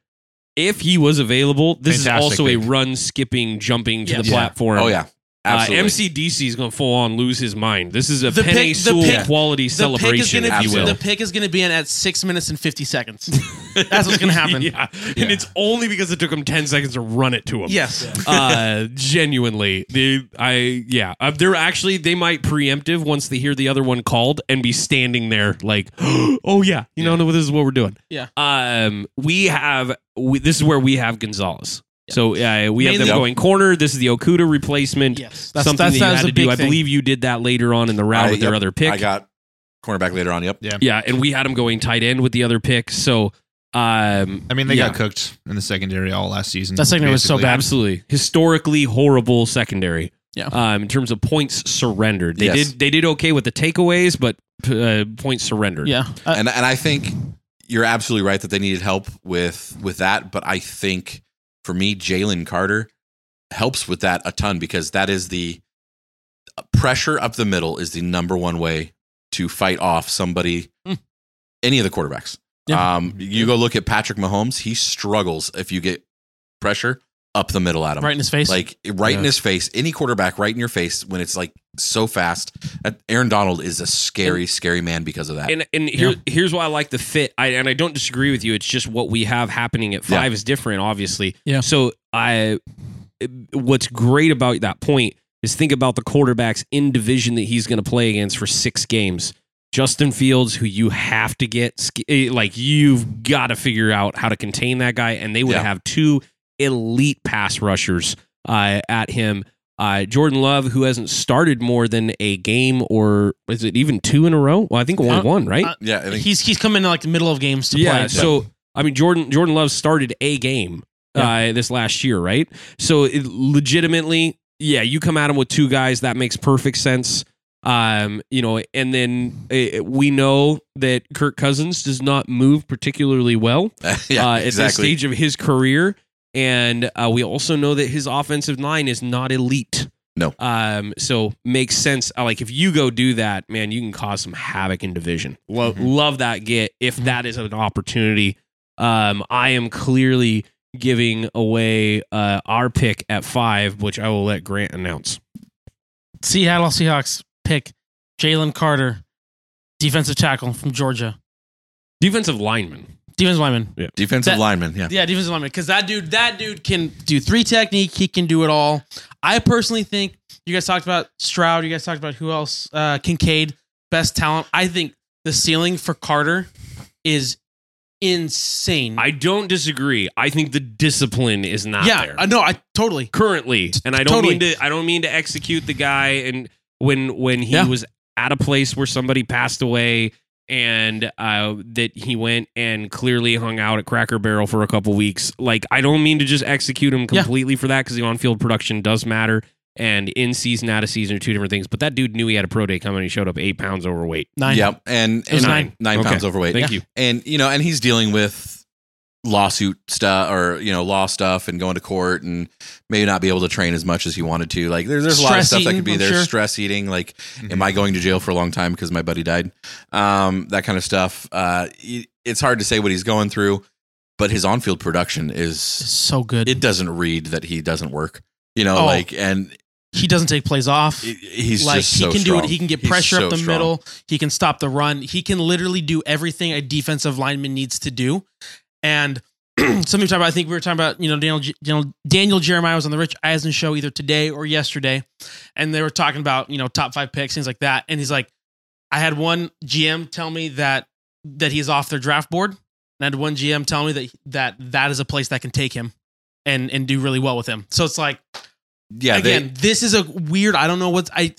[SPEAKER 1] if he was available, this
[SPEAKER 4] Fantastic
[SPEAKER 1] is also a
[SPEAKER 4] pick.
[SPEAKER 1] run, skipping, jumping to
[SPEAKER 2] Yeah.
[SPEAKER 1] the
[SPEAKER 2] Yeah.
[SPEAKER 1] platform.
[SPEAKER 3] oh yeah.
[SPEAKER 1] Uh,
[SPEAKER 3] Absolutely.
[SPEAKER 1] MCDC is going to full on lose his mind. This is a
[SPEAKER 2] The
[SPEAKER 1] Penny
[SPEAKER 2] pick- the
[SPEAKER 1] Sewell
[SPEAKER 2] pick-
[SPEAKER 1] quality
[SPEAKER 2] The pick, is
[SPEAKER 1] celebration,
[SPEAKER 2] gonna
[SPEAKER 1] if
[SPEAKER 2] be,
[SPEAKER 1] you will.
[SPEAKER 2] the pick is going to be in at six minutes and 50 seconds. That's what's gonna happen.
[SPEAKER 1] yeah.
[SPEAKER 3] Yeah.
[SPEAKER 1] and it's only because it took him ten seconds to run it to him.
[SPEAKER 2] yes.
[SPEAKER 1] uh genuinely the i yeah uh, they're actually they might preemptive once they hear the other one called and be standing there like oh yeah you know no, this is what we're doing
[SPEAKER 2] Yeah.
[SPEAKER 1] um we have we, this is where we have gonzalez so uh, we have them
[SPEAKER 2] Mainly-
[SPEAKER 1] going corner this is the okuda replacement
[SPEAKER 2] Yes.
[SPEAKER 1] something that you
[SPEAKER 2] was
[SPEAKER 1] had
[SPEAKER 2] a
[SPEAKER 1] to do
[SPEAKER 2] big
[SPEAKER 1] i
[SPEAKER 2] thing.
[SPEAKER 1] believe you did that later on in the round
[SPEAKER 3] I-
[SPEAKER 1] with their
[SPEAKER 3] yep.
[SPEAKER 1] other pick
[SPEAKER 3] I got cornerback later on. Yep.
[SPEAKER 1] yeah and we had him going tight end with the other pick so um
[SPEAKER 4] I mean, they
[SPEAKER 1] Yeah.
[SPEAKER 4] got cooked in the secondary all last season.
[SPEAKER 2] That secondary was so
[SPEAKER 4] basically.
[SPEAKER 2] bad.
[SPEAKER 1] Absolutely, historically horrible secondary.
[SPEAKER 2] Yeah.
[SPEAKER 1] Um, in terms of points surrendered, they
[SPEAKER 3] Yes.
[SPEAKER 1] did they did okay with the takeaways, but uh, points surrendered.
[SPEAKER 2] Yeah. Uh,
[SPEAKER 3] and and I think you're absolutely right that they needed help with with that. But I think for me, Jalen Carter helps with that a ton because that is the uh, pressure up the middle is the number one way to fight off somebody,
[SPEAKER 2] Mm.
[SPEAKER 3] any of the quarterbacks.
[SPEAKER 2] Yeah.
[SPEAKER 3] Um, you go look at Patrick Mahomes; he struggles if you get pressure up the middle at him.
[SPEAKER 2] right in his face.
[SPEAKER 3] Like right in
[SPEAKER 1] Yeah.
[SPEAKER 3] his face, any quarterback right in your face when it's like so fast. That- Aaron Donald is a scary, scary man because of that.
[SPEAKER 1] And and here, here's why I like the fit. I and I don't disagree with you. It's just what we have happening at
[SPEAKER 3] Yeah.
[SPEAKER 1] five is different, obviously.
[SPEAKER 2] Yeah.
[SPEAKER 1] So I, what's great about that point is think about the quarterbacks in division that he's going to play against for six games. Justin Fields, who you have to get, sk- eh, like you've got to figure out how to contain that guy, and they would
[SPEAKER 3] Yeah.
[SPEAKER 1] have two elite pass rushers uh, at him. Uh, Jordan Love, who hasn't started more than a game or is it even two in a row? Well, I think only
[SPEAKER 2] Uh,
[SPEAKER 1] one, right?
[SPEAKER 2] uh,
[SPEAKER 3] yeah, I think
[SPEAKER 2] he's he's coming in like the middle of games to
[SPEAKER 1] yeah,
[SPEAKER 2] play.
[SPEAKER 1] So I mean, Jordan Jordan Love started a game uh, this last year, right? So it legitimately, yeah, you come at him with two guys, that makes perfect sense. Um, you know, and then eh, we know that Kirk Cousins does not move particularly well
[SPEAKER 3] yeah,
[SPEAKER 1] uh, at this stage of his career. And uh, we also know that his offensive line is not elite.
[SPEAKER 3] No.
[SPEAKER 1] Um, so makes sense. Uh, Like if you go do that, man, you can cause some havoc in division. Lo-
[SPEAKER 3] Mhm.
[SPEAKER 1] Love that get if that is an opportunity. Um, I am clearly giving away uh, our pick at five, which I will let Grant announce.
[SPEAKER 2] Seattle Seahawks pick Jalen Carter, defensive tackle from Georgia,
[SPEAKER 1] Defensive lineman.
[SPEAKER 2] defensive lineman.
[SPEAKER 3] Defensive
[SPEAKER 2] That-
[SPEAKER 3] lineman, yeah.
[SPEAKER 2] Yeah, defensive lineman. Because that dude, that dude can do three technique. He can do it all. I personally think you guys talked about Stroud. You guys talked about who else? Uh, Kincaid, best talent. I think the ceiling for Carter is insane.
[SPEAKER 1] I don't disagree. I think the discipline is not
[SPEAKER 2] yeah,
[SPEAKER 1] there.
[SPEAKER 2] I no, I totally.
[SPEAKER 1] currently and i don't
[SPEAKER 2] Totally.
[SPEAKER 1] mean to i don't mean to execute the guy and when when he
[SPEAKER 2] Yeah.
[SPEAKER 1] was at a place where somebody passed away and uh, that he went and clearly hung out at Cracker Barrel for a couple weeks. Like, I don't mean to just execute him
[SPEAKER 2] Yeah.
[SPEAKER 1] completely for that because the on field production does matter. And in season, out of season are two different things. But that dude knew he had a pro day coming. He showed up eight pounds overweight.
[SPEAKER 2] Nine.
[SPEAKER 3] Yep. And,
[SPEAKER 2] was
[SPEAKER 3] and
[SPEAKER 2] nine.
[SPEAKER 3] nine, pounds
[SPEAKER 1] Okay.
[SPEAKER 3] overweight.
[SPEAKER 1] Thank you.
[SPEAKER 3] and you know and he's dealing with lawsuit stuff or you know law stuff and going to court and maybe not be able to train as much as he wanted to like there's, there's a lot of
[SPEAKER 2] Stress
[SPEAKER 3] stuff that
[SPEAKER 2] eating,
[SPEAKER 3] could be
[SPEAKER 2] I'm
[SPEAKER 3] there
[SPEAKER 2] sure. Mm-hmm.
[SPEAKER 3] stress eating like am i going to jail for a long time because my buddy died um that kind of stuff uh it- it's hard to say what he's going through but his on-field production
[SPEAKER 2] It's
[SPEAKER 3] is
[SPEAKER 2] so good.
[SPEAKER 3] it doesn't read that he doesn't work you know
[SPEAKER 2] Oh.
[SPEAKER 3] like and
[SPEAKER 2] he doesn't take plays off.
[SPEAKER 3] he- he's
[SPEAKER 2] like
[SPEAKER 3] just
[SPEAKER 2] he
[SPEAKER 3] so
[SPEAKER 2] can
[SPEAKER 3] strong.
[SPEAKER 2] do it. He can get
[SPEAKER 3] He's
[SPEAKER 2] pressure
[SPEAKER 3] so
[SPEAKER 2] up the
[SPEAKER 3] strong.
[SPEAKER 2] middle. He can stop the run. He can literally do everything a defensive lineman needs to do. And something we talked about, I think we were talking about, you know, Daniel, Daniel, Daniel Jeremiah was on the Rich Eisen show either today or yesterday. And they were talking about, you know, top five picks, things like that. And he's like, I had one GM tell me that, that he's off their draft board. And I had one GM tell me that, that that is a place that can take him and, and do really well with him. So it's like,
[SPEAKER 3] yeah they-
[SPEAKER 2] again, this is a weird, I don't know what I,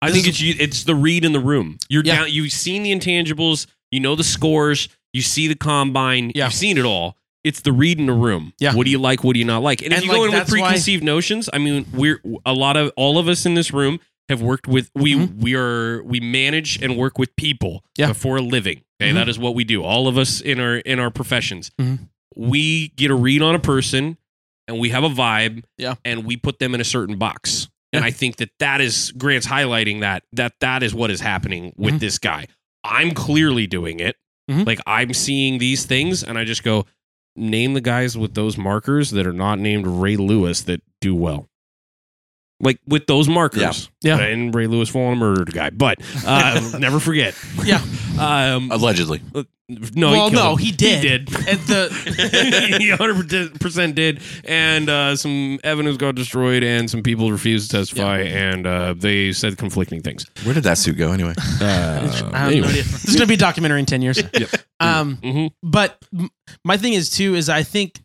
[SPEAKER 1] I
[SPEAKER 2] This
[SPEAKER 1] think
[SPEAKER 2] is-
[SPEAKER 1] it's you- it's the read in the room. You're
[SPEAKER 2] Yeah.
[SPEAKER 1] down. You've seen the intangibles. You know the scores. You see the combine.
[SPEAKER 2] Yeah.
[SPEAKER 1] You've seen it all. It's the read in the room.
[SPEAKER 2] Yeah.
[SPEAKER 1] What do you like? What do you not like? And, if
[SPEAKER 2] And,
[SPEAKER 1] you
[SPEAKER 2] like,
[SPEAKER 1] go in with
[SPEAKER 2] that's why-
[SPEAKER 1] preconceived notions, I mean, we're a lot of all of us in this room have worked with we
[SPEAKER 2] Mhm.
[SPEAKER 1] we are we manage and work with people
[SPEAKER 2] Yeah.
[SPEAKER 1] for a living. Okay,
[SPEAKER 2] Mhm.
[SPEAKER 1] That is what we do. All of us in our in our professions,
[SPEAKER 2] Mhm.
[SPEAKER 1] we get a read on a person, and we have a vibe.
[SPEAKER 2] Yeah.
[SPEAKER 1] and we put them in a certain box. And
[SPEAKER 2] Yeah.
[SPEAKER 1] I think that that is Grant's highlighting that that that is what is happening with
[SPEAKER 2] Mhm.
[SPEAKER 1] this guy. I'm clearly doing it.
[SPEAKER 2] Mhm.
[SPEAKER 1] Like I'm seeing these things, and I just go name the guys with those markers that are not named Ray Lewis that do well. Like with those markers,
[SPEAKER 2] Yeah. Yeah.
[SPEAKER 1] And Ray Lewis falling murdered a guy, but uh, never forget.
[SPEAKER 2] Yeah. Uh,
[SPEAKER 1] Um.
[SPEAKER 3] allegedly
[SPEAKER 1] No.
[SPEAKER 2] well,
[SPEAKER 1] he
[SPEAKER 2] no,
[SPEAKER 1] killed him.
[SPEAKER 2] he did.
[SPEAKER 1] He did.
[SPEAKER 2] At the
[SPEAKER 1] he 100% did. And uh, some evidence got destroyed, and some people refused to testify, and uh, they said conflicting things.
[SPEAKER 3] where did that suit go anyway Uh,
[SPEAKER 4] Uh,
[SPEAKER 2] I have no idea. There's gonna be a documentary in ten years. Um,
[SPEAKER 1] hmm
[SPEAKER 2] but m- my thing is too is I think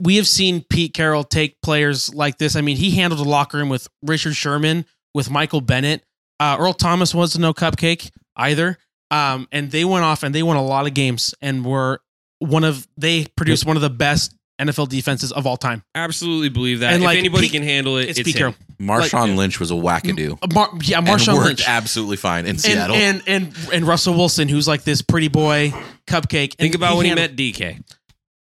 [SPEAKER 2] we have seen Pete Carroll take players like this. I mean, he handled the locker room with Richard Sherman, with Michael Bennett. Uh, Earl Thomas was no cupcake either. Um, and they went off and they won a lot of games and were one of they produced one of the best NFL defenses of all time.
[SPEAKER 1] Absolutely believe that.
[SPEAKER 2] And,
[SPEAKER 1] if
[SPEAKER 2] like,
[SPEAKER 1] anybody
[SPEAKER 2] Pete-
[SPEAKER 1] can handle it,
[SPEAKER 2] It's,
[SPEAKER 1] it's,
[SPEAKER 2] Pete
[SPEAKER 1] him.
[SPEAKER 2] Carroll.
[SPEAKER 3] marshawn lynch was a wackadoo
[SPEAKER 2] Uh, Mar- yeah,
[SPEAKER 3] and
[SPEAKER 2] Marshawn
[SPEAKER 3] worked
[SPEAKER 2] Lynch.
[SPEAKER 3] absolutely fine in
[SPEAKER 2] and,
[SPEAKER 3] Seattle.
[SPEAKER 2] and and and Russell Wilson, who's like this pretty boy cupcake.
[SPEAKER 1] Think
[SPEAKER 2] And
[SPEAKER 1] about when he
[SPEAKER 2] handled-
[SPEAKER 1] met DK.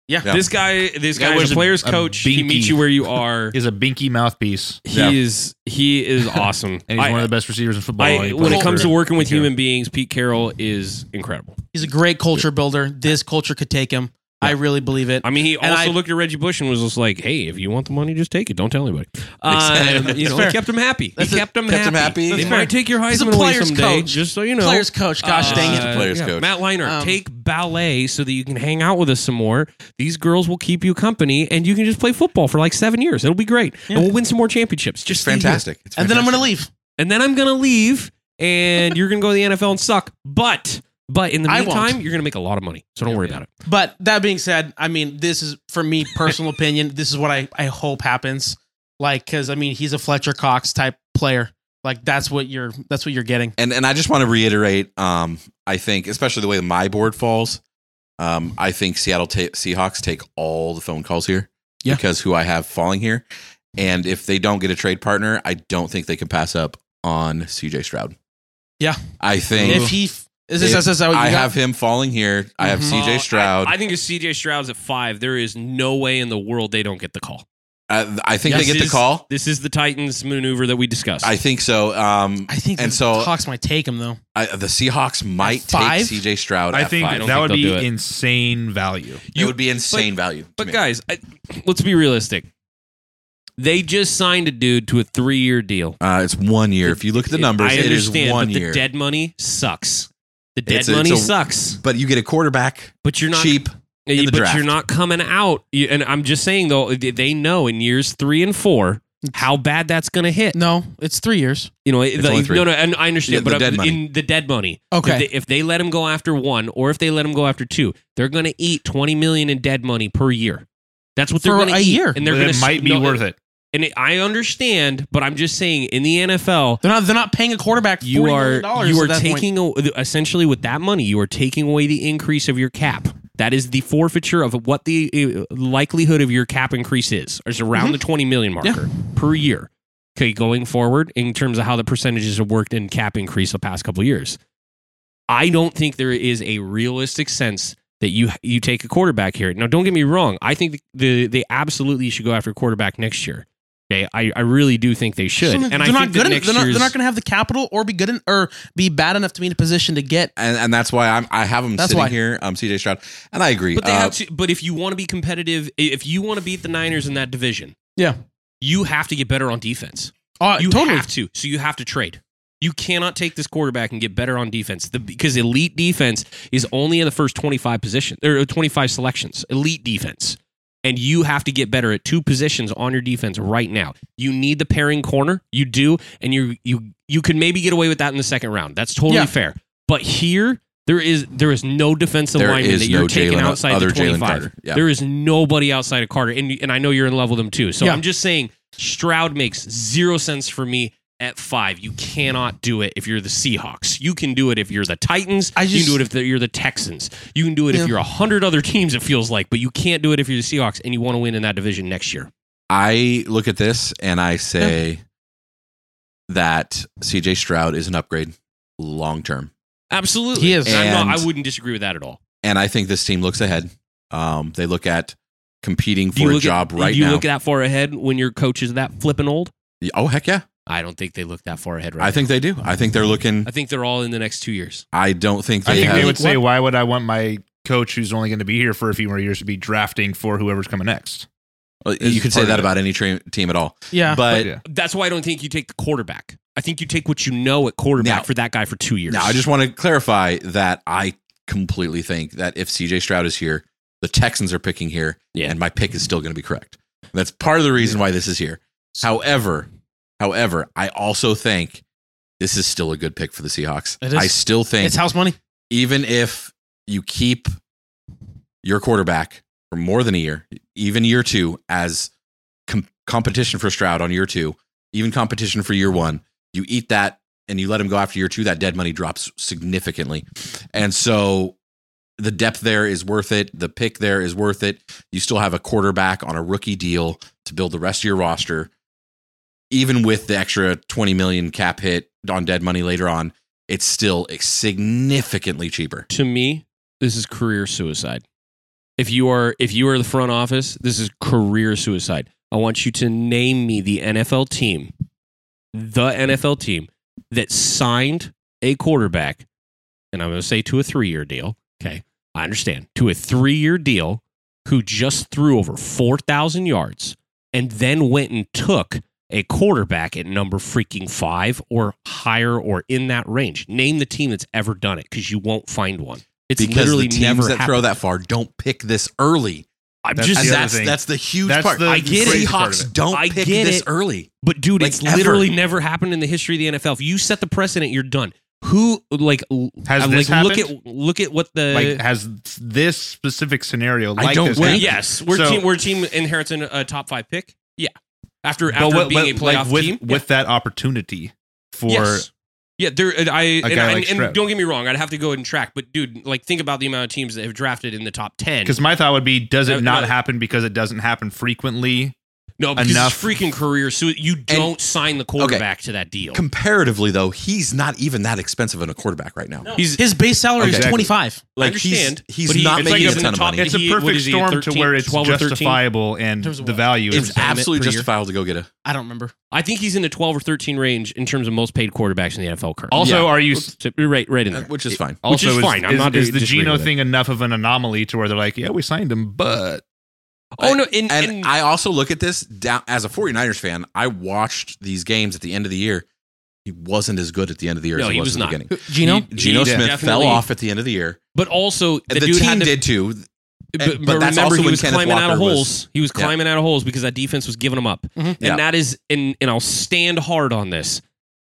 [SPEAKER 2] Yeah.
[SPEAKER 3] Yeah.
[SPEAKER 1] This guy, this guy,
[SPEAKER 4] guy
[SPEAKER 1] is
[SPEAKER 4] wears
[SPEAKER 1] a
[SPEAKER 4] a-
[SPEAKER 1] player's
[SPEAKER 4] a
[SPEAKER 1] coach. He
[SPEAKER 4] binky.
[SPEAKER 1] meets you where you are.
[SPEAKER 4] He's a binky mouthpiece,
[SPEAKER 1] He
[SPEAKER 3] Yeah.
[SPEAKER 1] is he is awesome.
[SPEAKER 4] and he's
[SPEAKER 1] I-
[SPEAKER 4] one of the best receivers in football.
[SPEAKER 1] I,
[SPEAKER 4] He
[SPEAKER 1] when it
[SPEAKER 4] plays
[SPEAKER 1] comes
[SPEAKER 4] for-
[SPEAKER 1] to working with
[SPEAKER 4] Pete Carroll.
[SPEAKER 1] human beings, Pete Carroll is incredible.
[SPEAKER 2] He's a great culture builder. This culture could take him. I really believe it.
[SPEAKER 1] I mean, he
[SPEAKER 2] And
[SPEAKER 1] also
[SPEAKER 2] I-
[SPEAKER 1] looked at Reggie Bush and was just like, "Hey, if you want the money, just take it. Don't tell anybody." Um,
[SPEAKER 3] Exactly.
[SPEAKER 1] you know,
[SPEAKER 2] That's fair.
[SPEAKER 1] he kept him happy. He
[SPEAKER 2] That's a-
[SPEAKER 1] kept him
[SPEAKER 3] kept
[SPEAKER 1] happy.
[SPEAKER 3] him happy.
[SPEAKER 1] They
[SPEAKER 3] That's
[SPEAKER 1] might
[SPEAKER 2] fair.
[SPEAKER 1] take your
[SPEAKER 2] He's a
[SPEAKER 1] Heisman away
[SPEAKER 2] players
[SPEAKER 1] someday,
[SPEAKER 2] coach.
[SPEAKER 1] just so you know.
[SPEAKER 2] players coach, gosh
[SPEAKER 1] Uh,
[SPEAKER 2] dang it.
[SPEAKER 3] He's a players
[SPEAKER 1] yeah.
[SPEAKER 3] coach.
[SPEAKER 1] Matt Leiner,
[SPEAKER 2] Um,
[SPEAKER 1] take ballet so that you can hang out with us some more. These girls will keep you company, and you can just play football for like seven years. It'll be great, and we'll win some more championships. Just
[SPEAKER 3] It's
[SPEAKER 1] stay here.
[SPEAKER 3] fantastic. It's
[SPEAKER 2] And then I'm
[SPEAKER 3] fantastic.
[SPEAKER 2] going to leave.
[SPEAKER 1] And then I'm gonna leave, and you're gonna go to the NFL and suck. But but in the
[SPEAKER 2] I won't.
[SPEAKER 1] meantime, you're gonna make a lot of money, so don't worry about it.
[SPEAKER 2] But that being said, I mean, this is for me personal opinion. This is what I I hope happens. Like, because I mean, he's a Fletcher Cox type player. Like that's what you're that's what you're getting.
[SPEAKER 3] And and I just want to reiterate. Um, I think especially the way my board falls. Um, I think Seattle ta- Seahawks take all the phone calls here
[SPEAKER 2] Yeah.
[SPEAKER 3] because who I have falling here, and if they don't get a trade partner, I don't think they can pass up on C.J. Stroud.
[SPEAKER 2] Yeah.
[SPEAKER 3] I think
[SPEAKER 2] if he f- is this,
[SPEAKER 3] If
[SPEAKER 2] is this how you
[SPEAKER 3] I
[SPEAKER 2] got?
[SPEAKER 3] have him falling here. I have
[SPEAKER 2] Mhm.
[SPEAKER 1] Oh, I-
[SPEAKER 3] C.J. Stroud.
[SPEAKER 1] I, think if CJ Stroud's at five, there is no way in the world they don't get the call.
[SPEAKER 3] I, Uh, I think
[SPEAKER 1] Yes,
[SPEAKER 3] they get the
[SPEAKER 1] is-
[SPEAKER 3] call.
[SPEAKER 1] This is the Titans maneuver that we discussed.
[SPEAKER 3] I think so. Um,
[SPEAKER 2] I think
[SPEAKER 3] and
[SPEAKER 2] the
[SPEAKER 3] so-
[SPEAKER 2] Cox might take him though.
[SPEAKER 3] I, the Seahawks might
[SPEAKER 2] five?
[SPEAKER 3] take C.J. Stroud.
[SPEAKER 4] I
[SPEAKER 3] at
[SPEAKER 4] think
[SPEAKER 3] five.
[SPEAKER 1] don't
[SPEAKER 4] that
[SPEAKER 1] think
[SPEAKER 4] would
[SPEAKER 1] they'll
[SPEAKER 4] be
[SPEAKER 1] do it.
[SPEAKER 4] insane value.
[SPEAKER 3] it would be insane value. to
[SPEAKER 1] but
[SPEAKER 3] me.
[SPEAKER 1] guys, I, let's be realistic. They just signed a dude to a three-year deal.
[SPEAKER 3] Uh, it's one year. If you look at the numbers,
[SPEAKER 1] I
[SPEAKER 3] it is
[SPEAKER 1] understand,
[SPEAKER 3] one
[SPEAKER 1] but
[SPEAKER 3] year.
[SPEAKER 1] the dead money sucks. The dead
[SPEAKER 3] It's a- it's
[SPEAKER 1] money
[SPEAKER 3] a-
[SPEAKER 1] sucks.
[SPEAKER 3] but you get a quarterback,
[SPEAKER 1] But you're not
[SPEAKER 3] cheap.
[SPEAKER 1] Yeah,
[SPEAKER 3] in the
[SPEAKER 1] but
[SPEAKER 3] draft.
[SPEAKER 1] you're not coming out. You- And I'm just saying though, they- they know in years three and four how bad that's going to hit.
[SPEAKER 2] No, it's three years.
[SPEAKER 1] You know, the,
[SPEAKER 3] only three.
[SPEAKER 1] no, no, and I understand,
[SPEAKER 3] Yeah,
[SPEAKER 1] but
[SPEAKER 3] the
[SPEAKER 1] I'm-
[SPEAKER 3] dead money.
[SPEAKER 1] in the dead money.
[SPEAKER 2] Okay.
[SPEAKER 1] If they, if they let him go after one, or if they let him go after two, they're going to eat twenty million in dead money per year. That's what they're
[SPEAKER 2] For
[SPEAKER 1] going to
[SPEAKER 2] a
[SPEAKER 1] eat.
[SPEAKER 2] year.
[SPEAKER 1] and they're
[SPEAKER 4] But
[SPEAKER 1] going
[SPEAKER 4] it
[SPEAKER 1] to
[SPEAKER 4] might be worth it.
[SPEAKER 1] And it, I understand, but I'm just saying in the NFL,
[SPEAKER 2] They're not. They're not paying a quarterback. $40
[SPEAKER 1] you are
[SPEAKER 2] million
[SPEAKER 1] you
[SPEAKER 2] at
[SPEAKER 1] are
[SPEAKER 2] that point.
[SPEAKER 1] taking a, essentially with that money you are taking away the increase of your cap that is the forfeiture of what the uh, likelihood of your cap increase is it's around
[SPEAKER 2] Mm-hmm.
[SPEAKER 1] the 20 million marker per year okay going forward in terms of how the percentages have worked in cap increase the past couple of years i don't think there is a realistic sense that you you take a quarterback here now don't get me wrong i think the, they absolutely should go after quarterback next year Okay, I, I really do think they should,
[SPEAKER 2] Something-
[SPEAKER 1] and I
[SPEAKER 2] they're
[SPEAKER 1] think
[SPEAKER 2] not good.
[SPEAKER 1] that
[SPEAKER 2] en-
[SPEAKER 1] next
[SPEAKER 2] They're not, they're
[SPEAKER 1] year's-
[SPEAKER 2] not going to have the capital or be good en- or be bad enough to be in a position to get.
[SPEAKER 3] and, and that's why I'm, I have him
[SPEAKER 2] That's
[SPEAKER 3] sitting
[SPEAKER 2] why.
[SPEAKER 3] here. Um, CJ Stroud, and I agree.
[SPEAKER 1] But they
[SPEAKER 3] Uh,
[SPEAKER 1] have to. But if you want to be competitive, i- if you want to beat the Niners in that division,
[SPEAKER 2] Yeah.
[SPEAKER 1] you have to get better on defense.
[SPEAKER 2] Oh,
[SPEAKER 1] You
[SPEAKER 2] totally.
[SPEAKER 1] have to. So you have to trade. You cannot take this quarterback and get better on defense the, because elite defense is only in the first twenty five positions or twenty five selections. Elite defense, and you have to get better at two positions on your defense right now. You need the pairing corner. You do, and you you you can maybe get away with that in the second round. That's totally
[SPEAKER 2] Yeah.
[SPEAKER 1] fair. But here. There is there is no defensive
[SPEAKER 3] There
[SPEAKER 1] lineman
[SPEAKER 3] is
[SPEAKER 1] that you're
[SPEAKER 3] no
[SPEAKER 1] taking
[SPEAKER 3] Jalen-
[SPEAKER 1] outside
[SPEAKER 3] other
[SPEAKER 1] the
[SPEAKER 3] Jalen
[SPEAKER 1] 25.
[SPEAKER 3] Carter. Yeah.
[SPEAKER 1] There is nobody outside of Carter, and and I know you're in love with him too. So
[SPEAKER 2] Yeah.
[SPEAKER 1] I'm just saying, Stroud makes zero sense for me at five. You cannot do it if you're the Seahawks. You can do it if you're the Titans.
[SPEAKER 2] I
[SPEAKER 1] you
[SPEAKER 2] just-
[SPEAKER 1] can do it if the- you're the Texans. You can do it
[SPEAKER 2] Yeah.
[SPEAKER 1] if you're a hundred other teams. It feels like, but you can't do it if you're the Seahawks and you want to win in that division next year.
[SPEAKER 3] I look at this and I say that CJ Stroud is an upgrade long term,
[SPEAKER 1] Absolutely,
[SPEAKER 2] He is.
[SPEAKER 1] And I'm not,
[SPEAKER 3] And-
[SPEAKER 1] I wouldn't disagree with that at all.
[SPEAKER 3] and I think this team looks ahead. Um, they look at competing
[SPEAKER 1] you
[SPEAKER 3] for a
[SPEAKER 1] look
[SPEAKER 3] job
[SPEAKER 1] at,
[SPEAKER 3] right
[SPEAKER 1] you
[SPEAKER 3] now.
[SPEAKER 1] look that far ahead when your coach is that flipping old?
[SPEAKER 3] oh heck yeah,
[SPEAKER 1] I don't think they look that far ahead. Right.
[SPEAKER 3] I think they do. I think they're looking.
[SPEAKER 1] now. I think they're all in the next two years.
[SPEAKER 3] I don't think they
[SPEAKER 4] I think
[SPEAKER 3] have.
[SPEAKER 4] they would say, why would I want my coach who's only going to be here for a few more years to be drafting for whoever's coming next?
[SPEAKER 3] Well,
[SPEAKER 4] is
[SPEAKER 3] you could say
[SPEAKER 4] part
[SPEAKER 3] that
[SPEAKER 4] of it. Ah,
[SPEAKER 3] about any tra- team at all,
[SPEAKER 2] Yeah.
[SPEAKER 3] but.
[SPEAKER 4] yeah.
[SPEAKER 1] That's why I don't think you take the quarterback. I think you take what you know at quarterback
[SPEAKER 3] Now-
[SPEAKER 1] for that guy for two years.
[SPEAKER 3] Now, I just want to clarify that I completely think that if CJ Stroud is here, the Texans are picking here,
[SPEAKER 1] Yeah.
[SPEAKER 3] and my pick is still going to be correct. That's part of the reason why this is here. However, however, I also think this is still a good pick for the Seahawks.
[SPEAKER 2] It is.
[SPEAKER 3] I still think
[SPEAKER 2] it's house money.
[SPEAKER 3] even if you keep your quarterback for more than a year, even year two, as com- competition for Stroud on year two, even competition for year one, you eat that and you let him go after year two, that dead money drops significantly. And so the depth there is worth it. The pick there is worth it. You still have a quarterback on a rookie deal to build the rest of your roster. Even with the extra 20 million cap hit on dead money later on, it's still significantly cheaper.
[SPEAKER 1] to me, this is career suicide. If you are if you are the front office, this is career suicide. I want you to name me the NFL team, the NFL team that signed a quarterback, and I'm going to say to a three year deal. Okay, I understand to a three year deal, who just threw over four thousand yards and then went and took a quarterback at number freaking five or higher or in that range. Name the team that's ever done it because you won't find one. It's
[SPEAKER 3] because
[SPEAKER 1] literally
[SPEAKER 3] the teams
[SPEAKER 1] never
[SPEAKER 3] that
[SPEAKER 1] happened.
[SPEAKER 3] throw that far don't pick this early.
[SPEAKER 1] I'm
[SPEAKER 4] That's
[SPEAKER 1] just
[SPEAKER 4] the
[SPEAKER 3] And
[SPEAKER 4] other
[SPEAKER 3] that's
[SPEAKER 4] thing.
[SPEAKER 3] that's the huge
[SPEAKER 4] That's
[SPEAKER 3] part.
[SPEAKER 4] the
[SPEAKER 1] I get it.
[SPEAKER 4] crazy part of
[SPEAKER 3] Seahawks
[SPEAKER 4] it.
[SPEAKER 3] don't
[SPEAKER 1] I
[SPEAKER 3] pick
[SPEAKER 1] get
[SPEAKER 3] this
[SPEAKER 1] it.
[SPEAKER 3] early.
[SPEAKER 1] But dude,
[SPEAKER 3] Like,
[SPEAKER 1] it's
[SPEAKER 3] ever.
[SPEAKER 1] literally never happened in the history of the NFL. If you set the precedent, you're done. Who like l-
[SPEAKER 4] Has
[SPEAKER 1] I-
[SPEAKER 4] this
[SPEAKER 1] like look
[SPEAKER 4] happened?
[SPEAKER 1] at look at uh, what the
[SPEAKER 4] like has this specific scenario
[SPEAKER 3] I
[SPEAKER 4] like
[SPEAKER 3] don't
[SPEAKER 4] this
[SPEAKER 1] Well,
[SPEAKER 4] happened?
[SPEAKER 3] think-
[SPEAKER 1] yes, we're
[SPEAKER 4] So-
[SPEAKER 1] team we're team inherits in a top five pick. Yeah, after
[SPEAKER 4] but
[SPEAKER 1] after
[SPEAKER 4] what-
[SPEAKER 1] being
[SPEAKER 4] but, like,
[SPEAKER 1] a playoff
[SPEAKER 4] with,
[SPEAKER 1] team
[SPEAKER 4] with that opportunity for
[SPEAKER 1] yes. yeah, there. And I and,
[SPEAKER 4] guy
[SPEAKER 1] I-
[SPEAKER 4] like
[SPEAKER 1] and
[SPEAKER 4] Stroud.
[SPEAKER 1] don't get me wrong, I'd have to go and track, but dude, like think about the amount of teams that have drafted in the top ten.
[SPEAKER 4] because my thought would be does
[SPEAKER 1] No,
[SPEAKER 4] it not
[SPEAKER 1] no.
[SPEAKER 4] happen because it doesn't happen frequently
[SPEAKER 1] No, because
[SPEAKER 4] enough-
[SPEAKER 1] it's freaking career. So you don't sign the quarterback to that deal.
[SPEAKER 3] Comparatively, though, he's not even that expensive in a quarterback right now.
[SPEAKER 1] He's
[SPEAKER 2] His base salary is
[SPEAKER 3] Exactly.
[SPEAKER 2] twenty five.
[SPEAKER 1] I
[SPEAKER 3] Like he's,
[SPEAKER 1] understand,
[SPEAKER 3] he's
[SPEAKER 1] but he-
[SPEAKER 3] not
[SPEAKER 1] it's like
[SPEAKER 3] making
[SPEAKER 1] he's
[SPEAKER 3] a
[SPEAKER 1] in
[SPEAKER 3] ton
[SPEAKER 1] the
[SPEAKER 3] of
[SPEAKER 1] top-
[SPEAKER 3] money.
[SPEAKER 4] it's a
[SPEAKER 1] He- what
[SPEAKER 4] perfect
[SPEAKER 1] is he, in
[SPEAKER 4] storm to
[SPEAKER 1] 13,
[SPEAKER 4] where it's
[SPEAKER 1] 12 or 13?
[SPEAKER 4] justifiable and
[SPEAKER 2] terms of
[SPEAKER 4] the
[SPEAKER 2] what?
[SPEAKER 4] value is
[SPEAKER 3] It's absolutely
[SPEAKER 2] per year.
[SPEAKER 3] justifiable to go get a.
[SPEAKER 2] I don't remember.
[SPEAKER 1] I think he's in the 12 or 13 range in terms of most paid quarterbacks in the NFL currently.
[SPEAKER 4] also
[SPEAKER 3] Yeah.
[SPEAKER 4] are you
[SPEAKER 1] So, right, right in there.
[SPEAKER 3] uh, Which is fine.
[SPEAKER 1] Which
[SPEAKER 4] also
[SPEAKER 1] is fine. I'm
[SPEAKER 4] is,
[SPEAKER 1] not
[SPEAKER 4] is the
[SPEAKER 1] disagreeing
[SPEAKER 4] Geno
[SPEAKER 1] with it.
[SPEAKER 4] thing enough of an anomaly to where they're like yeah we signed him but
[SPEAKER 1] Oh no, in,
[SPEAKER 3] And uh,
[SPEAKER 1] in-
[SPEAKER 3] I also look at this down as a 49ers fan. I watched these games at the end of the year. He wasn't as good at the end of the year
[SPEAKER 1] No,
[SPEAKER 3] as he,
[SPEAKER 1] he
[SPEAKER 3] was,
[SPEAKER 1] was
[SPEAKER 3] at
[SPEAKER 1] not.
[SPEAKER 3] the beginning.
[SPEAKER 2] Gino.
[SPEAKER 1] He-
[SPEAKER 3] Geno
[SPEAKER 1] he
[SPEAKER 3] Smith fell
[SPEAKER 1] definitely-
[SPEAKER 3] off at the end of the year.
[SPEAKER 1] but also the,
[SPEAKER 3] The,
[SPEAKER 1] dude
[SPEAKER 3] team
[SPEAKER 1] had to,
[SPEAKER 3] did too.
[SPEAKER 1] but,
[SPEAKER 3] but
[SPEAKER 1] but
[SPEAKER 3] that's
[SPEAKER 1] remember
[SPEAKER 3] also
[SPEAKER 1] he
[SPEAKER 3] when
[SPEAKER 1] was
[SPEAKER 3] Kenneth
[SPEAKER 1] climbing out of
[SPEAKER 3] Walker was-
[SPEAKER 1] holes. he was
[SPEAKER 3] Yeah. Mm-hmm.
[SPEAKER 1] climbing out of holes because that defense was giving him up. And
[SPEAKER 3] Yeah.
[SPEAKER 1] that is and and I'll stand hard on this.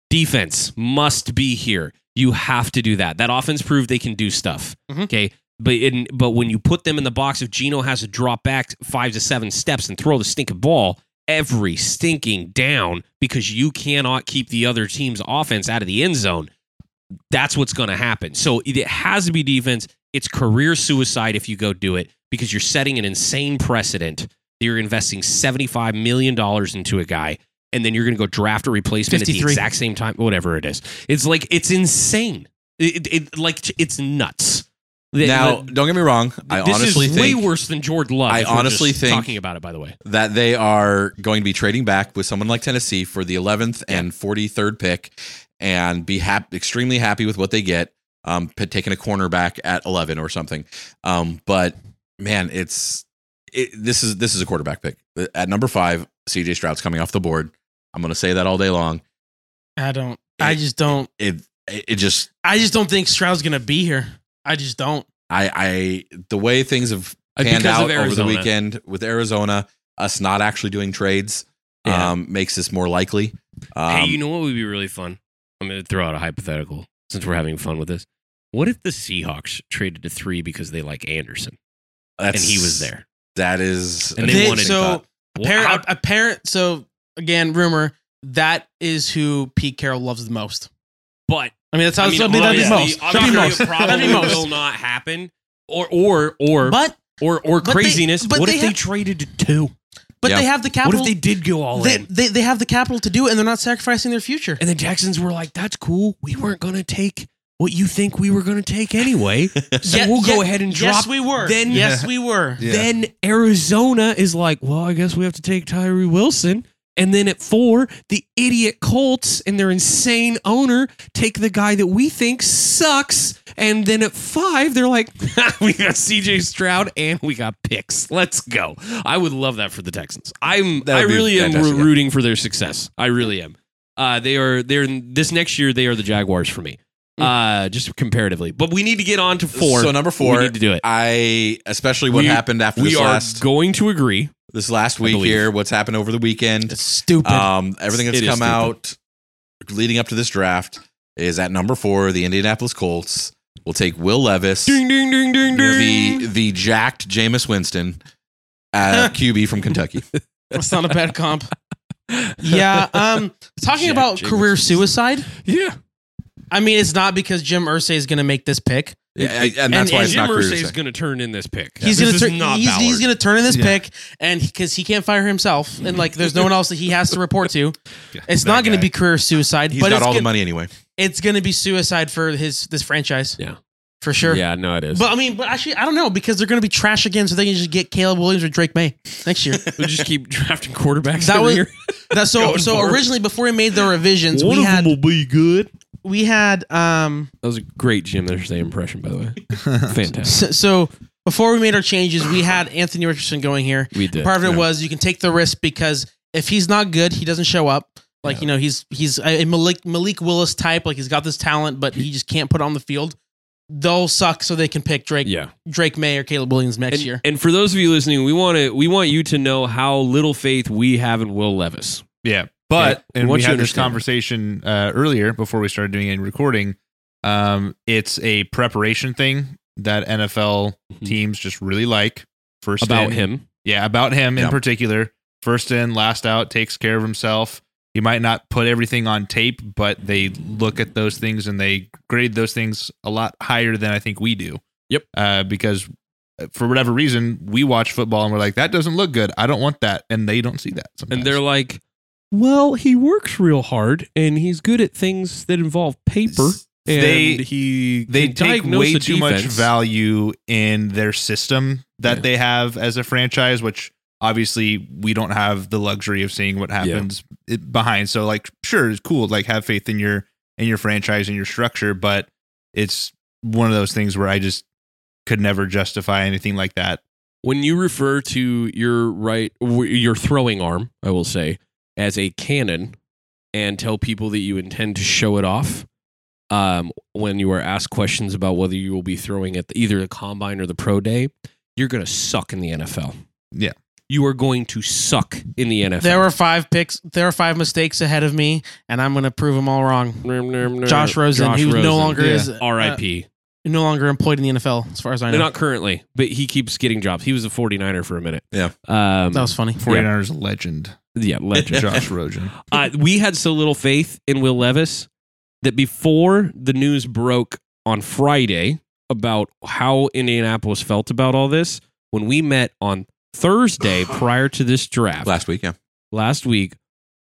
[SPEAKER 1] Defense must be here. You have to do that. That offense proved they can do stuff.
[SPEAKER 3] Mm-hmm.
[SPEAKER 2] Mhm.
[SPEAKER 1] Okay. But in, but when you put them in the box, if Gino has to drop back five to seven steps and throw the stinking ball, every stinking down because you cannot keep the other team's offense out of the end zone. That's what's going to happen. So it has to be defense. It's career suicide if you go do it because you're setting an insane precedent. that You're investing $75 million into a guy and then you're going to go draft a replacement at the
[SPEAKER 2] 53.
[SPEAKER 1] exact same time, whatever it is. It's like, it's insane. It, it, it- like, it's nuts. The-
[SPEAKER 3] now,
[SPEAKER 1] the-
[SPEAKER 3] don't get me wrong. I
[SPEAKER 1] this
[SPEAKER 3] honestly
[SPEAKER 1] is
[SPEAKER 3] think
[SPEAKER 1] way worse than George Love.
[SPEAKER 3] I
[SPEAKER 1] if we're just
[SPEAKER 3] honestly think-
[SPEAKER 1] talking about it, by the way.
[SPEAKER 3] that they are going to be trading back with someone like Tennessee for the 11th and 43rd pick and be hap- extremely happy with what they get, um, p- taking a cornerback at 11 or something. Um, but man, it's it, this is this is a quarterback pick Uh, at number five. CJ Stroud's coming off the board. I'm going to say that all day long.
[SPEAKER 2] I don't. I just don't.
[SPEAKER 3] It it it just
[SPEAKER 2] I just don't think Stroud's gonna be here. I just don't.
[SPEAKER 3] I I the way things have
[SPEAKER 1] Uh,
[SPEAKER 3] panned
[SPEAKER 1] because
[SPEAKER 3] out
[SPEAKER 1] of
[SPEAKER 3] over the
[SPEAKER 1] Arizona.
[SPEAKER 3] weekend with Arizona, us not actually doing trades.
[SPEAKER 1] Yeah.
[SPEAKER 3] Um, makes this more likely. Um,
[SPEAKER 1] hey, you know what would be really fun? I'm going to throw out a hypothetical since we're having fun with this. What if the Seahawks traded to three because they like Anderson
[SPEAKER 3] That's-
[SPEAKER 1] and he was there?
[SPEAKER 3] That is,
[SPEAKER 1] And they
[SPEAKER 3] amazing
[SPEAKER 1] wanted-
[SPEAKER 2] so
[SPEAKER 3] thought.
[SPEAKER 2] apparent.
[SPEAKER 1] How-
[SPEAKER 2] apparent. So again, rumor that is who Pete Carroll loves the most.
[SPEAKER 1] but
[SPEAKER 2] I mean, that's how.
[SPEAKER 1] I
[SPEAKER 2] I
[SPEAKER 1] mean,
[SPEAKER 2] mean, that'd be
[SPEAKER 1] obviously-
[SPEAKER 2] most. That'd be
[SPEAKER 1] obviously
[SPEAKER 2] most.
[SPEAKER 1] it
[SPEAKER 2] That'd
[SPEAKER 1] probably
[SPEAKER 2] be
[SPEAKER 1] will
[SPEAKER 2] most.
[SPEAKER 1] not happen. Or or or
[SPEAKER 2] But
[SPEAKER 1] or or
[SPEAKER 2] but they-
[SPEAKER 1] craziness.
[SPEAKER 2] but
[SPEAKER 1] what
[SPEAKER 2] they
[SPEAKER 1] if they
[SPEAKER 2] have-
[SPEAKER 1] traded to two?
[SPEAKER 2] but
[SPEAKER 3] Yeah.
[SPEAKER 2] they have the
[SPEAKER 1] What
[SPEAKER 2] capital.
[SPEAKER 1] if they did go all
[SPEAKER 2] they,
[SPEAKER 1] in?
[SPEAKER 2] they they have the capital to do it, and they're not sacrificing their future.
[SPEAKER 1] And the Texans were like, "That's cool. We weren't going to take what you think we were going to take anyway. So
[SPEAKER 2] Yet-
[SPEAKER 1] we'll go
[SPEAKER 2] yet-
[SPEAKER 1] ahead and drop
[SPEAKER 2] Yes, we were.
[SPEAKER 1] then-
[SPEAKER 2] yes, we were.
[SPEAKER 4] Yeah.
[SPEAKER 1] Then Arizona is like, well, I guess we have to take Tyree Wilson. And then at four, the idiot Colts and their insane owner take the guy that we think sucks. And then at five, they're like, we got CJ Stroud and we got picks. Let's go. I would love that for the Texans. I'm,
[SPEAKER 3] That
[SPEAKER 1] I
[SPEAKER 3] would be
[SPEAKER 1] really am
[SPEAKER 3] fantastic, yeah.
[SPEAKER 1] rooting for their success. I really am. Uh, they are, they're this next year, they are the Jaguars for me. Uh, just comparatively, but we need to get on to four.
[SPEAKER 3] Hmm. So number
[SPEAKER 1] we
[SPEAKER 3] four,
[SPEAKER 1] need to do it.
[SPEAKER 3] I especially what
[SPEAKER 1] We-
[SPEAKER 3] happened after
[SPEAKER 1] We
[SPEAKER 3] this
[SPEAKER 1] are
[SPEAKER 3] last
[SPEAKER 1] going to agree
[SPEAKER 3] this last week
[SPEAKER 1] believe.
[SPEAKER 3] here. What's happened over the weekend?
[SPEAKER 2] It's stupid.
[SPEAKER 1] Uh,
[SPEAKER 3] Um, everything that's
[SPEAKER 1] It is
[SPEAKER 3] come
[SPEAKER 1] stupid.
[SPEAKER 3] out leading up to this draft is at number four. The Indianapolis Colts will take Will Levis,
[SPEAKER 1] Ding ding ding ding ding.
[SPEAKER 3] the the jacked Jameis Winston, uh, QB from Kentucky.
[SPEAKER 2] That's not a bad comp. yeah. Um, talking
[SPEAKER 3] Jack
[SPEAKER 2] about
[SPEAKER 3] Jacobs.
[SPEAKER 2] career suicide.
[SPEAKER 1] yeah,
[SPEAKER 2] I mean, it's not because Jim Ursay is going to make this pick.
[SPEAKER 3] Yeah, and, and that's why it's
[SPEAKER 1] Jim
[SPEAKER 3] not career
[SPEAKER 1] Irsay
[SPEAKER 3] to
[SPEAKER 1] is
[SPEAKER 3] say.
[SPEAKER 1] going to turn in this pick. This
[SPEAKER 2] He's going to
[SPEAKER 1] is
[SPEAKER 2] turn.
[SPEAKER 1] not
[SPEAKER 2] He's, he's
[SPEAKER 1] Ballard.
[SPEAKER 2] going to turn in this
[SPEAKER 4] Yeah.
[SPEAKER 2] pick, and because he can't fire himself, and like there's no one else that he has to report to, it's not going to be career suicide.
[SPEAKER 3] He's
[SPEAKER 2] but
[SPEAKER 3] got
[SPEAKER 2] it's
[SPEAKER 3] all
[SPEAKER 2] gonna,
[SPEAKER 3] the money anyway.
[SPEAKER 2] It's going to be suicide for his this franchise.
[SPEAKER 1] Yeah.
[SPEAKER 2] for sure.
[SPEAKER 1] Yeah, no, it is.
[SPEAKER 2] But I mean, but actually, I don't know because they're going to be trash again, so they can just get Caleb Williams or Drake May next year.
[SPEAKER 1] we just keep drafting quarterbacks
[SPEAKER 2] That
[SPEAKER 1] every
[SPEAKER 2] was-
[SPEAKER 1] year.
[SPEAKER 2] That so
[SPEAKER 1] Going
[SPEAKER 2] so
[SPEAKER 1] forward.
[SPEAKER 2] originally before we made the revisions,
[SPEAKER 1] One
[SPEAKER 2] we
[SPEAKER 1] of
[SPEAKER 2] had
[SPEAKER 1] them will be good.
[SPEAKER 2] we had um
[SPEAKER 1] That was a great Jim Thursday impression, by the way. Fantastic.
[SPEAKER 2] so, so before we made our changes, we had Anthony Richardson going here.
[SPEAKER 1] We did.
[SPEAKER 2] Part of it
[SPEAKER 3] yeah.
[SPEAKER 2] was you can take the risk because if he's not good, he doesn't show up. Like you know, he's he's a Malik Malik Willis type. Like he's got this talent, but he just can't put it on the field. They'll suck, so they can pick Drake
[SPEAKER 1] Yeah.
[SPEAKER 2] Drake May or Caleb Williams next
[SPEAKER 1] and,
[SPEAKER 2] year.
[SPEAKER 1] and for those of you listening, we want to we want you to know how little faith we have in Will Levis.
[SPEAKER 4] Yeah, but
[SPEAKER 1] Yeah,
[SPEAKER 4] and
[SPEAKER 1] once
[SPEAKER 4] we
[SPEAKER 1] you
[SPEAKER 4] had this
[SPEAKER 1] understand.
[SPEAKER 4] conversation uh, earlier before we started doing any recording. Um, it's a preparation thing that NFL
[SPEAKER 1] Mhm.
[SPEAKER 4] teams just really like. First
[SPEAKER 1] About
[SPEAKER 4] in-
[SPEAKER 1] him,
[SPEAKER 4] yeah, about him
[SPEAKER 3] Yeah.
[SPEAKER 4] in particular. First in, last out, takes care of himself. He might not put everything on tape, but they look at those things and they grade those things a lot higher than I think we do.
[SPEAKER 1] Yep.
[SPEAKER 4] Uh, because for whatever reason, we watch football and we're like, that doesn't look good. I don't want that, and they don't see that. Sometimes.
[SPEAKER 1] and they're like, "Well, he works real hard, and he's good at things that involve paper." And
[SPEAKER 4] They-
[SPEAKER 1] he
[SPEAKER 4] they
[SPEAKER 1] can
[SPEAKER 4] take
[SPEAKER 1] diagnose
[SPEAKER 4] way
[SPEAKER 1] a
[SPEAKER 4] too much
[SPEAKER 1] defense.
[SPEAKER 4] value in their system that
[SPEAKER 1] Yeah.
[SPEAKER 4] they have as a franchise, which obviously we don't have the luxury of seeing what happens it- behind. So, like, sure, it's cool, like have faith in your in your franchise and your structure, but it's one of those things where I just could never justify anything like that.
[SPEAKER 1] When you refer to your right, w- your throwing arm, I will say, as a cannon, and tell people that you intend to show it off, um, when you are asked questions about whether you will be throwing at either the combine or the pro day, you're going to suck in the NFL.
[SPEAKER 4] Yeah.
[SPEAKER 1] you are going to suck in the NFL.
[SPEAKER 2] There were five picks. There were five mistakes ahead of me, and I'm going to prove them all wrong. Josh Rosen, who no longer
[SPEAKER 4] Yeah.
[SPEAKER 2] is uh,
[SPEAKER 1] R.I.P.
[SPEAKER 2] no longer employed in the NFL, as far as I know.
[SPEAKER 1] Not currently, but he keeps getting jobs. He was a 49er for a minute.
[SPEAKER 3] Yeah.
[SPEAKER 1] Um,
[SPEAKER 2] that was funny.
[SPEAKER 4] 49ers legend,
[SPEAKER 1] yeah, legend.
[SPEAKER 4] Josh Rosen.
[SPEAKER 1] uh, we had so little faith in Will Levis that before the news broke on Friday about how Indianapolis felt about all this, when we met on Thursday prior to this draft
[SPEAKER 3] Last week, yeah.
[SPEAKER 1] last week,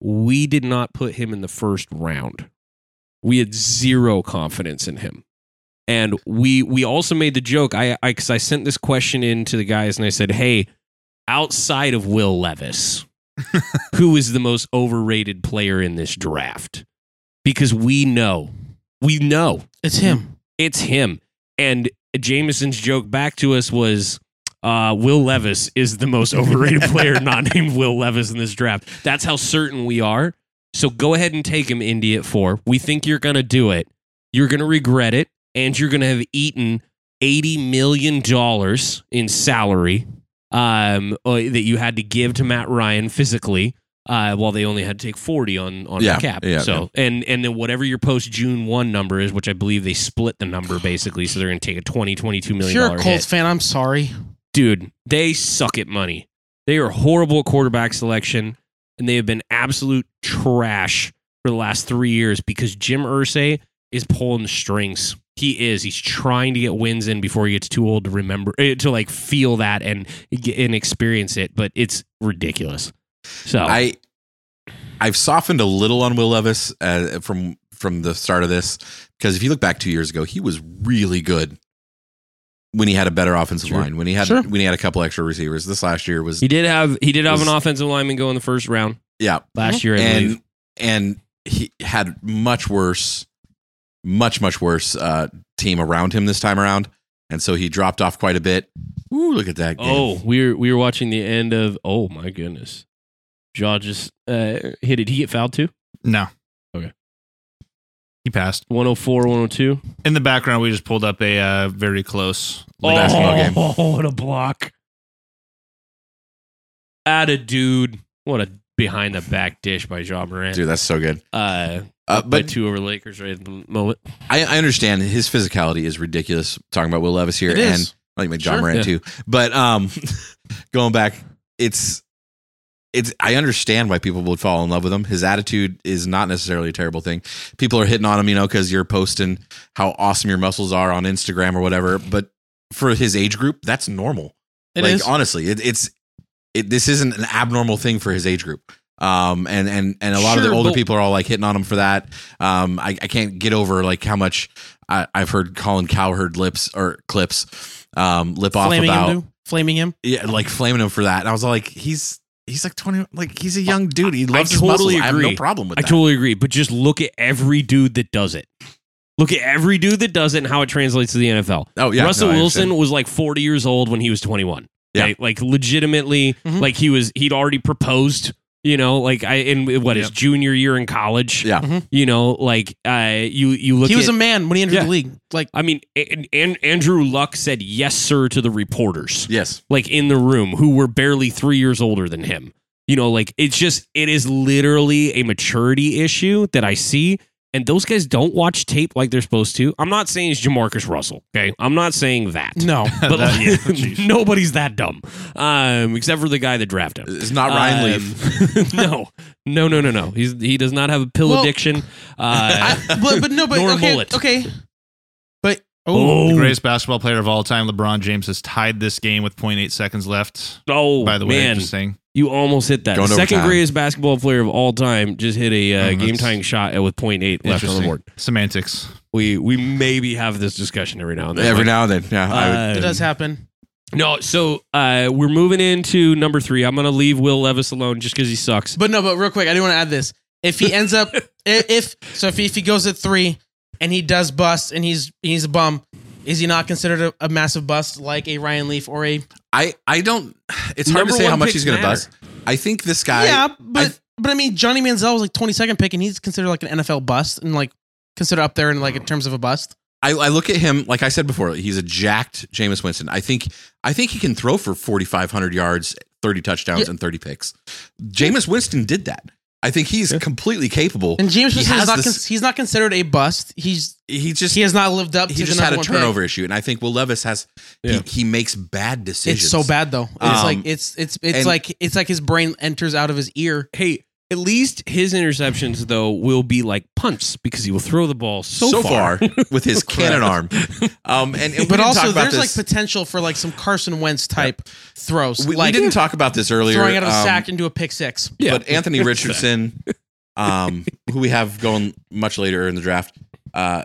[SPEAKER 1] we did not put him in the first round. We had zero confidence in him. And we we also made the joke. I I because I sent this question in to the guys and I said, Hey, outside of Will Levis, who is the most overrated player in this draft? Because we know. We know
[SPEAKER 2] It's him.
[SPEAKER 1] it's him. And Jameson's joke back to us was uh, Will Levis is the most overrated player not named Will Levis in this draft. That's how certain we are. So go ahead and take him, Indy, at four. We think you're going to do it. You're going to regret it, and you're going to have eaten $80 million in salary um, uh, that you had to give to Matt Ryan physically. Uh, while they only had to take forty on on
[SPEAKER 3] Yeah,
[SPEAKER 1] the cap,
[SPEAKER 3] yeah,
[SPEAKER 1] so and and then whatever your post June one number is, which I believe they split the number basically, so they're going to take a 20 22
[SPEAKER 2] If
[SPEAKER 1] million
[SPEAKER 2] you're
[SPEAKER 1] dollar
[SPEAKER 2] a
[SPEAKER 1] hit
[SPEAKER 2] Colts fan, I'm sorry.
[SPEAKER 1] dude, they suck at money. They are horrible at quarterback selection, and they have been absolute trash for the last three years because Jim Ursay is pulling the strings. He is. He's trying to get wins in before he gets too old to remember eh, to like feel that and get- and experience it. But it's ridiculous. So
[SPEAKER 3] I I've softened a little on Will Levis uh, from from the start of this because if you look back two years ago, he was really good when he had a better offensive
[SPEAKER 1] Sure.
[SPEAKER 3] line. When he had
[SPEAKER 2] Sure.
[SPEAKER 3] when he had a couple extra receivers. This last year was
[SPEAKER 1] he did have he did have an
[SPEAKER 3] Was-
[SPEAKER 1] offensive lineman go in the first round
[SPEAKER 3] yeah,
[SPEAKER 1] last year. I believe.
[SPEAKER 3] and and he had much worse, much much worse uh, team around him this time around, and so he dropped off quite a bit. Ooh, look at that! game.
[SPEAKER 1] Oh, we were we were watching the end of. Oh my goodness, Jaw just uh, hit. Did he get fouled too?
[SPEAKER 4] No.
[SPEAKER 1] Okay.
[SPEAKER 4] He passed.
[SPEAKER 1] 104, 102.
[SPEAKER 4] In the background, we just pulled up a uh, very close
[SPEAKER 1] Oh,
[SPEAKER 4] basketball game.
[SPEAKER 1] what a block! At a dude, what a behind the back dish by Jaw Morant.
[SPEAKER 3] dude, that's so good.
[SPEAKER 1] Uh,
[SPEAKER 3] Uh,
[SPEAKER 1] by
[SPEAKER 3] but
[SPEAKER 1] two over Lakers right at the moment.
[SPEAKER 3] I, I understand his physicality is ridiculous. Talking about Will Levis here,
[SPEAKER 2] It
[SPEAKER 3] and
[SPEAKER 2] is.
[SPEAKER 3] I think John
[SPEAKER 2] Sure.
[SPEAKER 3] Moran
[SPEAKER 1] Yeah.
[SPEAKER 3] too. But um, going back, it's it's I understand why people would fall in love with him. His attitude is not necessarily a terrible thing. People are hitting on him, you know, because you're posting how awesome your muscles are on Instagram or whatever. But for his age group, that's normal.
[SPEAKER 2] It is.
[SPEAKER 3] like honestly, it, it's it, this isn't an abnormal thing for his age group. Um, and and and a lot of the
[SPEAKER 2] Sure,
[SPEAKER 3] older
[SPEAKER 2] but-
[SPEAKER 3] people are all like hitting on him for that. Um, I, I can't get over like how much I, I've heard Colin Cowherd lips or clips, um, lip off
[SPEAKER 2] Flaming
[SPEAKER 3] about
[SPEAKER 2] him, dude. Flaming him.
[SPEAKER 3] yeah, like flaming him for that. And I was like, he's he's like twenty, like he's a young dude. He
[SPEAKER 1] I
[SPEAKER 3] loves his
[SPEAKER 1] totally
[SPEAKER 3] muscles. I have no
[SPEAKER 1] agree.
[SPEAKER 3] problem with
[SPEAKER 1] I
[SPEAKER 3] that.
[SPEAKER 1] totally agree, but just look at every dude that does it. Look at every dude that does it and how it translates to the NFL.
[SPEAKER 3] oh yeah,
[SPEAKER 1] Russell
[SPEAKER 3] no, I understand.
[SPEAKER 1] Wilson was like 40 years old when he was 21.
[SPEAKER 3] Yeah.
[SPEAKER 1] Okay? Like legitimately,
[SPEAKER 2] Mhm.
[SPEAKER 1] like he was, he'd already proposed, you know, like I, in what his
[SPEAKER 4] Yep.
[SPEAKER 1] junior year in college.
[SPEAKER 3] Yeah.
[SPEAKER 2] Mhm.
[SPEAKER 1] You know, like uh, you, you look
[SPEAKER 2] he was
[SPEAKER 1] at,
[SPEAKER 2] a man when he entered
[SPEAKER 1] Yeah.
[SPEAKER 2] the league. Like
[SPEAKER 1] I mean, and, and Andrew Luck said yes, sir, to the reporters
[SPEAKER 3] Yes,
[SPEAKER 1] like in the room who were barely three years older than him. You know, like it's just it is literally a maturity issue that I see. And those guys don't watch tape like they're supposed to. I'm not saying it's Jamarcus Russell. Okay. I'm not saying that.
[SPEAKER 2] no,
[SPEAKER 1] But
[SPEAKER 4] That-
[SPEAKER 1] like,
[SPEAKER 4] yeah, jeez.
[SPEAKER 1] nobody's that dumb. Um, except for the guy that drafted him.
[SPEAKER 3] it's
[SPEAKER 4] Uh,
[SPEAKER 3] not Ryan
[SPEAKER 1] Um,
[SPEAKER 3] Leaf.
[SPEAKER 1] no. No, no, no, no. He's he does not have a pill
[SPEAKER 2] Well,
[SPEAKER 1] addiction. Uh
[SPEAKER 2] I, but but no, but
[SPEAKER 1] Nor a
[SPEAKER 2] okay,
[SPEAKER 1] bullet.
[SPEAKER 2] okay. But oh,
[SPEAKER 1] Oh,
[SPEAKER 4] The greatest basketball player of all time, LeBron James, has tied this game with 0.8 seconds left.
[SPEAKER 1] oh,
[SPEAKER 4] By the way,
[SPEAKER 1] man.
[SPEAKER 4] just saying.
[SPEAKER 1] You almost hit that.
[SPEAKER 3] Going
[SPEAKER 1] The
[SPEAKER 3] to
[SPEAKER 1] second
[SPEAKER 3] overtime.
[SPEAKER 1] greatest basketball player of all time just hit a uh,
[SPEAKER 4] Mm,
[SPEAKER 1] game
[SPEAKER 4] that's
[SPEAKER 1] tying shot with 0.8 left on the
[SPEAKER 4] Interesting.
[SPEAKER 1] board.
[SPEAKER 4] Semantics.
[SPEAKER 1] We we maybe have this discussion every now and then.
[SPEAKER 3] Every
[SPEAKER 1] Like,
[SPEAKER 3] now and then, yeah, I would,
[SPEAKER 1] um,
[SPEAKER 2] it does happen.
[SPEAKER 1] No, so uh, we're moving into number three. I'm gonna leave Will Levis alone just because he sucks.
[SPEAKER 2] But no, but real quick, I do want to add this. If he ends up, if, if so, if he, if he goes at three and he does bust and he's he's a bum, is he not considered a, a massive bust like a Ryan Leaf or a
[SPEAKER 3] I I don't. It's hard
[SPEAKER 1] Number
[SPEAKER 3] to say
[SPEAKER 1] one
[SPEAKER 3] how much
[SPEAKER 1] picks
[SPEAKER 3] he's going to
[SPEAKER 1] matter.
[SPEAKER 3] bust. I think this guy.
[SPEAKER 2] yeah? But
[SPEAKER 3] I-
[SPEAKER 2] but I mean, Johnny Manziel was like twenty second pick and he's considered like an NFL bust and like considered up there in like in terms of a bust.
[SPEAKER 3] I, I look at him like I said before. He's a jacked Jameis Winston. I think I think he can throw for forty five hundred yards, thirty touchdowns,
[SPEAKER 2] Yeah.
[SPEAKER 3] and thirty picks. Jameis Winston did that. I think he's
[SPEAKER 1] Yeah.
[SPEAKER 3] completely capable.
[SPEAKER 2] And James
[SPEAKER 3] He
[SPEAKER 2] Winston is
[SPEAKER 3] has
[SPEAKER 2] not
[SPEAKER 3] this-
[SPEAKER 2] cons- he's not considered a bust. He's
[SPEAKER 3] He just
[SPEAKER 2] he has not lived up to
[SPEAKER 3] he
[SPEAKER 2] the
[SPEAKER 3] just had
[SPEAKER 2] number
[SPEAKER 3] a
[SPEAKER 2] one pick.
[SPEAKER 3] turnover issue, and I think Will Levis has
[SPEAKER 1] Yeah.
[SPEAKER 3] he, he makes bad decisions.
[SPEAKER 2] It's so bad though. It's
[SPEAKER 3] Um,
[SPEAKER 2] like it's it's it's
[SPEAKER 3] and-
[SPEAKER 2] like it's like his brain enters out of his ear.
[SPEAKER 1] Hey, at least his interceptions though will be like punts because he will throw the ball so,
[SPEAKER 3] so, far, with his cannon arm. Um, and, and we
[SPEAKER 2] But
[SPEAKER 3] didn't
[SPEAKER 2] also,
[SPEAKER 3] talk about
[SPEAKER 2] there's
[SPEAKER 3] this.
[SPEAKER 2] like potential for like some Carson Wentz type throws,
[SPEAKER 3] we, we
[SPEAKER 2] like
[SPEAKER 3] didn't talk about this earlier.
[SPEAKER 2] throwing out of a
[SPEAKER 3] um,
[SPEAKER 2] sack into a pick six.
[SPEAKER 1] Yeah.
[SPEAKER 3] But Anthony Richardson, um, who we have going much later in the draft, uh,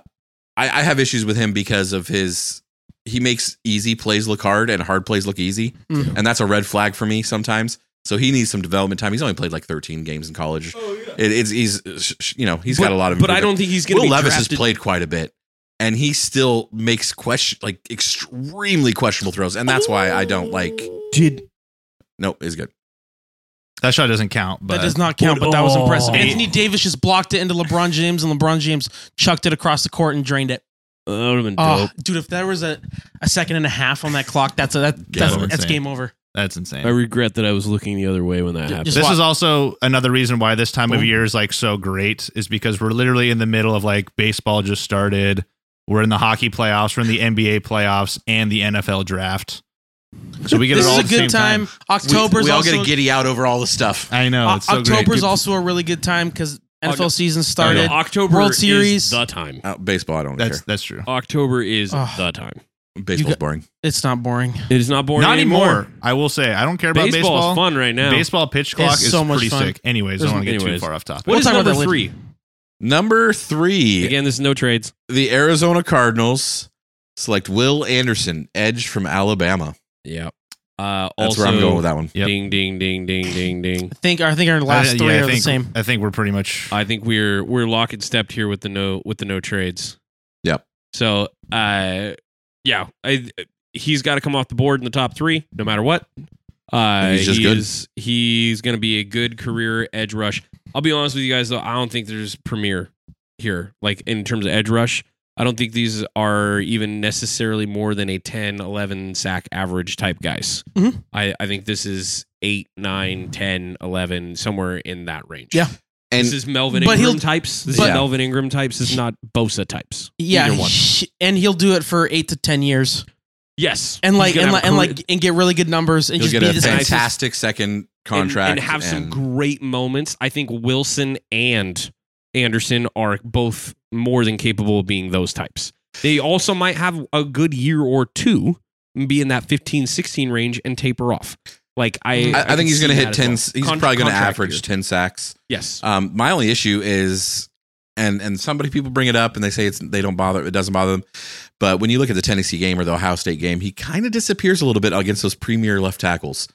[SPEAKER 3] I, I have issues with him because of his. He makes easy plays look hard and hard plays look easy,
[SPEAKER 2] Mhm.
[SPEAKER 1] Mm-hmm.
[SPEAKER 3] and that's a red flag for me sometimes. So he needs some development time. He's only played like 13 games in college. It, it's he's sh- sh- you know he's got a lot of.
[SPEAKER 1] Oh, But I don't
[SPEAKER 3] improvement.
[SPEAKER 1] think he's going to
[SPEAKER 3] Will
[SPEAKER 1] be
[SPEAKER 3] Levis has
[SPEAKER 1] drafted-
[SPEAKER 3] played quite a bit, and he still makes question like extremely questionable throws, and that's why I don't like.
[SPEAKER 1] Did
[SPEAKER 3] Nope, is good.
[SPEAKER 4] That shot doesn't count, but
[SPEAKER 2] that does not count, but that was
[SPEAKER 1] Oh.
[SPEAKER 2] impressive.
[SPEAKER 1] Hey.
[SPEAKER 2] Anthony Davis just blocked it into LeBron James, and LeBron James chucked it across the court and drained it.
[SPEAKER 1] uh, that would have been
[SPEAKER 2] Oh,
[SPEAKER 1] dope.
[SPEAKER 2] dude, if there was a, a second and a half on that clock, that's a, that, that's,
[SPEAKER 4] over.
[SPEAKER 2] that's game over.
[SPEAKER 4] that's
[SPEAKER 1] I
[SPEAKER 4] insane.
[SPEAKER 1] regret that I was looking the other way when that
[SPEAKER 2] Ju-
[SPEAKER 1] happened.
[SPEAKER 2] just
[SPEAKER 4] This
[SPEAKER 2] wa-
[SPEAKER 4] is also another reason why this time of
[SPEAKER 2] Boom.
[SPEAKER 4] year is like so great is because we're literally in the middle of like baseball just started. We're in the hockey playoffs, we're in the NBA playoffs, and the NFL draft. So we get
[SPEAKER 2] this
[SPEAKER 4] it
[SPEAKER 2] is
[SPEAKER 4] all
[SPEAKER 2] a
[SPEAKER 4] at the same
[SPEAKER 2] good time. October's
[SPEAKER 3] we, we all
[SPEAKER 2] also
[SPEAKER 3] get a giddy out over all the stuff.
[SPEAKER 4] I know
[SPEAKER 2] O-
[SPEAKER 4] it's so
[SPEAKER 2] October's
[SPEAKER 4] great.
[SPEAKER 2] also a really good time because NFL
[SPEAKER 1] Aug-
[SPEAKER 2] season started.
[SPEAKER 1] October
[SPEAKER 2] World
[SPEAKER 1] is
[SPEAKER 2] Series.
[SPEAKER 1] the time.
[SPEAKER 3] Uh, baseball, I don't
[SPEAKER 4] That's
[SPEAKER 3] care.
[SPEAKER 4] that's true.
[SPEAKER 1] October is
[SPEAKER 2] Ugh.
[SPEAKER 1] the time.
[SPEAKER 3] Baseball's
[SPEAKER 2] You got-
[SPEAKER 3] boring.
[SPEAKER 2] It's not boring.
[SPEAKER 1] It is not boring
[SPEAKER 4] Not
[SPEAKER 1] anymore.
[SPEAKER 4] anymore. I will say I don't care about
[SPEAKER 1] Baseball,
[SPEAKER 4] baseball.
[SPEAKER 1] is fun right now.
[SPEAKER 4] Baseball pitch clock
[SPEAKER 2] It's
[SPEAKER 4] is
[SPEAKER 2] so much
[SPEAKER 4] pretty
[SPEAKER 2] fun.
[SPEAKER 4] sick. Anyways,
[SPEAKER 1] There's-
[SPEAKER 4] I don't want to get
[SPEAKER 1] anyways.
[SPEAKER 4] too far off topic.
[SPEAKER 1] What
[SPEAKER 2] We'll
[SPEAKER 1] is
[SPEAKER 2] talk about
[SPEAKER 1] number
[SPEAKER 2] that later.
[SPEAKER 1] three?
[SPEAKER 3] Number three,
[SPEAKER 1] Again, this is no trades.
[SPEAKER 3] the Arizona Cardinals select Will Anderson, edge from Alabama.
[SPEAKER 1] Yeah. Uh,
[SPEAKER 3] That's
[SPEAKER 1] also,
[SPEAKER 3] where I'm going with that one.
[SPEAKER 4] Yep.
[SPEAKER 1] Ding, ding, ding, ding, ding, ding.
[SPEAKER 2] I think I think our
[SPEAKER 4] I-
[SPEAKER 2] last
[SPEAKER 4] yeah,
[SPEAKER 2] three
[SPEAKER 4] I
[SPEAKER 2] are the
[SPEAKER 4] think-
[SPEAKER 2] same.
[SPEAKER 4] I think we're pretty much.
[SPEAKER 1] I think we're we're lock and stepped here with the no with the no trades.
[SPEAKER 3] Yep.
[SPEAKER 1] So, uh, yeah, I, he's got to come off the board in the top three, no matter what. Uh,
[SPEAKER 3] He's just
[SPEAKER 1] he
[SPEAKER 3] good.
[SPEAKER 1] is- he's going to be a good career edge rush. I'll be honest with you guys though, I don't think there's premier here, like in terms of edge rush. I don't think these are even necessarily more than a 10, 11 sack average type guys.
[SPEAKER 2] Mhm.
[SPEAKER 1] I, I think this is 8, 9, 10, 11, somewhere in that range.
[SPEAKER 2] Yeah.
[SPEAKER 3] And
[SPEAKER 1] this is Melvin
[SPEAKER 2] but
[SPEAKER 1] Ingram
[SPEAKER 2] he'll-
[SPEAKER 1] types. This
[SPEAKER 3] but-
[SPEAKER 1] is Melvin Ingram types. This is not Bosa types.
[SPEAKER 2] Yeah,
[SPEAKER 1] Either one.
[SPEAKER 2] he- and he'll do it for eight to ten years,
[SPEAKER 1] Yes.
[SPEAKER 2] and
[SPEAKER 1] He's
[SPEAKER 2] like
[SPEAKER 1] gonna
[SPEAKER 2] and
[SPEAKER 1] have
[SPEAKER 2] like,
[SPEAKER 1] a
[SPEAKER 2] and
[SPEAKER 1] career-
[SPEAKER 2] like and get really good numbers and
[SPEAKER 3] you'll
[SPEAKER 2] just
[SPEAKER 3] get
[SPEAKER 2] be
[SPEAKER 3] a
[SPEAKER 2] this guy.
[SPEAKER 3] fantastic second
[SPEAKER 1] and-
[SPEAKER 3] contract
[SPEAKER 1] and, have some
[SPEAKER 3] and-
[SPEAKER 1] great moments. I think Wilson and Anderson are both more than capable of being those types. They also might have a good year or two and be in that 15 16 range and taper off. Like I
[SPEAKER 3] I, I
[SPEAKER 1] can
[SPEAKER 3] think he's
[SPEAKER 1] see
[SPEAKER 3] going to
[SPEAKER 1] that as
[SPEAKER 3] hit 10.
[SPEAKER 1] well.
[SPEAKER 3] s- He's
[SPEAKER 1] Con-
[SPEAKER 3] probably going to
[SPEAKER 1] contract
[SPEAKER 3] average
[SPEAKER 1] year.
[SPEAKER 3] 10 sacks.
[SPEAKER 1] Yes.
[SPEAKER 3] Um, my only issue is, and and somebody people bring it up and they say it's they don't bother it doesn't bother them, but when you look at the Tennessee game or the Ohio State game, he kind of disappears a little bit against those premier left tackles,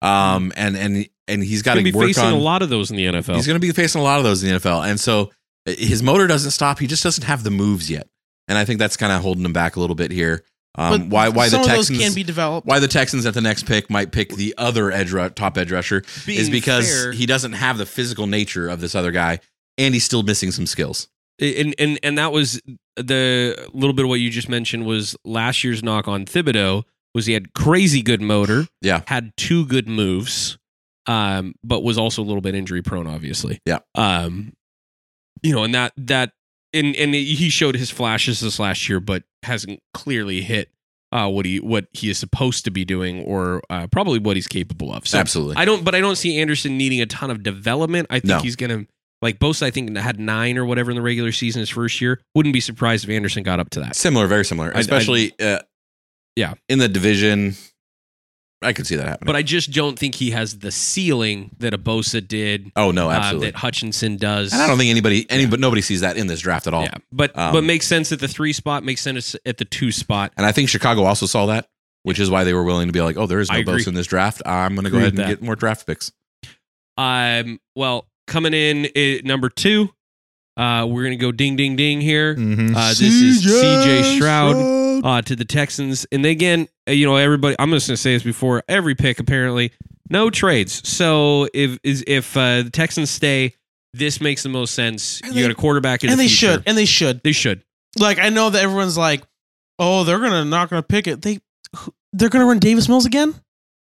[SPEAKER 3] um, and and and he's got
[SPEAKER 1] He's
[SPEAKER 3] to
[SPEAKER 1] gonna be
[SPEAKER 3] work
[SPEAKER 1] facing
[SPEAKER 3] on
[SPEAKER 1] a lot of those in the NFL.
[SPEAKER 3] He's going to be facing a lot of those in the NFL, and so uh, his motor doesn't stop. He just doesn't have the moves yet, and I think that's kind of holding him back a little bit here. Um, why why the
[SPEAKER 2] some of those
[SPEAKER 3] Texans
[SPEAKER 2] can be developed.
[SPEAKER 3] why the Texans at the next pick might pick the other edge ru- top edge rusher is because he doesn't have the physical nature of this other guy, and he's still missing some skills.
[SPEAKER 1] and and and that was the little bit of what you just mentioned was last year's knock on Thibodeau was he had crazy good motor,
[SPEAKER 3] Yeah.
[SPEAKER 1] had two good moves, um, but was also a little bit injury prone, obviously,
[SPEAKER 3] Yeah.
[SPEAKER 1] um, you know, and that that and and he showed his flashes this last year, but hasn't clearly hit uh, what he what he is supposed to be doing or uh, probably what he's capable of. So
[SPEAKER 3] Absolutely,
[SPEAKER 1] I don't, but I don't see Anderson needing a ton of development. I think
[SPEAKER 3] No.
[SPEAKER 1] he's gonna like Bosa. I think had nine or whatever in the regular season his first year. Wouldn't be surprised if Anderson got up to that.
[SPEAKER 3] similar, very similar,
[SPEAKER 1] I- I-
[SPEAKER 3] especially uh,
[SPEAKER 1] Yeah.
[SPEAKER 3] in the division. I could see that happening.
[SPEAKER 1] But I just don't think he has the ceiling that a Bosa did,
[SPEAKER 3] oh no,
[SPEAKER 1] uh,
[SPEAKER 3] absolutely.
[SPEAKER 1] that Hutchinson does.
[SPEAKER 3] and I don't think anybody, any, but nobody sees that in this draft at all.
[SPEAKER 1] yeah, but
[SPEAKER 3] Um,
[SPEAKER 1] but makes sense at the three spot. Makes sense at the two spot.
[SPEAKER 3] And I think Chicago also saw that, which is why they were willing to be like, oh, there is no
[SPEAKER 1] I agree.
[SPEAKER 3] Bosa in this draft. I'm going to go
[SPEAKER 1] Agree
[SPEAKER 3] ahead and
[SPEAKER 1] with that.
[SPEAKER 3] get more draft picks.
[SPEAKER 1] Um, well, coming in at number two, uh, we're gonna go ding ding ding here.
[SPEAKER 3] Mm-hmm.
[SPEAKER 4] Mhm.
[SPEAKER 1] Uh, this is CJ Stroud. uh, to the Texans. And they, again, uh, you know, everybody. I'm just going to say this before every pick. Apparently, no trades. So if is if uh, the Texans stay, this makes the most sense.
[SPEAKER 2] And
[SPEAKER 1] you
[SPEAKER 2] they-
[SPEAKER 1] got a quarterback, in
[SPEAKER 2] and
[SPEAKER 1] the
[SPEAKER 2] they
[SPEAKER 1] future.
[SPEAKER 2] should, and they should.
[SPEAKER 1] They should.
[SPEAKER 2] Like I know that everyone's like, oh, they're gonna not gonna pick it. They who- they're gonna run Davis Mills again.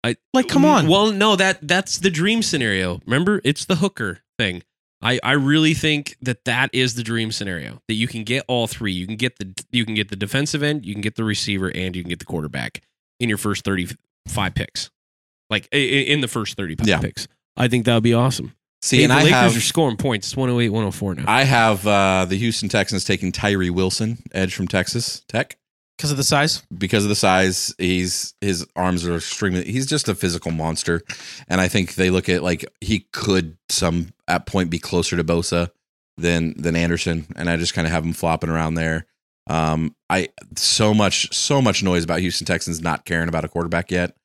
[SPEAKER 1] I-
[SPEAKER 2] like come on.
[SPEAKER 1] Well, no that that's the dream scenario. Remember, it's the hooker thing. I, I really think that that is the dream scenario that you can get all three. You can get the you can get the defensive end, you can get the receiver, and you can get the quarterback in your first thirty five picks, like i- i- in the first thirty five
[SPEAKER 3] Yeah.
[SPEAKER 1] picks. I think that would be awesome.
[SPEAKER 3] See, and
[SPEAKER 1] the
[SPEAKER 3] I
[SPEAKER 1] Lakers
[SPEAKER 3] have
[SPEAKER 1] are scoring points. It's 108, 104 now.
[SPEAKER 3] I have uh, the Houston Texans taking Tyree Wilson, edge from Texas Tech,
[SPEAKER 2] because of the size.
[SPEAKER 3] because of the size. He's his arms are extremely. He's just a physical monster, and I think they look at like he could some at point be closer to Bosa than than Anderson, and I just kind of have him flopping around there. Um, I so much so much noise about Houston Texans not caring about a quarterback yet,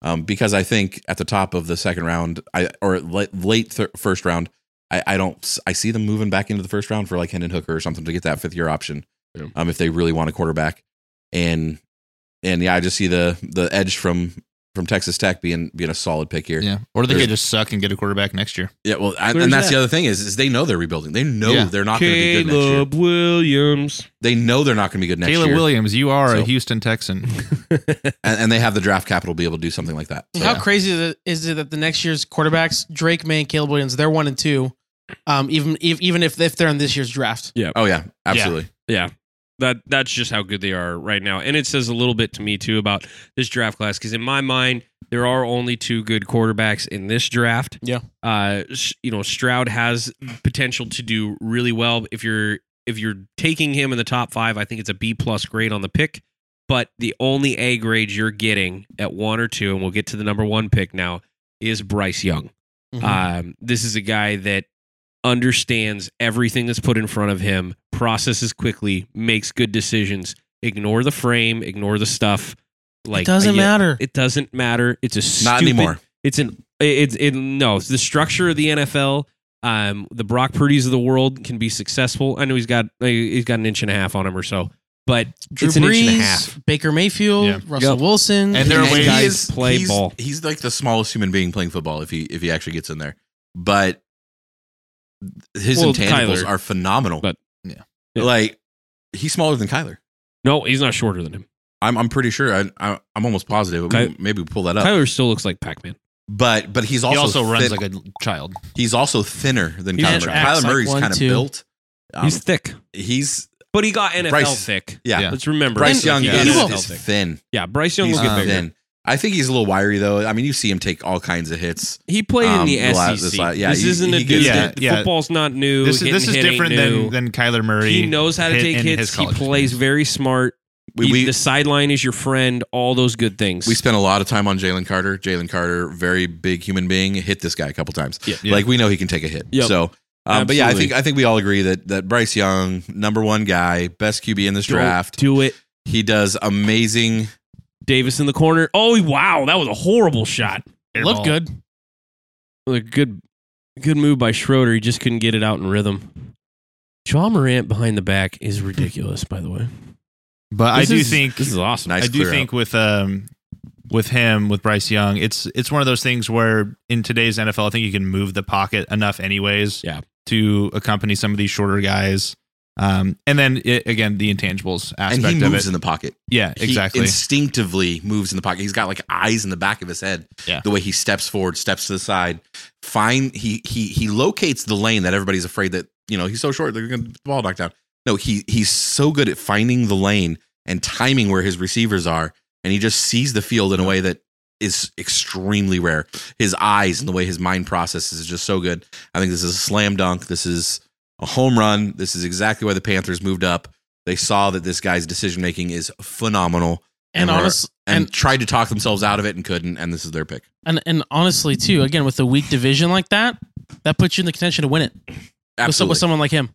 [SPEAKER 3] um, because I think at the top of the second round, I or late, late thir- first round. I, I don't s- I see them moving back into the first round for like Hendon Hooker or something to get that fifth year option.
[SPEAKER 1] Yeah.
[SPEAKER 3] Um, if they really want a quarterback, and and yeah, I just see the the edge from from Texas Tech being being a solid pick here. Yeah,
[SPEAKER 4] Yeah, or they
[SPEAKER 3] There's-
[SPEAKER 4] could just suck and get a quarterback next year.
[SPEAKER 3] well, I,
[SPEAKER 1] Clear as
[SPEAKER 3] and that's
[SPEAKER 1] that.
[SPEAKER 3] the other thing is is they know they're rebuilding. They know
[SPEAKER 4] Yeah.
[SPEAKER 3] they're not going to be good next year.
[SPEAKER 1] Caleb Williams.
[SPEAKER 3] They know they're not going to be good next
[SPEAKER 4] Caleb
[SPEAKER 3] year,
[SPEAKER 4] Williams, you are
[SPEAKER 3] So-
[SPEAKER 4] a Houston Texan.
[SPEAKER 3] and, and they have the draft capital to be able to do something like that. So,
[SPEAKER 2] How
[SPEAKER 3] yeah.
[SPEAKER 2] crazy is it- is it that the next year's quarterbacks, Drake May and Caleb Williams, they're one and two, um, even if, even if if they're in this year's draft.
[SPEAKER 3] Oh yeah, absolutely.
[SPEAKER 1] that that's just how good they are right now. And it says a little bit to me too about this draft class because in my mind there are only two good quarterbacks in this draft.
[SPEAKER 2] Yeah.
[SPEAKER 1] uh, s- you know Stroud has potential to do really well if you're if you're taking him in the top five. I think it's a B plus grade on the pick. But the only A grade you're getting at one or two, and we'll get to the number one pick now, is Bryce Young.
[SPEAKER 2] Mm-hmm.
[SPEAKER 1] Um, this is a guy that understands everything that's put in front of him, processes quickly, makes good decisions. Ignore the frame, ignore the stuff. Like
[SPEAKER 2] it doesn't
[SPEAKER 1] yeah,
[SPEAKER 2] matter.
[SPEAKER 1] It doesn't matter. It's a stupid,
[SPEAKER 3] Not anymore.
[SPEAKER 1] It's an it's it, no. It's the structure of the NFL. Um, the Brock Purdy's of the world can be successful. I know he's got uh, he's got an inch and a half on him or so, but
[SPEAKER 2] Drew
[SPEAKER 1] it's an inch and a
[SPEAKER 2] Brees,
[SPEAKER 1] half.
[SPEAKER 2] Baker Mayfield,
[SPEAKER 4] Yeah.
[SPEAKER 2] Russell
[SPEAKER 1] Yep.
[SPEAKER 2] Wilson,
[SPEAKER 4] And there are
[SPEAKER 2] these
[SPEAKER 4] ways-
[SPEAKER 2] guys-
[SPEAKER 1] guys play
[SPEAKER 3] he's,
[SPEAKER 1] ball.
[SPEAKER 3] He's like the smallest human being playing football if he if he actually gets in there. But his
[SPEAKER 1] Well,
[SPEAKER 3] intangibles
[SPEAKER 1] Kyler.
[SPEAKER 3] are phenomenal.
[SPEAKER 1] But-
[SPEAKER 4] Yeah.
[SPEAKER 1] Yeah.
[SPEAKER 3] Like he's smaller than Kyler.
[SPEAKER 1] No, he's not shorter than him.
[SPEAKER 3] I'm I'm pretty sure. I, I I'm almost positive.
[SPEAKER 1] Ky-
[SPEAKER 3] Maybe- Maybe we pull that up.
[SPEAKER 1] Tyler still looks like Pac Man.
[SPEAKER 3] But but he's also
[SPEAKER 4] he also runs
[SPEAKER 3] thin-
[SPEAKER 4] like a child.
[SPEAKER 3] he's also thinner than
[SPEAKER 1] He's
[SPEAKER 3] Kyler.
[SPEAKER 1] an
[SPEAKER 3] Murray.
[SPEAKER 2] axe,
[SPEAKER 3] Kyler
[SPEAKER 2] like
[SPEAKER 3] Murray's
[SPEAKER 2] one,
[SPEAKER 3] kind of
[SPEAKER 2] two.
[SPEAKER 3] built. Um,
[SPEAKER 1] he's
[SPEAKER 3] he's
[SPEAKER 1] thick, but he got NFL
[SPEAKER 3] Bryce-
[SPEAKER 1] thick.
[SPEAKER 3] yeah.
[SPEAKER 4] Yeah.
[SPEAKER 1] Let's remember
[SPEAKER 3] Bryce
[SPEAKER 1] Like,
[SPEAKER 3] Young
[SPEAKER 1] he
[SPEAKER 2] yeah,
[SPEAKER 1] got
[SPEAKER 2] he
[SPEAKER 3] is,
[SPEAKER 2] will.
[SPEAKER 1] NFL
[SPEAKER 3] is
[SPEAKER 1] thick.
[SPEAKER 3] thin.
[SPEAKER 1] Yeah, Bryce Young
[SPEAKER 3] He's
[SPEAKER 1] will get
[SPEAKER 4] um,
[SPEAKER 1] bigger.
[SPEAKER 3] thin. I think he's a little wiry though. I mean, you see him take all kinds of hits.
[SPEAKER 1] He played
[SPEAKER 3] Um,
[SPEAKER 1] in the
[SPEAKER 3] the la-
[SPEAKER 1] SEC.
[SPEAKER 3] this
[SPEAKER 1] This,
[SPEAKER 3] la- yeah, he-
[SPEAKER 1] isn't a
[SPEAKER 3] he
[SPEAKER 1] dude.
[SPEAKER 3] gets
[SPEAKER 1] that-
[SPEAKER 4] that. Yeah, yeah.
[SPEAKER 1] Football's not new.
[SPEAKER 4] This is this
[SPEAKER 1] Getting
[SPEAKER 4] is
[SPEAKER 1] hit ain't
[SPEAKER 4] different
[SPEAKER 1] new.
[SPEAKER 4] than than Kyler Murray.
[SPEAKER 1] he knows how to
[SPEAKER 4] hit
[SPEAKER 1] take
[SPEAKER 4] in
[SPEAKER 1] hits.
[SPEAKER 4] his
[SPEAKER 1] He
[SPEAKER 4] college
[SPEAKER 1] plays
[SPEAKER 4] days.
[SPEAKER 1] very smart.
[SPEAKER 3] We
[SPEAKER 1] He-
[SPEAKER 3] we,
[SPEAKER 1] the sideline is your friend. All those good things.
[SPEAKER 3] we spent a lot of time on Jalen Carter. Jalen Carter, very big human being, hit this guy a couple times.
[SPEAKER 1] Yeah.
[SPEAKER 4] Yeah.
[SPEAKER 3] Like we know he can take a hit.
[SPEAKER 1] Yep.
[SPEAKER 3] So. Um, but yeah, I
[SPEAKER 1] Absolutely.
[SPEAKER 3] think I think we all agree that that Bryce Young, number one guy, best QB in this
[SPEAKER 1] Don't
[SPEAKER 3] draft,
[SPEAKER 1] Do it,
[SPEAKER 3] he does amazing.
[SPEAKER 1] Davis in the corner. Oh wow, that was a horrible shot.
[SPEAKER 2] look
[SPEAKER 4] Airball.
[SPEAKER 2] good.
[SPEAKER 1] Like, good, good move by Schroeder. He just couldn't get it out in rhythm. John Morant behind the back is ridiculous. By the way,
[SPEAKER 4] But I
[SPEAKER 1] This
[SPEAKER 4] do
[SPEAKER 1] is-
[SPEAKER 4] think
[SPEAKER 1] this is awesome.
[SPEAKER 3] Nice
[SPEAKER 4] I do
[SPEAKER 3] clear
[SPEAKER 4] think with um with him with Bryce Young, it's it's one of those things where in today's NFL, I think you can move the pocket enough, anyways,
[SPEAKER 1] Yeah.
[SPEAKER 4] to accompany some of these shorter guys. Um, and then it, again, the intangibles
[SPEAKER 3] and
[SPEAKER 4] aspect
[SPEAKER 3] he
[SPEAKER 4] of
[SPEAKER 3] moves
[SPEAKER 4] it.
[SPEAKER 3] in the pocket.
[SPEAKER 4] yeah,
[SPEAKER 3] He
[SPEAKER 4] exactly.
[SPEAKER 3] instinctively moves in the pocket. He's got like eyes in the back of his head.
[SPEAKER 4] Yeah.
[SPEAKER 3] The way he steps forward, steps to the side, find he he he locates the lane that everybody's afraid that you know he's so short they're going to the ball knocked down. No, he he's so good at finding the lane and timing where his receivers are, and he just sees the field in a way that is extremely rare. His eyes and the way his mind processes is just so good. I think this is a slam dunk. This is a home run. This is exactly why the Panthers moved up. They saw that this guy's decision making is phenomenal
[SPEAKER 2] And,
[SPEAKER 3] And we're-
[SPEAKER 2] honest,
[SPEAKER 3] and,
[SPEAKER 2] and
[SPEAKER 3] tried to talk themselves out of it and couldn't, and this is their pick.
[SPEAKER 2] And and honestly, too, again with a weak division like that, that puts you in the contention to win it with, some-
[SPEAKER 3] Absolutely.
[SPEAKER 2] with someone like him.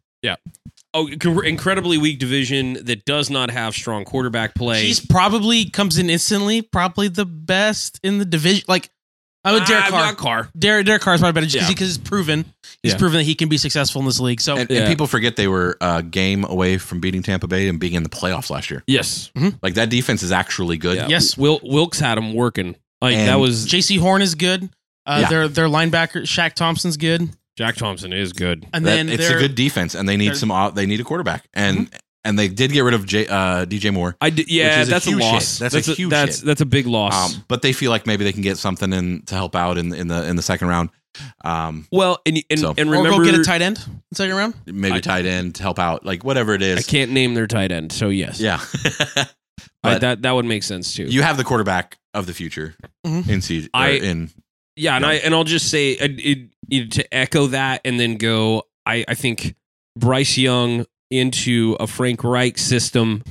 [SPEAKER 1] Oh, inc- incredibly weak division that does not have strong quarterback play.
[SPEAKER 2] He's probably comes in instantly, probably the best in the division. Like I would Derek
[SPEAKER 1] Ah,
[SPEAKER 2] Carr.
[SPEAKER 1] not Carr.
[SPEAKER 2] Derek, Derek Carr is probably better just
[SPEAKER 1] Yeah.
[SPEAKER 2] because he's proven. He's
[SPEAKER 1] Yeah.
[SPEAKER 2] proven that he can be successful in this league. So
[SPEAKER 3] and,
[SPEAKER 1] Yeah.
[SPEAKER 3] and people forget they were a game away from beating Tampa Bay and being in the playoffs last year.
[SPEAKER 1] Yes.
[SPEAKER 3] Like that defense is actually good.
[SPEAKER 1] Yeah.
[SPEAKER 2] Yes.
[SPEAKER 1] Wil- Wilkes had him working. Like
[SPEAKER 3] And-
[SPEAKER 1] that was
[SPEAKER 2] J.C. Horn is good. Uh,
[SPEAKER 3] Yeah.
[SPEAKER 2] Their their linebacker Shaq Thompson's good,
[SPEAKER 1] Jack Thompson is good.
[SPEAKER 2] and
[SPEAKER 3] That-
[SPEAKER 2] then
[SPEAKER 3] it's a
[SPEAKER 2] they're-
[SPEAKER 3] good defense, and they need
[SPEAKER 2] they're- Mm-hmm.
[SPEAKER 3] some. Uh, they need a quarterback, and and they did get rid of J, uh, DJ Moore,
[SPEAKER 1] I d- yeah,
[SPEAKER 3] Which is a
[SPEAKER 1] that's a,
[SPEAKER 3] huge
[SPEAKER 1] loss.
[SPEAKER 3] hit. That's a huge
[SPEAKER 1] that's
[SPEAKER 3] hit.
[SPEAKER 1] that's a big loss.
[SPEAKER 3] um, but they feel like maybe they can get something in to help out in in the in the second round. Um,
[SPEAKER 1] Well, and and,
[SPEAKER 3] So-
[SPEAKER 1] and
[SPEAKER 2] or go get
[SPEAKER 1] remember,
[SPEAKER 2] a tight end in second round.
[SPEAKER 3] maybe
[SPEAKER 1] I-
[SPEAKER 3] tight end help out, like whatever it
[SPEAKER 1] I
[SPEAKER 3] is.
[SPEAKER 1] can't name their tight end, so yes,
[SPEAKER 3] Yeah,
[SPEAKER 1] I-
[SPEAKER 3] but-
[SPEAKER 1] that that would make sense too.
[SPEAKER 3] you have the quarterback of the future
[SPEAKER 2] Mhm.
[SPEAKER 3] in C.
[SPEAKER 1] I-
[SPEAKER 3] I, in
[SPEAKER 1] Yeah, and
[SPEAKER 3] Yeah.
[SPEAKER 1] I and I'll just say uh, it, it, to echo that, and then go. I I think Bryce Young into a Frank Reich system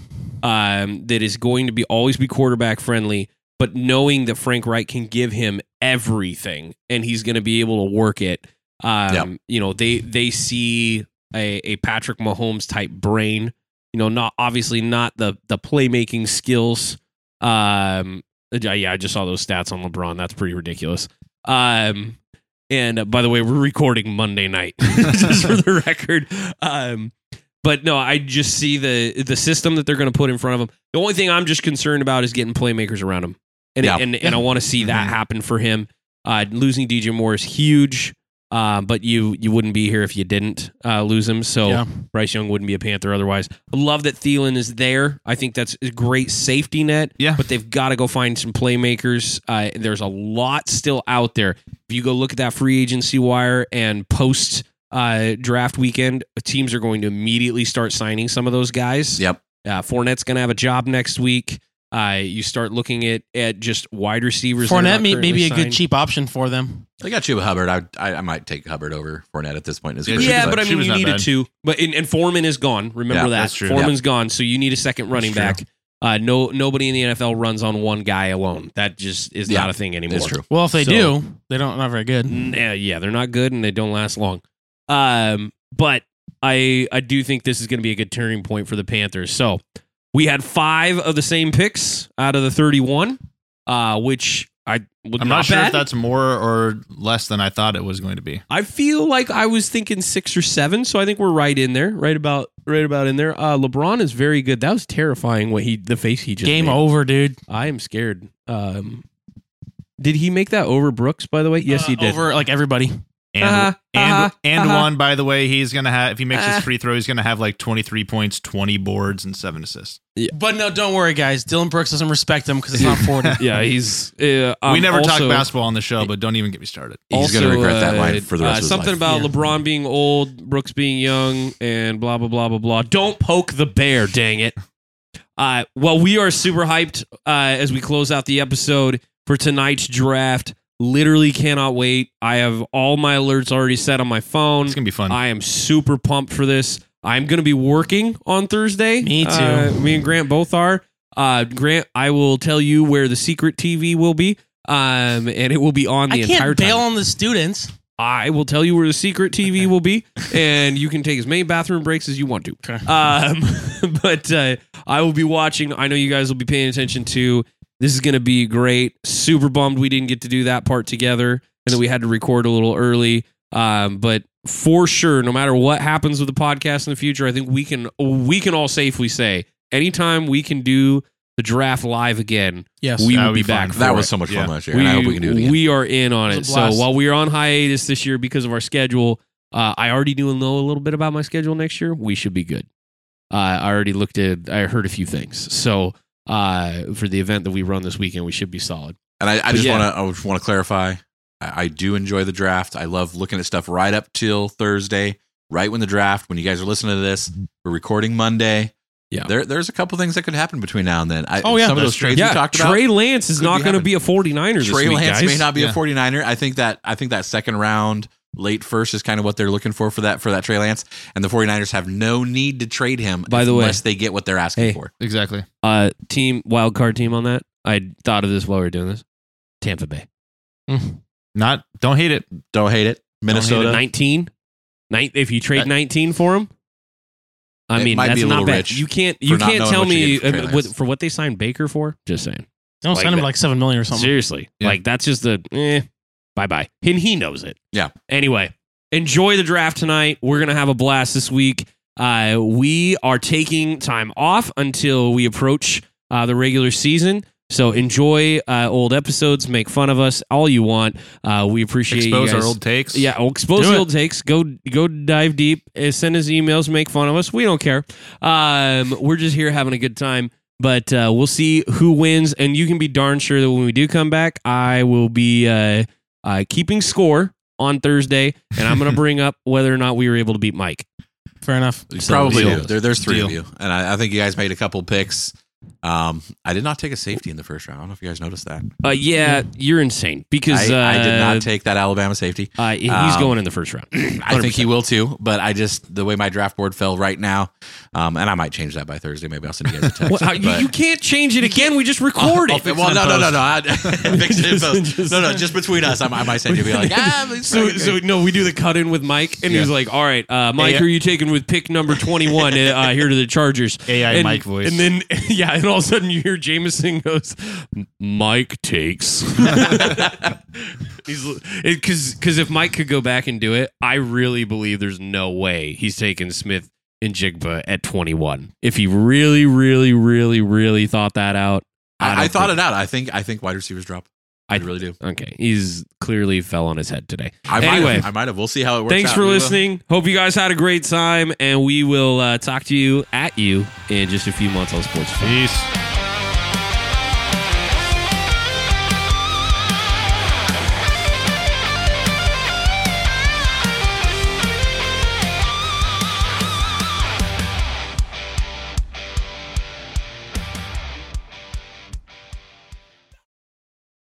[SPEAKER 1] um, that is going to be always be quarterback friendly, but knowing that Frank Reich can give him everything and he's going to be able to work it. Um,
[SPEAKER 3] Yeah.
[SPEAKER 1] You know, they they see a, a Patrick Mahomes type brain. You know, not obviously not the the playmaking skills. Um, yeah, yeah, I just saw those stats on LeBron. That's pretty ridiculous. Um, and uh, by the way, we're recording Monday night, just for the record. Um, but no, I just see the the system that they're going to put in front of him. The only thing I'm just concerned about is getting playmakers around him, and
[SPEAKER 3] Yeah. Mm-hmm.
[SPEAKER 1] and, and I want to see that
[SPEAKER 4] Mhm.
[SPEAKER 1] happen for him. Uh, losing DJ Moore is huge, uh, but you you wouldn't be here if you didn't uh, lose him. So
[SPEAKER 2] Yeah.
[SPEAKER 1] Bryce Young wouldn't be a Panther otherwise. I love that Thielen is there. I think that's a great safety net.
[SPEAKER 4] Yeah.
[SPEAKER 1] But they've got to go find some playmakers. Uh, there's a lot still out there. If you go look at that free agency wire and post uh, draft weekend, teams are going to immediately start signing some of those guys.
[SPEAKER 3] Yep.
[SPEAKER 1] Uh, Fournette's going to have a job next week. Uh, you start looking at, at just wide receivers. that are
[SPEAKER 2] Fournette
[SPEAKER 1] not
[SPEAKER 2] may, may be a
[SPEAKER 1] currently
[SPEAKER 2] good
[SPEAKER 1] signed.
[SPEAKER 2] cheap option for them.
[SPEAKER 3] they got you Hubbard. I, I I might take Hubbard over Fournette at this point. in his
[SPEAKER 4] Yeah,
[SPEAKER 3] career,
[SPEAKER 1] Yeah, but I
[SPEAKER 4] She
[SPEAKER 1] mean,
[SPEAKER 4] was
[SPEAKER 1] you
[SPEAKER 4] not
[SPEAKER 1] needed
[SPEAKER 4] bad.
[SPEAKER 1] two. But and, and Foreman is gone. Remember
[SPEAKER 3] Yeah,
[SPEAKER 1] that.
[SPEAKER 4] that's true.
[SPEAKER 1] Foreman's gone, so you need a second running
[SPEAKER 4] true.
[SPEAKER 1] back. Uh, no, nobody in the NFL runs on one guy alone. That just is
[SPEAKER 3] Yeah,
[SPEAKER 1] not a thing anymore.
[SPEAKER 3] it's true.
[SPEAKER 2] Well, if they
[SPEAKER 1] So- Mm,
[SPEAKER 2] do, they don't not very good.
[SPEAKER 1] N- Yeah, yeah, they're not good and they don't last long. Um, but I I do think this is going to be a good turning point for the Panthers. So we had five of the same picks out of the thirty-one, uh, which I was
[SPEAKER 4] I'm not, sure
[SPEAKER 1] bad.
[SPEAKER 4] if that's more or less than I thought it was going to be.
[SPEAKER 1] I feel like I was thinking six or seven, so I think we're right in there, right about right about in there. Uh, LeBron is very good. That was terrifying. What he the face he just
[SPEAKER 2] Game
[SPEAKER 1] made.
[SPEAKER 2] over, dude.
[SPEAKER 1] I am scared. Um, did he make that over Brooks? By the way, yes,
[SPEAKER 2] Uh,
[SPEAKER 1] he did.
[SPEAKER 2] Over like everybody.
[SPEAKER 4] And
[SPEAKER 1] Uh-huh,
[SPEAKER 4] and
[SPEAKER 1] uh-huh,
[SPEAKER 4] and
[SPEAKER 1] uh-huh.
[SPEAKER 4] one, by the way, he's gonna have if he makes
[SPEAKER 1] Uh.
[SPEAKER 4] his free throw, he's gonna have like 23 points, 20 boards, and seven assists.
[SPEAKER 2] But no, don't worry, guys. Dylan Brooks doesn't respect them because it's not forty.
[SPEAKER 1] yeah, he's. Uh,
[SPEAKER 4] we
[SPEAKER 1] um,
[SPEAKER 4] never talk
[SPEAKER 1] also-
[SPEAKER 4] basketball on the show, but don't even get me started.
[SPEAKER 3] He's gonna
[SPEAKER 1] also, uh,
[SPEAKER 3] regret that line for the rest of his
[SPEAKER 1] Something
[SPEAKER 3] life.
[SPEAKER 1] about
[SPEAKER 2] Yeah.
[SPEAKER 1] LeBron being old, Brooks being young, and blah blah blah blah blah. Don't poke the bear, dang it. Uh, well, we are super hyped uh, as we close out the episode for tonight's draft. Literally cannot wait. I have all my alerts already set on my phone.
[SPEAKER 4] It's gonna be fun.
[SPEAKER 1] I am super pumped for this. I'm going to be working on Thursday.
[SPEAKER 2] Me too.
[SPEAKER 1] Uh, me and Grant both are. Uh, Grant, I will tell you where the secret TV will be, um, and it will be on the
[SPEAKER 2] I
[SPEAKER 1] entire
[SPEAKER 2] can't
[SPEAKER 1] time.
[SPEAKER 2] bail on the students.
[SPEAKER 1] I will tell you where the secret TV will be, and you can take as many bathroom breaks as you want to.
[SPEAKER 2] Okay.
[SPEAKER 1] Um, but uh, I will be watching. I know you guys will be paying attention to. This is going to be great. Super bummed we didn't get to do that part together, and that we had to record a little early. Um, but for sure, no matter what happens with the podcast in the future, I think we can we can all safely say anytime we can do the draft live again,
[SPEAKER 2] Yes.
[SPEAKER 1] we
[SPEAKER 4] That
[SPEAKER 1] will
[SPEAKER 4] would
[SPEAKER 1] be,
[SPEAKER 4] be
[SPEAKER 1] back.
[SPEAKER 4] fun.
[SPEAKER 1] for
[SPEAKER 3] That
[SPEAKER 1] it
[SPEAKER 3] was so much
[SPEAKER 4] Yeah.
[SPEAKER 3] fun last year, and I hope we can do it again.
[SPEAKER 1] we are in on
[SPEAKER 2] It
[SPEAKER 1] it.
[SPEAKER 2] was a
[SPEAKER 1] so
[SPEAKER 2] blast.
[SPEAKER 1] while we are on hiatus this year because of our schedule, uh, I already do know a little bit about my schedule next year. We should be good. Uh, I already looked at, I heard a few things. So uh, for the event that we run this weekend, we should be solid.
[SPEAKER 3] And I, I just
[SPEAKER 1] yeah.
[SPEAKER 3] want to I just want to clarify. I, I do enjoy the draft. I love looking at stuff right up till Thursday, right when the draft. When you guys are listening to this, we're recording Monday.
[SPEAKER 1] Yeah.
[SPEAKER 3] there there's a couple things that could happen between now and then. I,
[SPEAKER 2] Oh, yeah.
[SPEAKER 3] some of those
[SPEAKER 4] That's true.
[SPEAKER 3] trades we talked
[SPEAKER 1] Trey Lance is
[SPEAKER 3] could
[SPEAKER 1] not
[SPEAKER 3] be
[SPEAKER 1] going to be a 49er
[SPEAKER 3] about.
[SPEAKER 1] this
[SPEAKER 3] Trey
[SPEAKER 1] week,
[SPEAKER 3] Lance
[SPEAKER 1] guys.
[SPEAKER 3] may not be a
[SPEAKER 4] Yeah.
[SPEAKER 3] 49er. I think that I think that second round, late first is kind of what they're looking for for that for that Trey Lance. And the 49ers have no need to trade him
[SPEAKER 1] By the way-
[SPEAKER 3] unless they get what they're asking
[SPEAKER 1] Hey.
[SPEAKER 3] for.
[SPEAKER 4] exactly.
[SPEAKER 1] uh, team, wild card team on that. I thought of this while we were doing this. Tampa Bay.
[SPEAKER 4] Not don't hate it.
[SPEAKER 3] Don't hate it. Minnesota.
[SPEAKER 1] 19 nine, if you trade
[SPEAKER 3] Uh,
[SPEAKER 1] 19 for him I
[SPEAKER 3] It
[SPEAKER 1] mean
[SPEAKER 3] might
[SPEAKER 1] that's
[SPEAKER 3] be a
[SPEAKER 1] not
[SPEAKER 3] little
[SPEAKER 1] bad
[SPEAKER 3] rich
[SPEAKER 1] you can't you
[SPEAKER 3] not
[SPEAKER 1] can't
[SPEAKER 3] knowing
[SPEAKER 1] tell
[SPEAKER 3] what you
[SPEAKER 1] me
[SPEAKER 3] get for Trey
[SPEAKER 1] uh, what,
[SPEAKER 3] Lance.
[SPEAKER 1] for what they signed Baker for just saying
[SPEAKER 2] Don't
[SPEAKER 1] Like
[SPEAKER 2] send him
[SPEAKER 1] that.
[SPEAKER 2] like seven million or something.
[SPEAKER 1] seriously
[SPEAKER 4] Yeah.
[SPEAKER 1] like that's just the eh, bye-bye and he knows it
[SPEAKER 3] Yeah.
[SPEAKER 1] anyway enjoy the draft tonight we're gonna have a blast this week uh, we are taking time off until we approach uh, the regular season so enjoy uh, old episodes make fun of us all you want uh, we
[SPEAKER 3] E
[SPEAKER 1] appreciate
[SPEAKER 4] Expose
[SPEAKER 1] you guys.
[SPEAKER 4] our old takes.
[SPEAKER 1] Yeah, well, expose
[SPEAKER 2] Do
[SPEAKER 1] the
[SPEAKER 2] it.
[SPEAKER 1] old takes. Go go dive deep. eh, Send us emails. Make fun of us. We don't care. Um, we're just here having a good time. But uh, we'll see who wins, and you can be darn sure that when we do come back, I will be uh, uh, keeping score on Thursday, and I'm going to bring up whether or not we were able to beat Mike.
[SPEAKER 2] Fair enough.
[SPEAKER 1] So-
[SPEAKER 3] Probably
[SPEAKER 1] Deal.
[SPEAKER 3] do. There, there's three
[SPEAKER 4] Deal.
[SPEAKER 3] of you, and I, I think you guys made a couple picks. Um, I did not take a safety in the first round. I don't know if you guys noticed that.
[SPEAKER 1] Uh, yeah, you're insane because uh,
[SPEAKER 3] I, I did not take that Alabama safety.
[SPEAKER 1] uh, he's
[SPEAKER 3] um,
[SPEAKER 1] going in the first round.
[SPEAKER 3] I think he will too, but I just the way my draft board fell right now, um, and I might change that by Thursday. Maybe I'll send you guys a text.
[SPEAKER 1] Well, how- you,
[SPEAKER 3] but-
[SPEAKER 1] you can't change it again. We just record
[SPEAKER 3] I'll
[SPEAKER 1] it.
[SPEAKER 3] fix- well,
[SPEAKER 2] it
[SPEAKER 3] no,
[SPEAKER 2] in
[SPEAKER 3] no, no,
[SPEAKER 2] post.
[SPEAKER 3] no, I, fix it in post.
[SPEAKER 1] Just-
[SPEAKER 3] no, no, just between us. I, might- I might send you be like, ah, but it's
[SPEAKER 1] So,
[SPEAKER 3] okay."
[SPEAKER 1] so no, we do the cut in with Mike, and he was like, "All right, uh, Mike,
[SPEAKER 4] Yeah.
[SPEAKER 1] who are you taking with pick number twenty-one uh, uh, here to the Chargers?"
[SPEAKER 4] AI
[SPEAKER 1] and,
[SPEAKER 4] Mike voice.
[SPEAKER 1] and then yeah, and all of a sudden you hear Jameson goes, "M- "Mike takes," because because if Mike could go back and do it, I really believe there's no way he's taking Smith and Jigba at twenty-one. If he really, really, really, really thought that out,
[SPEAKER 3] I, I
[SPEAKER 1] don't
[SPEAKER 3] thought
[SPEAKER 1] think-
[SPEAKER 3] it out. I think I think wide receivers drop. I really do.
[SPEAKER 1] Okay, he's clearly fell on his head today.
[SPEAKER 3] I might
[SPEAKER 1] Anyway.
[SPEAKER 3] have. I might have. We'll see how it works.
[SPEAKER 1] Thanks
[SPEAKER 3] out.
[SPEAKER 1] for
[SPEAKER 3] We will.
[SPEAKER 1] listening. Hope you guys had a great time, and we will uh, talk to you at you in just a few months on Sports. Film.
[SPEAKER 4] Peace.